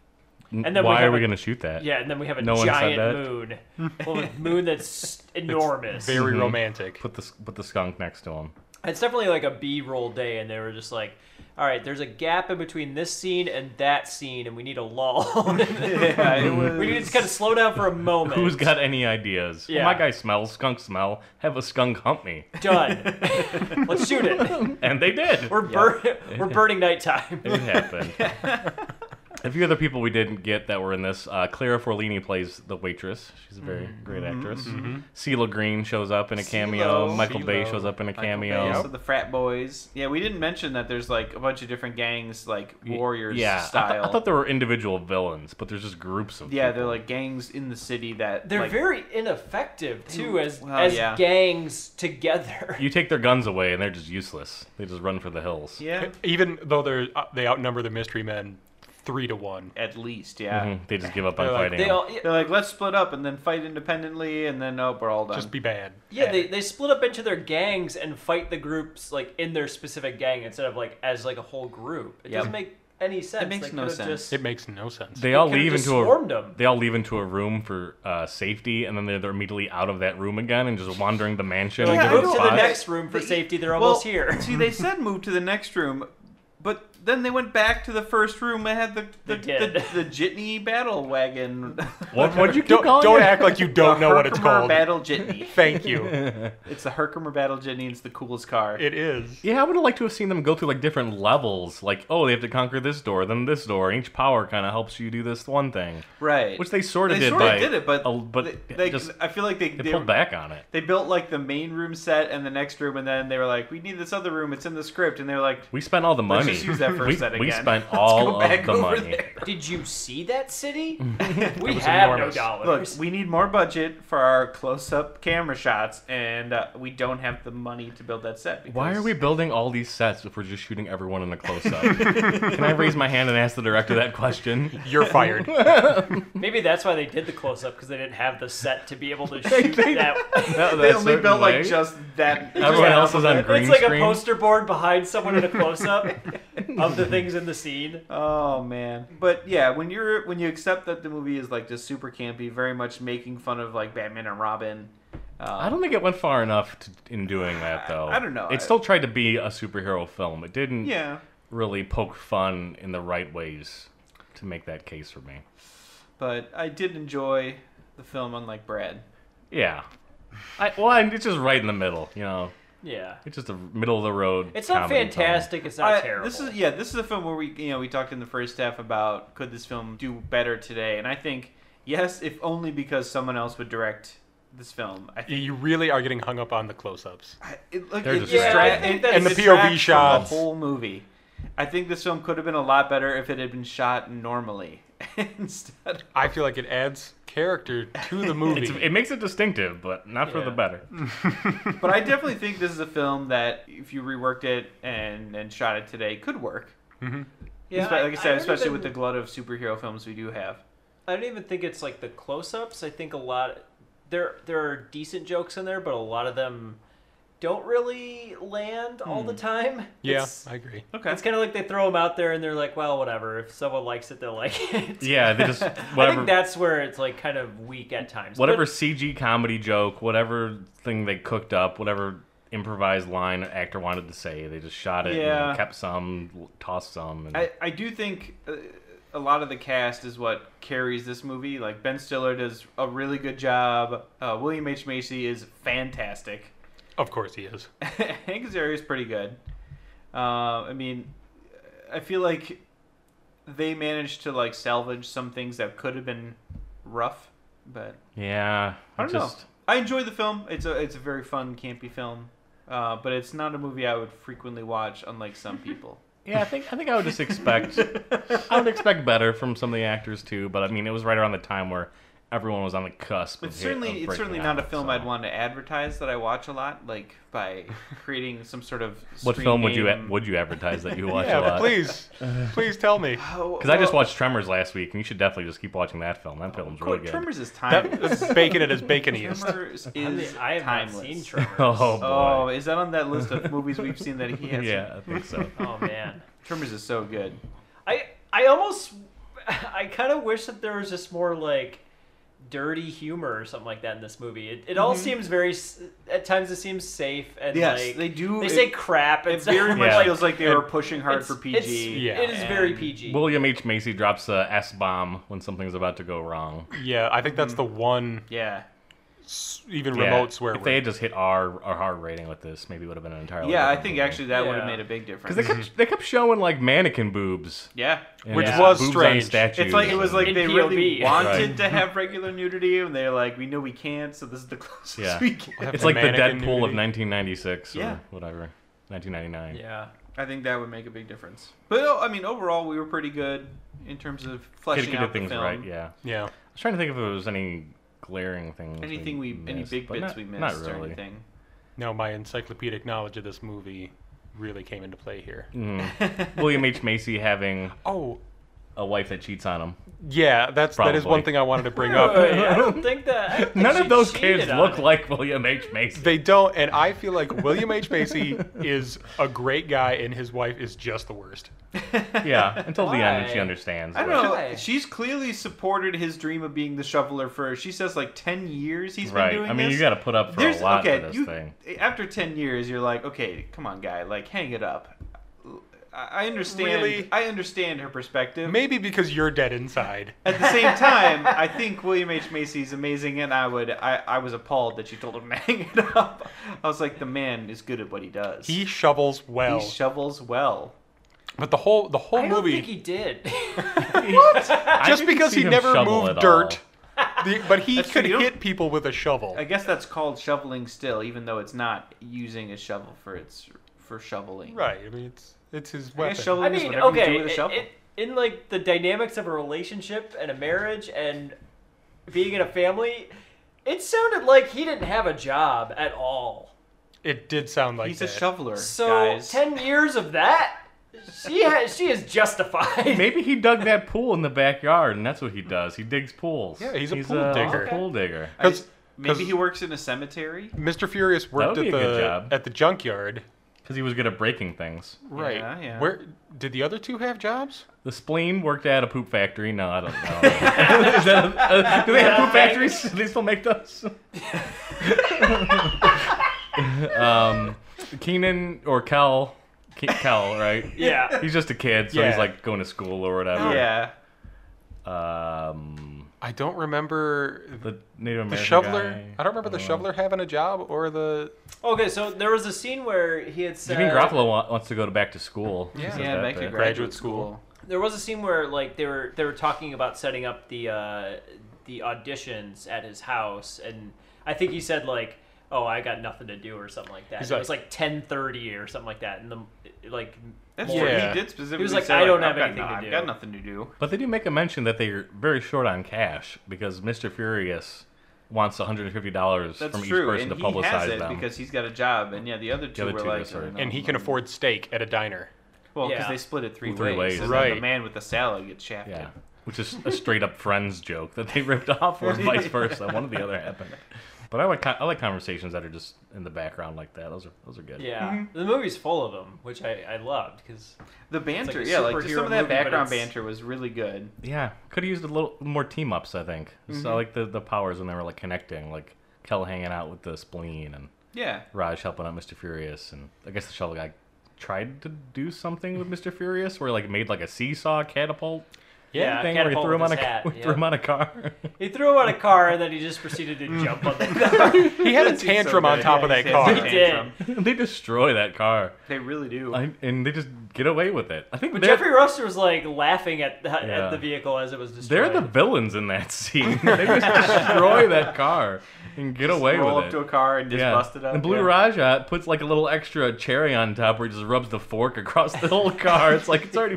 [SPEAKER 2] and
[SPEAKER 3] and then we
[SPEAKER 2] why
[SPEAKER 3] have
[SPEAKER 2] are we
[SPEAKER 3] a-
[SPEAKER 2] gonna shoot that?
[SPEAKER 3] Yeah, and then we have a
[SPEAKER 2] No one said that.
[SPEAKER 3] giant moon. Well, a moon that's enormous.
[SPEAKER 4] Very romantic.
[SPEAKER 2] Mm-hmm. Put the s- put the skunk next to him.
[SPEAKER 3] It's definitely like a B-roll day, and they were just like, "All right, there's a gap in between this scene and that scene, and we need a lull. [laughs]
[SPEAKER 1] Yeah, [laughs] it was.
[SPEAKER 3] we need to just kind of slow down for a moment."
[SPEAKER 2] Who's got any ideas? Well,
[SPEAKER 3] Yeah.
[SPEAKER 2] my guy smells skunk smell. Have a skunk hump
[SPEAKER 3] [laughs]
[SPEAKER 2] me,
[SPEAKER 3] done?
[SPEAKER 1] [laughs]
[SPEAKER 3] [laughs] Let's shoot it.
[SPEAKER 2] and they
[SPEAKER 1] [laughs]
[SPEAKER 2] did.
[SPEAKER 3] [laughs] We're bur- we're burning nighttime.
[SPEAKER 2] It happened. a few other people we didn't get that were in this. Uh, Clara Forlini plays the waitress. She's a very great
[SPEAKER 1] Mhm,
[SPEAKER 2] actress.
[SPEAKER 1] mhm.
[SPEAKER 2] CeeLo Green shows up in a cameo.
[SPEAKER 1] CeeLo.
[SPEAKER 2] Michael Bay
[SPEAKER 1] CeeLo.
[SPEAKER 2] shows up in a
[SPEAKER 1] Michael
[SPEAKER 2] cameo.
[SPEAKER 1] Bay, So the frat boys. Yeah, we didn't mention that there's like a bunch of different gangs, like warriors
[SPEAKER 2] yeah, I thought-
[SPEAKER 1] style.
[SPEAKER 2] I, thought there were individual villains, but there's just groups of
[SPEAKER 1] yeah,
[SPEAKER 2] people.
[SPEAKER 1] they're like gangs in the city that
[SPEAKER 3] They're
[SPEAKER 1] like,
[SPEAKER 3] very ineffective too, as
[SPEAKER 1] Well,
[SPEAKER 3] as
[SPEAKER 1] yeah.
[SPEAKER 3] gangs together.
[SPEAKER 2] You take their guns away and they're just useless. They just run for the hills.
[SPEAKER 1] Yeah.
[SPEAKER 4] Even though they're uh, they outnumber the mystery men three to one
[SPEAKER 1] at least. Yeah.
[SPEAKER 2] Mhm, They just give up on
[SPEAKER 4] They're like-
[SPEAKER 2] fighting.
[SPEAKER 3] [laughs] They all,
[SPEAKER 1] They're like, let's split up and then fight independently, and then oh, we're all done.
[SPEAKER 4] Just be bad.
[SPEAKER 3] yeah, they, they split up into their gangs and fight the groups like in their specific gang instead of like as like a whole group. It
[SPEAKER 1] Yep.
[SPEAKER 3] doesn't make any sense.
[SPEAKER 1] makes
[SPEAKER 3] They
[SPEAKER 1] no
[SPEAKER 3] could've
[SPEAKER 1] sense.
[SPEAKER 3] just-
[SPEAKER 4] It makes no sense.
[SPEAKER 2] They all
[SPEAKER 3] could've
[SPEAKER 2] leave
[SPEAKER 3] just
[SPEAKER 2] into a
[SPEAKER 3] swarmed 'em.
[SPEAKER 2] they all leave into a room for uh, safety, and then they're, they're immediately out of that room again and just wandering the mansion.
[SPEAKER 3] Like,
[SPEAKER 2] and
[SPEAKER 1] I
[SPEAKER 3] move
[SPEAKER 2] different
[SPEAKER 1] know.
[SPEAKER 3] to the
[SPEAKER 2] spots.
[SPEAKER 3] next room for
[SPEAKER 1] They-
[SPEAKER 3] safety. They're
[SPEAKER 1] well,
[SPEAKER 3] almost here.
[SPEAKER 1] see,
[SPEAKER 3] [laughs]
[SPEAKER 1] they said move to the next room, but then they went back to the first room and had the the,
[SPEAKER 3] They did.
[SPEAKER 1] the, the jitney battle wagon.
[SPEAKER 2] What would you keep
[SPEAKER 4] don't
[SPEAKER 2] calling
[SPEAKER 4] don't
[SPEAKER 2] it?
[SPEAKER 4] act like you don't
[SPEAKER 1] The
[SPEAKER 4] know what it's
[SPEAKER 1] Herkimer
[SPEAKER 4] called.
[SPEAKER 1] Battle
[SPEAKER 2] [laughs]
[SPEAKER 1] jitney.
[SPEAKER 4] Thank you.
[SPEAKER 1] It's the Herkimer battle jitney. It's the coolest car.
[SPEAKER 4] It is.
[SPEAKER 2] Yeah, I would have liked to have seen them go through like different levels. Like, oh, they have to conquer this door, then this door. and Each power kind of helps you do this one thing,
[SPEAKER 1] right.
[SPEAKER 2] which they sort of
[SPEAKER 1] they
[SPEAKER 2] did.
[SPEAKER 1] sort of
[SPEAKER 2] by-
[SPEAKER 1] did it, but
[SPEAKER 2] a- but
[SPEAKER 1] they, they,
[SPEAKER 2] just
[SPEAKER 1] I feel like they
[SPEAKER 2] they
[SPEAKER 1] they-
[SPEAKER 2] pulled back on it.
[SPEAKER 1] They built like the main room set and the next room, and then they were like, "We need this other room. It's in the script." And they were like,
[SPEAKER 2] We spent all the
[SPEAKER 1] Let's
[SPEAKER 2] money.
[SPEAKER 1] just use that first
[SPEAKER 2] we,
[SPEAKER 1] set
[SPEAKER 2] we
[SPEAKER 1] again.
[SPEAKER 2] spent
[SPEAKER 1] [laughs] Let's go
[SPEAKER 2] all
[SPEAKER 1] back
[SPEAKER 2] of the
[SPEAKER 1] over
[SPEAKER 2] money.
[SPEAKER 1] there.
[SPEAKER 3] Did you see that
[SPEAKER 4] [laughs]
[SPEAKER 3] city? we have
[SPEAKER 4] enormous.
[SPEAKER 3] no
[SPEAKER 1] "Look,
[SPEAKER 3] dollars.
[SPEAKER 1] we need more budget for our close-up camera shots, and uh, we don't have the money to build that set." Because,
[SPEAKER 2] Why are we building all these sets if we're just shooting everyone in a
[SPEAKER 1] [laughs]
[SPEAKER 2] close up? Can I raise my hand and ask the director that question?
[SPEAKER 4] You're fired.
[SPEAKER 3] Maybe that's why they did the close up because they didn't have the set to be able
[SPEAKER 1] [laughs]
[SPEAKER 3] to shoot that.
[SPEAKER 1] [laughs] They only built like just that.
[SPEAKER 2] Everyone else is on green
[SPEAKER 3] it's like
[SPEAKER 2] screen.
[SPEAKER 3] a poster board behind someone in a close up
[SPEAKER 1] [laughs]
[SPEAKER 3] of the things in the scene.
[SPEAKER 1] Oh man, but yeah, when you're when you accept that the movie is like just super campy, very much making fun of like Batman and Robin.
[SPEAKER 2] I don't think it went far enough to, in doing that though.
[SPEAKER 1] I don't know.
[SPEAKER 2] It still tried to be a superhero film. It didn't
[SPEAKER 1] Yeah,
[SPEAKER 2] really poke fun in the right ways to make that case for me.
[SPEAKER 1] but I did enjoy the film, unlike Brad.
[SPEAKER 2] Yeah. I, well, I- it's just right in the middle, you know.
[SPEAKER 3] Yeah,
[SPEAKER 2] It's just a middle of the road.
[SPEAKER 3] it's not
[SPEAKER 2] comedy film.
[SPEAKER 3] fantastic. It's not
[SPEAKER 1] I-
[SPEAKER 3] terrible.
[SPEAKER 1] This is yeah. This is a film where we you know we talked in the first half about could this film do better today, and I think yes, if only because someone else would direct this film. I think
[SPEAKER 4] you really are getting hung up on the close-ups.
[SPEAKER 1] it, look,
[SPEAKER 2] They're
[SPEAKER 1] it
[SPEAKER 2] just
[SPEAKER 1] distract-
[SPEAKER 3] Yeah, I think
[SPEAKER 1] it
[SPEAKER 3] that's-
[SPEAKER 4] And the
[SPEAKER 1] distracts
[SPEAKER 4] POV
[SPEAKER 1] from
[SPEAKER 4] shots.
[SPEAKER 1] the whole movie. I think this film could have been a lot better if it had been shot normally [laughs] instead. Of,
[SPEAKER 4] I feel like it adds character to
[SPEAKER 2] [laughs]
[SPEAKER 4] the movie.
[SPEAKER 2] It's, it makes it distinctive, but not for
[SPEAKER 3] Yeah.
[SPEAKER 2] the better.
[SPEAKER 3] [laughs]
[SPEAKER 1] but I definitely think this is a film that if you reworked it and and shot it today could work.
[SPEAKER 3] yeah,
[SPEAKER 1] Espe- like I said,
[SPEAKER 3] don't
[SPEAKER 1] especially
[SPEAKER 3] even-
[SPEAKER 1] with the glut of superhero films we do have.
[SPEAKER 3] I don't even think it's like the close-ups. I think a lot there there are decent jokes in there, but a lot of them don't really land all the time.
[SPEAKER 4] Hmm. yeah,
[SPEAKER 3] It's,
[SPEAKER 4] I agree.
[SPEAKER 1] Okay.
[SPEAKER 3] it's kind of like they throw them out there and they're like, well, whatever. If someone likes it, they'll [laughs] like it.
[SPEAKER 2] Yeah, they just
[SPEAKER 3] I
[SPEAKER 2] [laughs] whatever
[SPEAKER 3] think that's where it's like kind of weak at times.
[SPEAKER 2] whatever
[SPEAKER 3] But
[SPEAKER 2] CG comedy joke, whatever thing they cooked up, whatever improvised line an actor wanted to say, they just shot it
[SPEAKER 1] Yeah.
[SPEAKER 2] and kept some, l- tossed some. And
[SPEAKER 1] I, I do think uh, a lot of the cast is what carries this movie. Like Ben Stiller does a really good job. Uh, William H Macy is fantastic.
[SPEAKER 4] Of course he is.
[SPEAKER 1] [laughs] Hank Azaria is pretty good. Uh, I mean, I feel like they managed to like salvage some things that could have been rough, but
[SPEAKER 2] yeah,
[SPEAKER 1] I don't
[SPEAKER 2] just,
[SPEAKER 1] know. I enjoy the film. It's a it's a very fun, campy film. Uh, but it's not a movie I would frequently watch, unlike
[SPEAKER 2] [laughs]
[SPEAKER 1] some people.
[SPEAKER 2] Yeah, I think I think I would
[SPEAKER 1] [laughs]
[SPEAKER 2] just expect I would expect better from some of the actors too. But I mean, it was right around the time where everyone was on the cusp.
[SPEAKER 1] It's
[SPEAKER 2] of
[SPEAKER 1] certainly
[SPEAKER 2] hit,
[SPEAKER 1] it's certainly not a film I'd want to advertise that I watch a lot, like
[SPEAKER 2] [laughs]
[SPEAKER 1] by creating some sort of.
[SPEAKER 2] What
[SPEAKER 1] screen
[SPEAKER 2] film would you
[SPEAKER 1] name.
[SPEAKER 2] would you advertise that
[SPEAKER 1] [laughs]
[SPEAKER 2] you watch
[SPEAKER 4] yeah,
[SPEAKER 2] a lot? [laughs]
[SPEAKER 4] please, please tell me.
[SPEAKER 1] Oh,
[SPEAKER 2] Because I just
[SPEAKER 1] well,
[SPEAKER 2] watched Tremors last week, and you should definitely just keep watching that film. That film's really good.
[SPEAKER 1] Tremors is
[SPEAKER 4] That,
[SPEAKER 1] timeless.
[SPEAKER 4] that's bacon it as baconiest.
[SPEAKER 1] [laughs] Tremors
[SPEAKER 3] I, mean,
[SPEAKER 1] is
[SPEAKER 3] I have
[SPEAKER 1] timeless.
[SPEAKER 3] not seen Tremors.
[SPEAKER 2] [laughs] Oh boy,
[SPEAKER 1] Oh, is that on that list
[SPEAKER 2] [laughs]
[SPEAKER 1] of movies we've seen that he has?
[SPEAKER 2] yeah, I think so. [laughs]
[SPEAKER 3] oh man,
[SPEAKER 1] Tremors is so good.
[SPEAKER 3] I I almost [laughs] I kind of wish that there was just more like dirty humor or something like that in this movie. It, it all seems very s- at times it seems safe
[SPEAKER 1] Mm-hmm.
[SPEAKER 3] and
[SPEAKER 1] Yes,
[SPEAKER 3] like
[SPEAKER 1] they do-
[SPEAKER 3] they
[SPEAKER 1] it-
[SPEAKER 3] say crap.
[SPEAKER 1] It
[SPEAKER 3] It's [laughs]
[SPEAKER 1] very much
[SPEAKER 2] Yeah.
[SPEAKER 1] feels like they were pushing hard
[SPEAKER 3] it's-
[SPEAKER 1] for
[SPEAKER 3] it's-
[SPEAKER 1] PG.
[SPEAKER 4] Yeah.
[SPEAKER 3] it is very
[SPEAKER 1] and-
[SPEAKER 3] PG.
[SPEAKER 2] William H. Macy drops a S bomb when something's about to go wrong.
[SPEAKER 4] Yeah, I think that's the one
[SPEAKER 1] Yeah.
[SPEAKER 4] s- even
[SPEAKER 2] Yeah,
[SPEAKER 4] remote swear
[SPEAKER 2] If
[SPEAKER 4] word.
[SPEAKER 2] they had just hit R or hard rating with this, maybe it would have been an entirely.
[SPEAKER 1] Yeah, I
[SPEAKER 2] different
[SPEAKER 1] think
[SPEAKER 2] movie.
[SPEAKER 1] actually that would have made a big difference.
[SPEAKER 2] Because they kept they kept showing like mannequin boobs.
[SPEAKER 1] [laughs] Yeah.
[SPEAKER 2] And
[SPEAKER 1] Which
[SPEAKER 2] just
[SPEAKER 1] was
[SPEAKER 2] boobs on
[SPEAKER 1] strange.
[SPEAKER 2] statues
[SPEAKER 1] It's like it was
[SPEAKER 2] and-
[SPEAKER 1] like they really
[SPEAKER 2] POV.
[SPEAKER 1] [laughs] wanted
[SPEAKER 2] Right.
[SPEAKER 1] to have regular nudity, and they're like, we know we can't, so this is the [laughs] closest
[SPEAKER 2] Yeah,
[SPEAKER 1] we can.
[SPEAKER 2] it's like the Deadpool of 1996 or
[SPEAKER 1] Yeah.
[SPEAKER 2] whatever, 1999.
[SPEAKER 1] Yeah, I think that would make a big difference. But oh, I mean, overall, we were pretty good in terms of fleshing
[SPEAKER 2] Kidka
[SPEAKER 1] out
[SPEAKER 2] did
[SPEAKER 1] the
[SPEAKER 2] things
[SPEAKER 1] film.
[SPEAKER 2] right. Yeah. I was trying to think if there was any glaring things.
[SPEAKER 1] Anything we- any
[SPEAKER 2] missed,
[SPEAKER 1] big
[SPEAKER 2] but
[SPEAKER 1] bits
[SPEAKER 2] not-
[SPEAKER 1] we
[SPEAKER 2] Not
[SPEAKER 1] missed
[SPEAKER 2] really.
[SPEAKER 1] or anything.
[SPEAKER 4] No, my encyclopedic knowledge of this movie really came into play here.
[SPEAKER 2] Mm. [laughs] William H Macy having
[SPEAKER 4] oh
[SPEAKER 2] a wife that cheats on him.
[SPEAKER 4] Yeah, that's that is
[SPEAKER 2] Probably.
[SPEAKER 4] one thing I wanted to bring
[SPEAKER 2] [laughs]
[SPEAKER 4] up.
[SPEAKER 2] Wait, I
[SPEAKER 3] don't think
[SPEAKER 2] [laughs]
[SPEAKER 3] that. I don't think
[SPEAKER 2] None
[SPEAKER 3] she
[SPEAKER 2] of those
[SPEAKER 3] cheated
[SPEAKER 2] kids
[SPEAKER 3] on
[SPEAKER 2] look
[SPEAKER 3] it.
[SPEAKER 2] like William H
[SPEAKER 1] [laughs]
[SPEAKER 2] Macy.
[SPEAKER 4] They don't, and I feel like William H Macy is a great guy, and his wife is just the worst.
[SPEAKER 2] Yeah, until the end,
[SPEAKER 1] Why?
[SPEAKER 2] she understands.
[SPEAKER 1] I don't
[SPEAKER 2] but-
[SPEAKER 1] know. She's clearly supported his dream of being the shoveler for. She says like ten years he's
[SPEAKER 2] Right.
[SPEAKER 1] been doing.
[SPEAKER 2] I mean, you
[SPEAKER 1] this.
[SPEAKER 2] gotta put up for a lot for this
[SPEAKER 1] you- [laughs]
[SPEAKER 2] thing.
[SPEAKER 1] After ten years, you're like, okay, come on, guy, like hang it up. I I understand.
[SPEAKER 4] Really?
[SPEAKER 1] I understand her perspective.
[SPEAKER 4] Maybe because you're dead inside.
[SPEAKER 1] At the same time, I think William H Macy's amazing, and I would. I, I was appalled that she told him to [laughs] hang it up. I was like, the man is good at what he does.
[SPEAKER 4] He shovels well.
[SPEAKER 1] He shovels well.
[SPEAKER 4] But the whole the whole
[SPEAKER 1] I don't
[SPEAKER 4] movie.
[SPEAKER 1] think
[SPEAKER 3] He
[SPEAKER 1] [laughs]
[SPEAKER 3] did.
[SPEAKER 4] what?
[SPEAKER 1] I
[SPEAKER 4] Just
[SPEAKER 1] didn't
[SPEAKER 4] because
[SPEAKER 1] see
[SPEAKER 4] he
[SPEAKER 1] him
[SPEAKER 4] never
[SPEAKER 1] shovel
[SPEAKER 4] moved
[SPEAKER 1] at
[SPEAKER 4] dirt, [laughs] the- but he
[SPEAKER 1] That's
[SPEAKER 4] could
[SPEAKER 1] true.
[SPEAKER 4] hit people with a shovel.
[SPEAKER 1] I guess that's called shoveling still, even though it's not using a shovel for its for shoveling.
[SPEAKER 4] Right. I mean, it's it's his
[SPEAKER 1] I
[SPEAKER 4] weapon.
[SPEAKER 1] guess shoveling
[SPEAKER 3] [laughs] I
[SPEAKER 1] is
[SPEAKER 3] mean,
[SPEAKER 1] whatever you do
[SPEAKER 3] okay,
[SPEAKER 1] with a
[SPEAKER 3] it-
[SPEAKER 1] shovel.
[SPEAKER 3] it- in like the dynamics of a relationship and a marriage and being in a family, it sounded like he didn't have a job at all.
[SPEAKER 4] It did sound like
[SPEAKER 1] He's a
[SPEAKER 4] that.
[SPEAKER 1] shoveler.
[SPEAKER 3] So
[SPEAKER 1] guys.
[SPEAKER 3] ten years of that, she has, she is
[SPEAKER 1] [laughs]
[SPEAKER 3] justified.
[SPEAKER 2] Maybe he dug that pool in the backyard, and that's what he does. He digs pools.
[SPEAKER 4] Yeah, he's a pool digger.
[SPEAKER 2] A pool digger.
[SPEAKER 1] I-
[SPEAKER 4] 'Cause-
[SPEAKER 1] maybe
[SPEAKER 4] 'cause-
[SPEAKER 1] he works in a cemetery.
[SPEAKER 4] Mr. Furious worked
[SPEAKER 2] That would be
[SPEAKER 4] at
[SPEAKER 2] a good
[SPEAKER 4] the
[SPEAKER 2] job.
[SPEAKER 4] at the junkyard.
[SPEAKER 2] Because he was good at breaking things.
[SPEAKER 4] Right.
[SPEAKER 1] Yeah, yeah.
[SPEAKER 4] Where did the other two have jobs?
[SPEAKER 2] The spleen worked at a poop factory. No, I don't
[SPEAKER 4] [laughs]
[SPEAKER 2] know. Is that a- uh, do they have poop factories? Do they still make
[SPEAKER 4] [laughs]
[SPEAKER 2] those? um, Keenan or Cal. Ke- Cal, right?
[SPEAKER 3] Yeah.
[SPEAKER 2] He's just a kid, so
[SPEAKER 4] Yeah.
[SPEAKER 2] he's like going to school or whatever.
[SPEAKER 1] Yeah.
[SPEAKER 2] Um,
[SPEAKER 4] I don't remember
[SPEAKER 2] the Native American
[SPEAKER 4] the shoveler.
[SPEAKER 2] guy. Uh,
[SPEAKER 4] I don't remember the shoveler having a job or the.
[SPEAKER 3] Okay, so there was a scene where he had said.
[SPEAKER 2] Jimmy Garoppolo wa- wants to go to back to school. He
[SPEAKER 4] Uh, Yeah.
[SPEAKER 2] says
[SPEAKER 1] Yeah,
[SPEAKER 2] that
[SPEAKER 1] back to
[SPEAKER 2] bit.
[SPEAKER 1] graduate school.
[SPEAKER 3] There was a scene where like they were they were talking about setting up the uh, the auditions at his house, and I think he said like, "Oh, I got nothing to do" or something like that.
[SPEAKER 4] He's
[SPEAKER 3] it
[SPEAKER 4] like-
[SPEAKER 3] was like ten thirty or something like that, and the like.
[SPEAKER 1] That's
[SPEAKER 3] more-
[SPEAKER 1] true.
[SPEAKER 4] Yeah.
[SPEAKER 1] He did specifically.
[SPEAKER 3] He was like,
[SPEAKER 1] say,
[SPEAKER 3] "I don't
[SPEAKER 1] I've
[SPEAKER 3] have
[SPEAKER 1] got
[SPEAKER 3] anything
[SPEAKER 1] no-
[SPEAKER 3] to
[SPEAKER 1] I've
[SPEAKER 3] do."
[SPEAKER 1] got nothing to do.
[SPEAKER 2] But they do make a mention that they're very short on cash because Mr. Furious wants $150
[SPEAKER 1] That's
[SPEAKER 2] from each
[SPEAKER 1] true,
[SPEAKER 2] person
[SPEAKER 1] and
[SPEAKER 2] to
[SPEAKER 1] he has
[SPEAKER 2] publicize
[SPEAKER 1] it
[SPEAKER 2] them.
[SPEAKER 1] because he's got a job, and yeah, the other two
[SPEAKER 2] other
[SPEAKER 1] were
[SPEAKER 2] two
[SPEAKER 1] like,
[SPEAKER 2] just are-
[SPEAKER 1] "No,
[SPEAKER 4] And he
[SPEAKER 1] no,
[SPEAKER 4] can
[SPEAKER 1] no."
[SPEAKER 4] afford steak at a diner.
[SPEAKER 1] Well, because
[SPEAKER 3] Yeah.
[SPEAKER 1] they split it three,
[SPEAKER 2] Well, three
[SPEAKER 1] ways,
[SPEAKER 2] ways,
[SPEAKER 1] and
[SPEAKER 4] right.
[SPEAKER 1] then the man with the salad gets shafted.
[SPEAKER 2] Yeah. Which is a straight up friends joke that they ripped off,
[SPEAKER 1] [laughs]
[SPEAKER 2] or vice versa. One or the other happened. But I like con- I like conversations that are just in the background like that. Those are those are good.
[SPEAKER 3] Yeah,
[SPEAKER 1] Mm-hmm.
[SPEAKER 3] the movie's full of them, which I, I loved because
[SPEAKER 1] The banter,
[SPEAKER 3] like a
[SPEAKER 1] yeah, like just
[SPEAKER 3] superhero
[SPEAKER 1] some of that
[SPEAKER 3] movie, but
[SPEAKER 1] background
[SPEAKER 3] it's-
[SPEAKER 1] banter was really good.
[SPEAKER 2] Yeah, could have used a little more team ups. I think.
[SPEAKER 1] Mm-hmm.
[SPEAKER 2] So I like the the powers when they were like connecting, like Kel hanging out with the spleen and
[SPEAKER 1] Yeah,
[SPEAKER 2] Raj helping out Mr. Furious, and I guess the shovel guy tried to do something with Mr. Furious, where he, like made like a seesaw catapult.
[SPEAKER 3] Yeah,
[SPEAKER 2] thing where
[SPEAKER 3] catapult
[SPEAKER 2] he threw him
[SPEAKER 3] with
[SPEAKER 2] on a
[SPEAKER 3] his hat,
[SPEAKER 2] we [laughs]
[SPEAKER 3] yeah.
[SPEAKER 2] threw him on a car. [laughs]
[SPEAKER 3] he threw him on a car and then he just proceeded to jump on the car.
[SPEAKER 4] He had a
[SPEAKER 1] That's- he's so
[SPEAKER 4] tantrum on
[SPEAKER 1] good.
[SPEAKER 4] top of
[SPEAKER 1] Yeah,
[SPEAKER 4] that
[SPEAKER 1] he has a
[SPEAKER 4] car.
[SPEAKER 3] He did.
[SPEAKER 1] tantrum.
[SPEAKER 2] they destroy that car,
[SPEAKER 1] They really do.
[SPEAKER 2] I, and they just get away with it. I think
[SPEAKER 3] But
[SPEAKER 2] they're,
[SPEAKER 3] Jeffrey Rush was like laughing at the,
[SPEAKER 2] Yeah.
[SPEAKER 3] at the vehicle as it was
[SPEAKER 2] they're
[SPEAKER 3] destroyed.
[SPEAKER 2] the villains
[SPEAKER 1] [laughs]
[SPEAKER 2] in that scene. [laughs] they just destroy that car and get away
[SPEAKER 1] Roll
[SPEAKER 2] with
[SPEAKER 1] up
[SPEAKER 2] it.
[SPEAKER 1] to a car and just
[SPEAKER 2] yeah.
[SPEAKER 1] bust it up.
[SPEAKER 2] and Blue
[SPEAKER 1] yeah. [laughs]
[SPEAKER 2] Raja puts like a little extra cherry on top where he just rubs the fork across the whole car. It's like it's already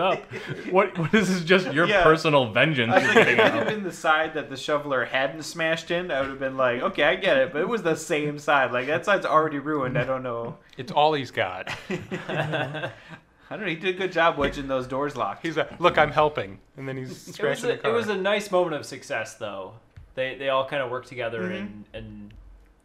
[SPEAKER 1] [laughs]
[SPEAKER 2] up. What, what this is just your
[SPEAKER 1] Yeah.
[SPEAKER 2] personal vengeance.
[SPEAKER 1] I think if
[SPEAKER 2] you
[SPEAKER 1] it
[SPEAKER 2] [laughs] know?
[SPEAKER 1] had been the side that the shoveler hadn't smashed in, I would have been like, okay, I get it, but it was the same side. Like that side's already ruined. I don't know.
[SPEAKER 4] It's all he's got. [laughs]
[SPEAKER 1] I don't know. He did a good job wedging those doors locked.
[SPEAKER 4] He's like, look, I'm helping, and then
[SPEAKER 3] it
[SPEAKER 4] he's
[SPEAKER 3] was
[SPEAKER 4] scratching the
[SPEAKER 3] a,
[SPEAKER 4] car.
[SPEAKER 3] it was a nice moment of success though. They they all kind of worked together
[SPEAKER 1] Mm-hmm.
[SPEAKER 3] and and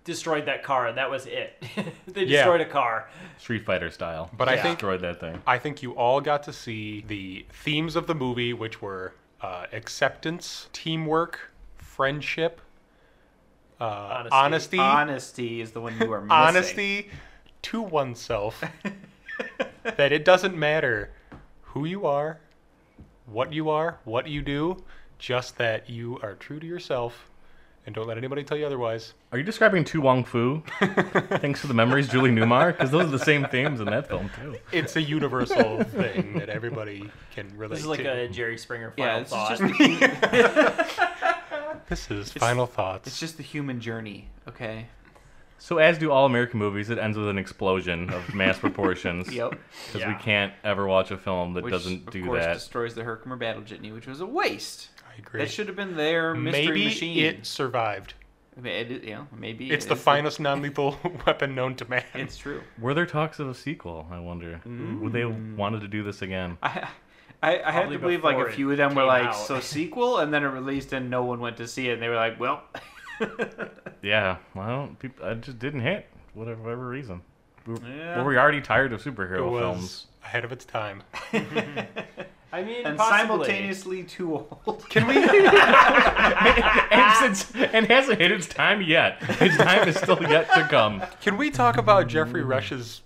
[SPEAKER 3] destroyed that car and that was it. [laughs] they
[SPEAKER 4] Yeah.
[SPEAKER 3] destroyed a car.
[SPEAKER 2] Street Fighter style.
[SPEAKER 4] But I Yeah. think-
[SPEAKER 2] destroyed that thing.
[SPEAKER 4] I think you all got to see the themes of the movie, which were uh, acceptance, teamwork, friendship, uh, honesty,
[SPEAKER 1] [laughs]
[SPEAKER 3] Honesty.
[SPEAKER 1] Honesty is the one you are missing.
[SPEAKER 4] honesty to oneself. that it doesn't matter who you are, what you are, what you do, just that you are true to yourself and don't let anybody tell you otherwise.
[SPEAKER 2] Are you describing Tu Wong
[SPEAKER 4] [laughs]
[SPEAKER 2] Fu? Thanks for the memories, Julie Newmar, because those are the same themes in that film too.
[SPEAKER 4] It's a universal thing that everybody can relate
[SPEAKER 3] This is like
[SPEAKER 4] to.
[SPEAKER 3] a Jerry Springer
[SPEAKER 1] Yeah,
[SPEAKER 3] final
[SPEAKER 1] it's
[SPEAKER 2] [laughs]
[SPEAKER 3] thought.
[SPEAKER 1] just.
[SPEAKER 4] This is
[SPEAKER 1] It's-
[SPEAKER 4] final thoughts.
[SPEAKER 1] It's just the human journey, okay?
[SPEAKER 2] So, as do all American movies, it ends with an explosion of
[SPEAKER 4] [laughs]
[SPEAKER 2] mass proportions.
[SPEAKER 1] Yep.
[SPEAKER 2] Because
[SPEAKER 3] Yeah.
[SPEAKER 2] we can't ever watch a film that
[SPEAKER 1] Which
[SPEAKER 2] doesn't
[SPEAKER 1] of
[SPEAKER 2] do
[SPEAKER 1] course
[SPEAKER 2] that.
[SPEAKER 1] destroys the Herkimer battle jitney, which was a waste.
[SPEAKER 4] I agree.
[SPEAKER 1] That should have been their mystery
[SPEAKER 4] Maybe
[SPEAKER 1] machine.
[SPEAKER 4] it survived.
[SPEAKER 1] I mean, it is- yeah, maybe
[SPEAKER 4] It's
[SPEAKER 1] it
[SPEAKER 4] the
[SPEAKER 1] is
[SPEAKER 4] finest non-lethal [laughs] weapon known to man.
[SPEAKER 1] It's true.
[SPEAKER 2] Were there talks of a sequel? I wonder. Would they
[SPEAKER 1] Mm.
[SPEAKER 2] wanted to do this again?
[SPEAKER 1] I I, I have
[SPEAKER 3] Probably
[SPEAKER 1] to believe like
[SPEAKER 3] before
[SPEAKER 1] a
[SPEAKER 3] it
[SPEAKER 1] few of them were
[SPEAKER 3] came
[SPEAKER 1] like
[SPEAKER 3] out.
[SPEAKER 1] so sequel, and then it released and no one went to see it, and they were like, well, [laughs]
[SPEAKER 2] Yeah. Well, I don't. People, I just didn't hit. Whatever, whatever reason. We were,
[SPEAKER 1] Yeah.
[SPEAKER 2] were we already tired of
[SPEAKER 4] It
[SPEAKER 2] superhero
[SPEAKER 4] was
[SPEAKER 2] films? [laughs]
[SPEAKER 4] ahead of its time. [laughs]
[SPEAKER 3] I mean,
[SPEAKER 1] and
[SPEAKER 3] possibly.
[SPEAKER 1] simultaneously too old.
[SPEAKER 4] Can we?
[SPEAKER 2] and, since, and hasn't hit its time yet. Its time is still yet to come.
[SPEAKER 4] Can we talk about
[SPEAKER 2] Mm.
[SPEAKER 4] Jeffrey Rush's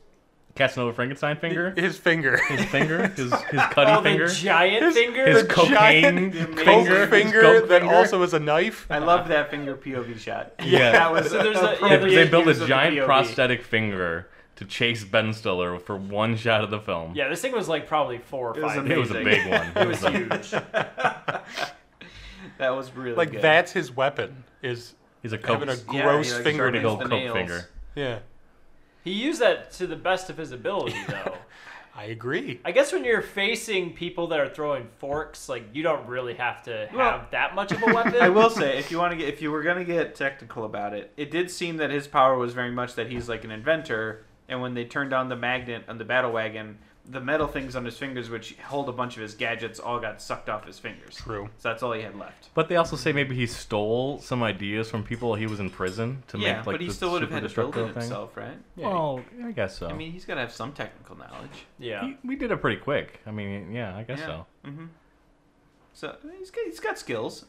[SPEAKER 2] Casanova
[SPEAKER 1] [laughs]
[SPEAKER 2] Frankenstein finger.
[SPEAKER 4] his finger?
[SPEAKER 2] His finger. His his cutty
[SPEAKER 3] Oh,
[SPEAKER 2] finger.
[SPEAKER 3] the giant finger.
[SPEAKER 2] his
[SPEAKER 4] The
[SPEAKER 2] cocaine
[SPEAKER 4] [laughs] [laughs] giant
[SPEAKER 2] finger,
[SPEAKER 4] Finger,
[SPEAKER 2] his
[SPEAKER 4] finger
[SPEAKER 2] coke
[SPEAKER 4] that
[SPEAKER 2] finger.
[SPEAKER 4] also is a knife.
[SPEAKER 1] [laughs] I love that finger POV
[SPEAKER 3] [laughs]
[SPEAKER 1] shot.
[SPEAKER 2] Yeah.
[SPEAKER 1] that was
[SPEAKER 3] So there's a- yeah,
[SPEAKER 2] They-
[SPEAKER 1] appropriate
[SPEAKER 2] they built a
[SPEAKER 1] use of the
[SPEAKER 2] giant
[SPEAKER 1] POV.
[SPEAKER 2] prosthetic finger to chase Ben Stiller for one shot of the film.
[SPEAKER 3] yeah, this thing was like probably four or
[SPEAKER 1] It was
[SPEAKER 3] five.
[SPEAKER 2] It was a big
[SPEAKER 1] [laughs]
[SPEAKER 2] one. It was a,
[SPEAKER 1] That was really
[SPEAKER 4] Like
[SPEAKER 1] good.
[SPEAKER 4] that's his weapon. Is
[SPEAKER 2] he's a coke,
[SPEAKER 4] having a
[SPEAKER 1] Yeah,
[SPEAKER 4] gross
[SPEAKER 1] he, like,
[SPEAKER 2] big
[SPEAKER 4] fingernail.
[SPEAKER 1] sharpens-
[SPEAKER 2] old
[SPEAKER 1] the
[SPEAKER 2] coke
[SPEAKER 1] nails.
[SPEAKER 2] finger.
[SPEAKER 4] Yeah,
[SPEAKER 3] He used that to the best of his
[SPEAKER 2] [laughs]
[SPEAKER 3] ability, though.
[SPEAKER 4] I agree.
[SPEAKER 3] I guess when you're facing people that are throwing forks, like you don't really have to have
[SPEAKER 1] Well-
[SPEAKER 3] that much of a weapon.
[SPEAKER 1] I will say, if you want to get, if you were gonna get technical about it, it did seem that his power was very much that he's like an inventor. And when they turned on the magnet on the battle wagon, the metal things on his fingers, which hold a bunch of his gadgets, all got sucked off his fingers.
[SPEAKER 4] True.
[SPEAKER 1] So that's all he had left.
[SPEAKER 2] But they also say maybe he stole some ideas from people he was in prison to
[SPEAKER 1] yeah,
[SPEAKER 2] make like
[SPEAKER 1] but he
[SPEAKER 2] the
[SPEAKER 1] still would have
[SPEAKER 2] super
[SPEAKER 1] had to build
[SPEAKER 2] destructo
[SPEAKER 1] it
[SPEAKER 2] thing.
[SPEAKER 1] himself, right?
[SPEAKER 2] Well, I guess so.
[SPEAKER 1] I mean, he's got to have some technical knowledge.
[SPEAKER 3] Yeah.
[SPEAKER 2] He- we did it pretty quick. I mean, yeah, I guess
[SPEAKER 1] Yeah. Mm-hmm.
[SPEAKER 2] so.
[SPEAKER 1] So I mean, he's got, he's got skills.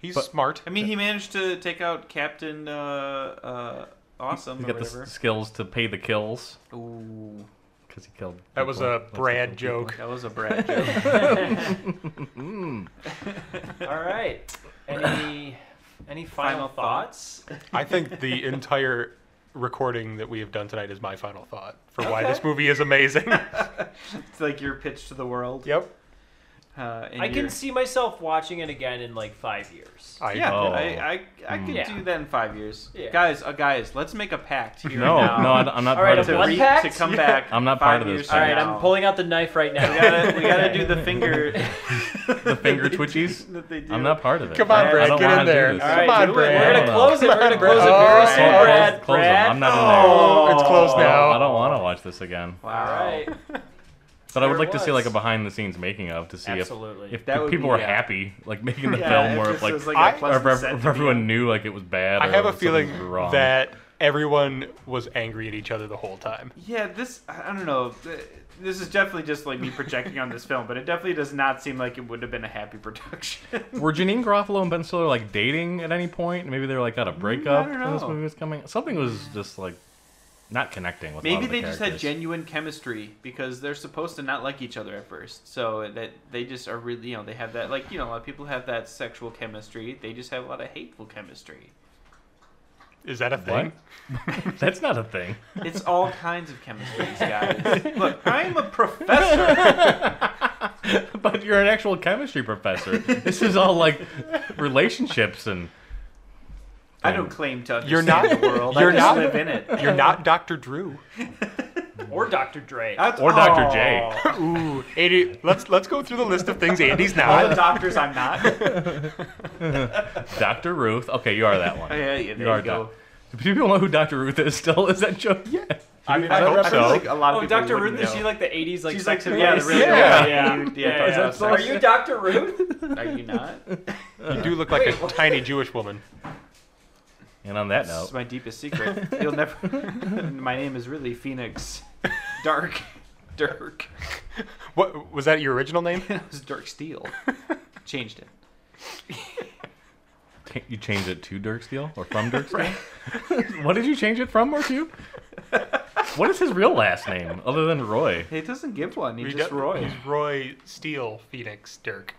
[SPEAKER 4] He's
[SPEAKER 2] But-
[SPEAKER 4] smart.
[SPEAKER 1] I mean, he managed to take out Captain uh, uh, Awesome
[SPEAKER 2] He's
[SPEAKER 1] or
[SPEAKER 2] got the
[SPEAKER 1] whatever.
[SPEAKER 2] s- skills to pay the kills
[SPEAKER 1] Ooh,
[SPEAKER 2] because he killed.
[SPEAKER 4] That was
[SPEAKER 2] people.
[SPEAKER 4] a
[SPEAKER 2] Lots of
[SPEAKER 4] Brad
[SPEAKER 2] people.
[SPEAKER 4] joke.
[SPEAKER 1] that was a Brad joke.
[SPEAKER 3] All right. Any any
[SPEAKER 1] Final
[SPEAKER 3] final, thoughts?
[SPEAKER 4] I think
[SPEAKER 2] [laughs]
[SPEAKER 4] the entire recording that we have done tonight is my final thought for why this movie is amazing.
[SPEAKER 1] It's like your pitch to the world.
[SPEAKER 4] yep.
[SPEAKER 1] Uh, and
[SPEAKER 3] I can
[SPEAKER 1] your-
[SPEAKER 3] see myself watching it again in like five years.
[SPEAKER 4] I
[SPEAKER 1] Yeah,
[SPEAKER 2] Oh.
[SPEAKER 1] I, I, I could
[SPEAKER 3] Yeah.
[SPEAKER 1] do that in five years.
[SPEAKER 3] Yeah.
[SPEAKER 1] Guys, uh, guys, let's make a pact here
[SPEAKER 2] No,
[SPEAKER 1] now
[SPEAKER 2] no, I- I'm not part
[SPEAKER 3] All right,
[SPEAKER 2] of
[SPEAKER 3] a
[SPEAKER 1] to,
[SPEAKER 2] this.
[SPEAKER 3] one
[SPEAKER 1] re-
[SPEAKER 3] pact?
[SPEAKER 1] to come back.
[SPEAKER 2] I'm not
[SPEAKER 1] five
[SPEAKER 2] part of this
[SPEAKER 1] years
[SPEAKER 3] All
[SPEAKER 1] from
[SPEAKER 3] right,
[SPEAKER 1] now.
[SPEAKER 3] I'm pulling out the knife right now.
[SPEAKER 1] We gotta, we
[SPEAKER 3] [laughs]
[SPEAKER 1] gotta do the finger.
[SPEAKER 2] [laughs] the [laughs]
[SPEAKER 1] [laughs]
[SPEAKER 2] finger twitchies.
[SPEAKER 1] that they do.
[SPEAKER 2] I'm not part of it.
[SPEAKER 4] Come on,
[SPEAKER 2] I- I
[SPEAKER 4] Brad,
[SPEAKER 2] don't
[SPEAKER 4] get in
[SPEAKER 2] wanna do
[SPEAKER 4] there.
[SPEAKER 2] this.
[SPEAKER 3] All right,
[SPEAKER 4] Come on,
[SPEAKER 3] do it.
[SPEAKER 4] Brad.
[SPEAKER 3] We're gonna
[SPEAKER 2] Hold
[SPEAKER 3] close it.
[SPEAKER 4] on.
[SPEAKER 3] We're gonna
[SPEAKER 4] Come on,
[SPEAKER 3] close it
[SPEAKER 4] Brad.
[SPEAKER 3] very
[SPEAKER 4] Oh,
[SPEAKER 3] soon,
[SPEAKER 2] Close-
[SPEAKER 3] Brad.
[SPEAKER 2] close them.
[SPEAKER 3] Brad.
[SPEAKER 2] I'm not in there.
[SPEAKER 4] Oh, it's closed
[SPEAKER 2] I
[SPEAKER 4] now.
[SPEAKER 2] don't, I don't want to watch this again.
[SPEAKER 1] Wow.
[SPEAKER 3] All right.
[SPEAKER 2] But I
[SPEAKER 3] There
[SPEAKER 2] would
[SPEAKER 3] it
[SPEAKER 2] like to see
[SPEAKER 3] was.
[SPEAKER 2] like a behind the scenes making of to see
[SPEAKER 3] Absolutely.
[SPEAKER 2] if if
[SPEAKER 1] That
[SPEAKER 2] the
[SPEAKER 1] would
[SPEAKER 2] people
[SPEAKER 1] be-
[SPEAKER 2] were
[SPEAKER 1] yeah.
[SPEAKER 2] happy like making
[SPEAKER 1] [laughs]
[SPEAKER 2] the
[SPEAKER 1] Yeah,
[SPEAKER 2] film
[SPEAKER 1] if
[SPEAKER 2] where
[SPEAKER 1] this
[SPEAKER 2] it's like,
[SPEAKER 1] was like a
[SPEAKER 4] I-
[SPEAKER 1] pleasant
[SPEAKER 2] or if, ev-
[SPEAKER 1] set
[SPEAKER 2] if
[SPEAKER 1] to be
[SPEAKER 2] everyone
[SPEAKER 1] on.
[SPEAKER 2] knew like it was bad.
[SPEAKER 4] I
[SPEAKER 2] or
[SPEAKER 4] have a
[SPEAKER 2] something
[SPEAKER 4] feeling
[SPEAKER 2] was wrong.
[SPEAKER 4] that everyone was angry at each other the whole time.
[SPEAKER 1] Yeah, this I I don't know. Th- This is definitely just like me projecting on this film, but it definitely does not seem like it would have been a happy [laughs] production.
[SPEAKER 2] were Janine Garofalo and Ben Stiller like dating at any point? Maybe they were like got a breakup
[SPEAKER 1] Mm, don't
[SPEAKER 2] when this
[SPEAKER 1] know.
[SPEAKER 2] movie was coming. Something was just like not connecting with. a lot
[SPEAKER 1] Maybe
[SPEAKER 2] of the
[SPEAKER 1] they just had
[SPEAKER 2] characters.
[SPEAKER 1] genuine chemistry because they're supposed to not like each other at first. So that they just are really, you know, they have that, like, you know, a lot of people have that sexual chemistry. They just have a lot of hateful chemistry.
[SPEAKER 4] Is that a thing?
[SPEAKER 2] [laughs] That's not a thing.
[SPEAKER 1] It's
[SPEAKER 2] [laughs]
[SPEAKER 1] all kinds of chemistries, guys. Look, I'm a professor.
[SPEAKER 2] [laughs] But you're an actual chemistry professor. This is all like relationships and
[SPEAKER 1] I don't claim to understand
[SPEAKER 4] You're not-
[SPEAKER 1] the world.
[SPEAKER 4] you're
[SPEAKER 1] I just
[SPEAKER 4] not-
[SPEAKER 1] live in it.
[SPEAKER 4] You're not Dr. Drew.
[SPEAKER 3] Or Dr. Dre.
[SPEAKER 1] That's-
[SPEAKER 2] or Dr.
[SPEAKER 1] Oh.
[SPEAKER 2] J.
[SPEAKER 4] Ooh, Andy, let's let's go through the list of things Andy's
[SPEAKER 1] All the
[SPEAKER 4] not.
[SPEAKER 1] doctors I'm
[SPEAKER 2] [laughs]
[SPEAKER 1] not. Oh,
[SPEAKER 2] Dr. Ruth. Okay, you are that one.
[SPEAKER 1] yeah, yeah,
[SPEAKER 2] you
[SPEAKER 1] there you,
[SPEAKER 2] are
[SPEAKER 1] go.
[SPEAKER 2] Doc- Do people know who Dr. Ruth is still? Is that joke? Yeah.
[SPEAKER 4] I mean,
[SPEAKER 1] I
[SPEAKER 4] I
[SPEAKER 1] don't-
[SPEAKER 4] hope
[SPEAKER 1] I feel
[SPEAKER 4] so.
[SPEAKER 1] like a lot of
[SPEAKER 3] oh,
[SPEAKER 1] people
[SPEAKER 3] Dr. Ruth,
[SPEAKER 1] wouldn't
[SPEAKER 3] is
[SPEAKER 1] know.
[SPEAKER 3] she like the 80s like
[SPEAKER 1] She's like,
[SPEAKER 3] sex
[SPEAKER 1] some- yeah, the really
[SPEAKER 4] Yeah.
[SPEAKER 1] old- yeah,
[SPEAKER 3] Yeah,
[SPEAKER 1] yeah,
[SPEAKER 2] yeah.
[SPEAKER 1] sex-
[SPEAKER 3] Are you Dr. Ruth?
[SPEAKER 1] Are you
[SPEAKER 3] [laughs]
[SPEAKER 1] not?
[SPEAKER 4] You do look like
[SPEAKER 3] Wait,
[SPEAKER 4] a
[SPEAKER 3] what?
[SPEAKER 4] tiny Jewish woman.
[SPEAKER 2] And on that
[SPEAKER 1] This is
[SPEAKER 2] note,
[SPEAKER 1] my deepest secret. You'll never. [laughs] my name is really
[SPEAKER 2] [laughs]
[SPEAKER 1] Phoenix Dark. Dirk.
[SPEAKER 4] What was that your original
[SPEAKER 2] [laughs]
[SPEAKER 4] name?
[SPEAKER 1] It was Dirk Steele. Changed it.
[SPEAKER 2] t- you changed it to Dirk Steele or
[SPEAKER 1] [laughs]
[SPEAKER 2] from Dirk Steele? what did you change it from or to? What is his real last name other than Roy?
[SPEAKER 1] He doesn't give one. He
[SPEAKER 4] We
[SPEAKER 1] just
[SPEAKER 4] got-
[SPEAKER 1] Roy.
[SPEAKER 4] He's Roy Steele Phoenix Dirk.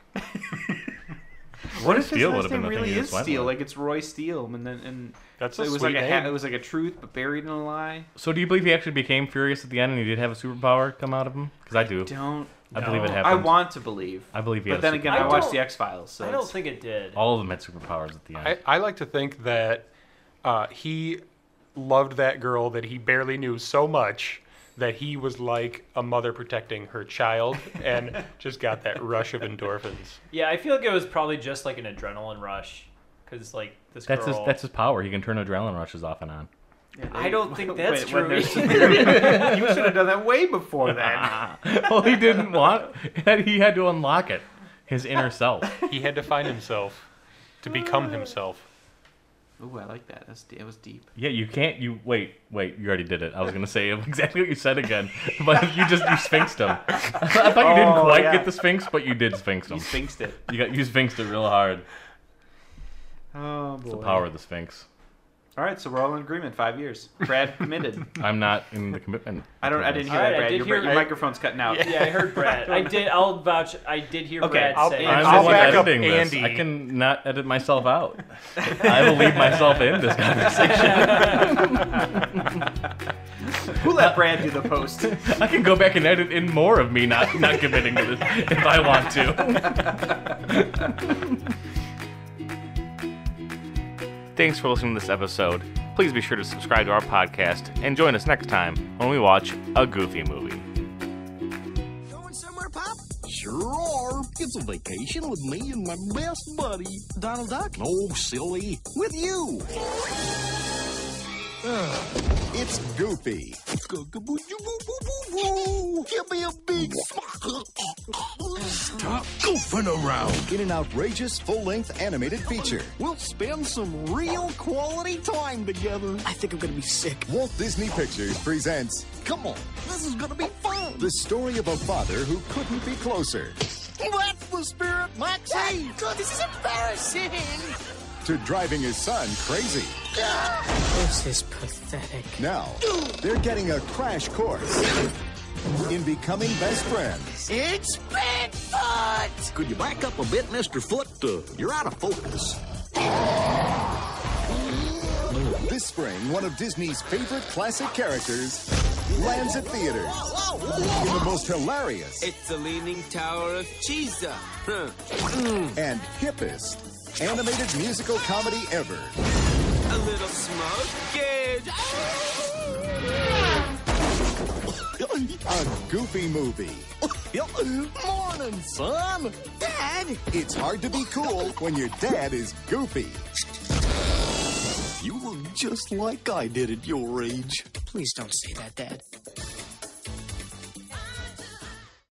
[SPEAKER 1] What if his
[SPEAKER 2] Steele
[SPEAKER 1] last
[SPEAKER 2] would've been
[SPEAKER 1] name
[SPEAKER 2] the thing
[SPEAKER 1] really
[SPEAKER 2] he
[SPEAKER 1] is
[SPEAKER 2] just went
[SPEAKER 1] Steele?
[SPEAKER 2] with.
[SPEAKER 1] Like it's Roy Steele, and then and
[SPEAKER 4] that's
[SPEAKER 1] so
[SPEAKER 4] a
[SPEAKER 1] it was
[SPEAKER 4] sweet
[SPEAKER 1] like a ha-
[SPEAKER 4] name.
[SPEAKER 1] it was like a truth, but buried in a lie.
[SPEAKER 2] So do you believe he actually became furious at the end and he did have a superpower come out of him? Because I do.
[SPEAKER 1] Don't.
[SPEAKER 2] I believe it
[SPEAKER 1] know.
[SPEAKER 2] happened.
[SPEAKER 1] I want to believe.
[SPEAKER 2] I believe he
[SPEAKER 1] But
[SPEAKER 2] had
[SPEAKER 1] then
[SPEAKER 2] a
[SPEAKER 1] again,
[SPEAKER 2] superpower.
[SPEAKER 1] I,
[SPEAKER 2] I
[SPEAKER 1] watched
[SPEAKER 2] don't-
[SPEAKER 1] the X Files, so
[SPEAKER 3] I don't
[SPEAKER 1] it's-
[SPEAKER 3] think it did.
[SPEAKER 2] All of them had superpowers at the end.
[SPEAKER 4] I, I like to think that uh, he loved that girl that he barely knew so much that he was like a mother protecting her child and just got that rush of endorphins.
[SPEAKER 3] Yeah, I feel like it was probably just like an adrenaline rush, because like this
[SPEAKER 2] that's his
[SPEAKER 3] girl.
[SPEAKER 2] that's his power. He can turn adrenaline rushes off and on. [laughs]
[SPEAKER 3] I don't think
[SPEAKER 1] Wait,
[SPEAKER 3] that's
[SPEAKER 1] [laughs] when
[SPEAKER 3] true.
[SPEAKER 1] there's- [laughs]
[SPEAKER 3] [laughs]
[SPEAKER 1] you should have done that way before
[SPEAKER 2] [laughs]
[SPEAKER 1] then.
[SPEAKER 2] well, he didn't want. [laughs] He had to unlock it. His
[SPEAKER 1] [laughs]
[SPEAKER 2] inner self.
[SPEAKER 4] He had to find himself to become himself.
[SPEAKER 1] Ooh, I like that. That's that was deep.
[SPEAKER 2] Yeah, you can't. You wait, wait. You already did it. I was gonna say [laughs] exactly what you said again, but you just you sphinxed him. [laughs] I thought you didn't
[SPEAKER 1] Oh,
[SPEAKER 2] quite
[SPEAKER 1] yeah.
[SPEAKER 2] get the sphinx, but you did sphinx him.
[SPEAKER 1] You sphinxed
[SPEAKER 2] [laughs]
[SPEAKER 1] it.
[SPEAKER 2] You got you sphinxed it real hard.
[SPEAKER 1] Oh boy.
[SPEAKER 2] The power of the sphinx.
[SPEAKER 1] All right, so we're all in agreement. Five years. Brad committed.
[SPEAKER 2] I'm not in the commitment.
[SPEAKER 1] [laughs] I don't. I didn't hear
[SPEAKER 3] All right,
[SPEAKER 1] that,
[SPEAKER 3] I
[SPEAKER 1] Brad.
[SPEAKER 3] did
[SPEAKER 1] Your, bra-
[SPEAKER 3] hear-
[SPEAKER 1] your
[SPEAKER 3] I-
[SPEAKER 1] microphone's cutting out.
[SPEAKER 3] yeah, I heard Brad. I did. I'll vouch. I did hear
[SPEAKER 1] Okay,
[SPEAKER 3] Brad
[SPEAKER 1] I'll-
[SPEAKER 3] say.
[SPEAKER 1] I'll-
[SPEAKER 2] I'm
[SPEAKER 1] I'll
[SPEAKER 2] the one
[SPEAKER 1] back up
[SPEAKER 2] editing this.
[SPEAKER 4] Andy.
[SPEAKER 2] I can not edit myself
[SPEAKER 1] [laughs]
[SPEAKER 2] out. I will leave myself in this conversation.
[SPEAKER 1] Who let Brad do the
[SPEAKER 3] [laughs]
[SPEAKER 1] post?
[SPEAKER 2] I can go back and edit in more of me not not committing to this if I want to. Thanks for listening to this episode. Please be sure to subscribe to our podcast and join us next time when we watch a goofy movie.
[SPEAKER 7] Going somewhere, Pop? Sure. It's a vacation with me and my best buddy. Donald Duck? Oh, silly. With you.
[SPEAKER 11] It's Goofy.
[SPEAKER 7] Give me a big
[SPEAKER 11] Stop goofing around. In an outrageous full length animated feature.
[SPEAKER 7] We'll spend some real quality time together. I think I'm gonna be sick.
[SPEAKER 11] Walt Disney Pictures presents
[SPEAKER 7] Come on, this is gonna be fun.
[SPEAKER 11] the story of a father who couldn't be closer.
[SPEAKER 7] That's the spirit, Maxie. God, this is embarrassing.
[SPEAKER 11] to driving his son crazy.
[SPEAKER 7] This is pathetic.
[SPEAKER 11] Now, they're getting a crash course in becoming best friends.
[SPEAKER 7] It's Bigfoot. Could you back up a bit, Mr. Foot? Uh, you're out of focus.
[SPEAKER 11] This spring, one of Disney's favorite classic characters lands at theaters in the most hilarious
[SPEAKER 7] It's the Leaning Tower of Cheesa.
[SPEAKER 11] and hippest animated musical comedy ever.
[SPEAKER 7] A little smoke.
[SPEAKER 11] A goofy movie. [laughs]
[SPEAKER 7] Morning, son. Dad.
[SPEAKER 11] It's hard to be cool when your dad is goofy.
[SPEAKER 7] You look just like I did at your age. Please don't say that, Dad.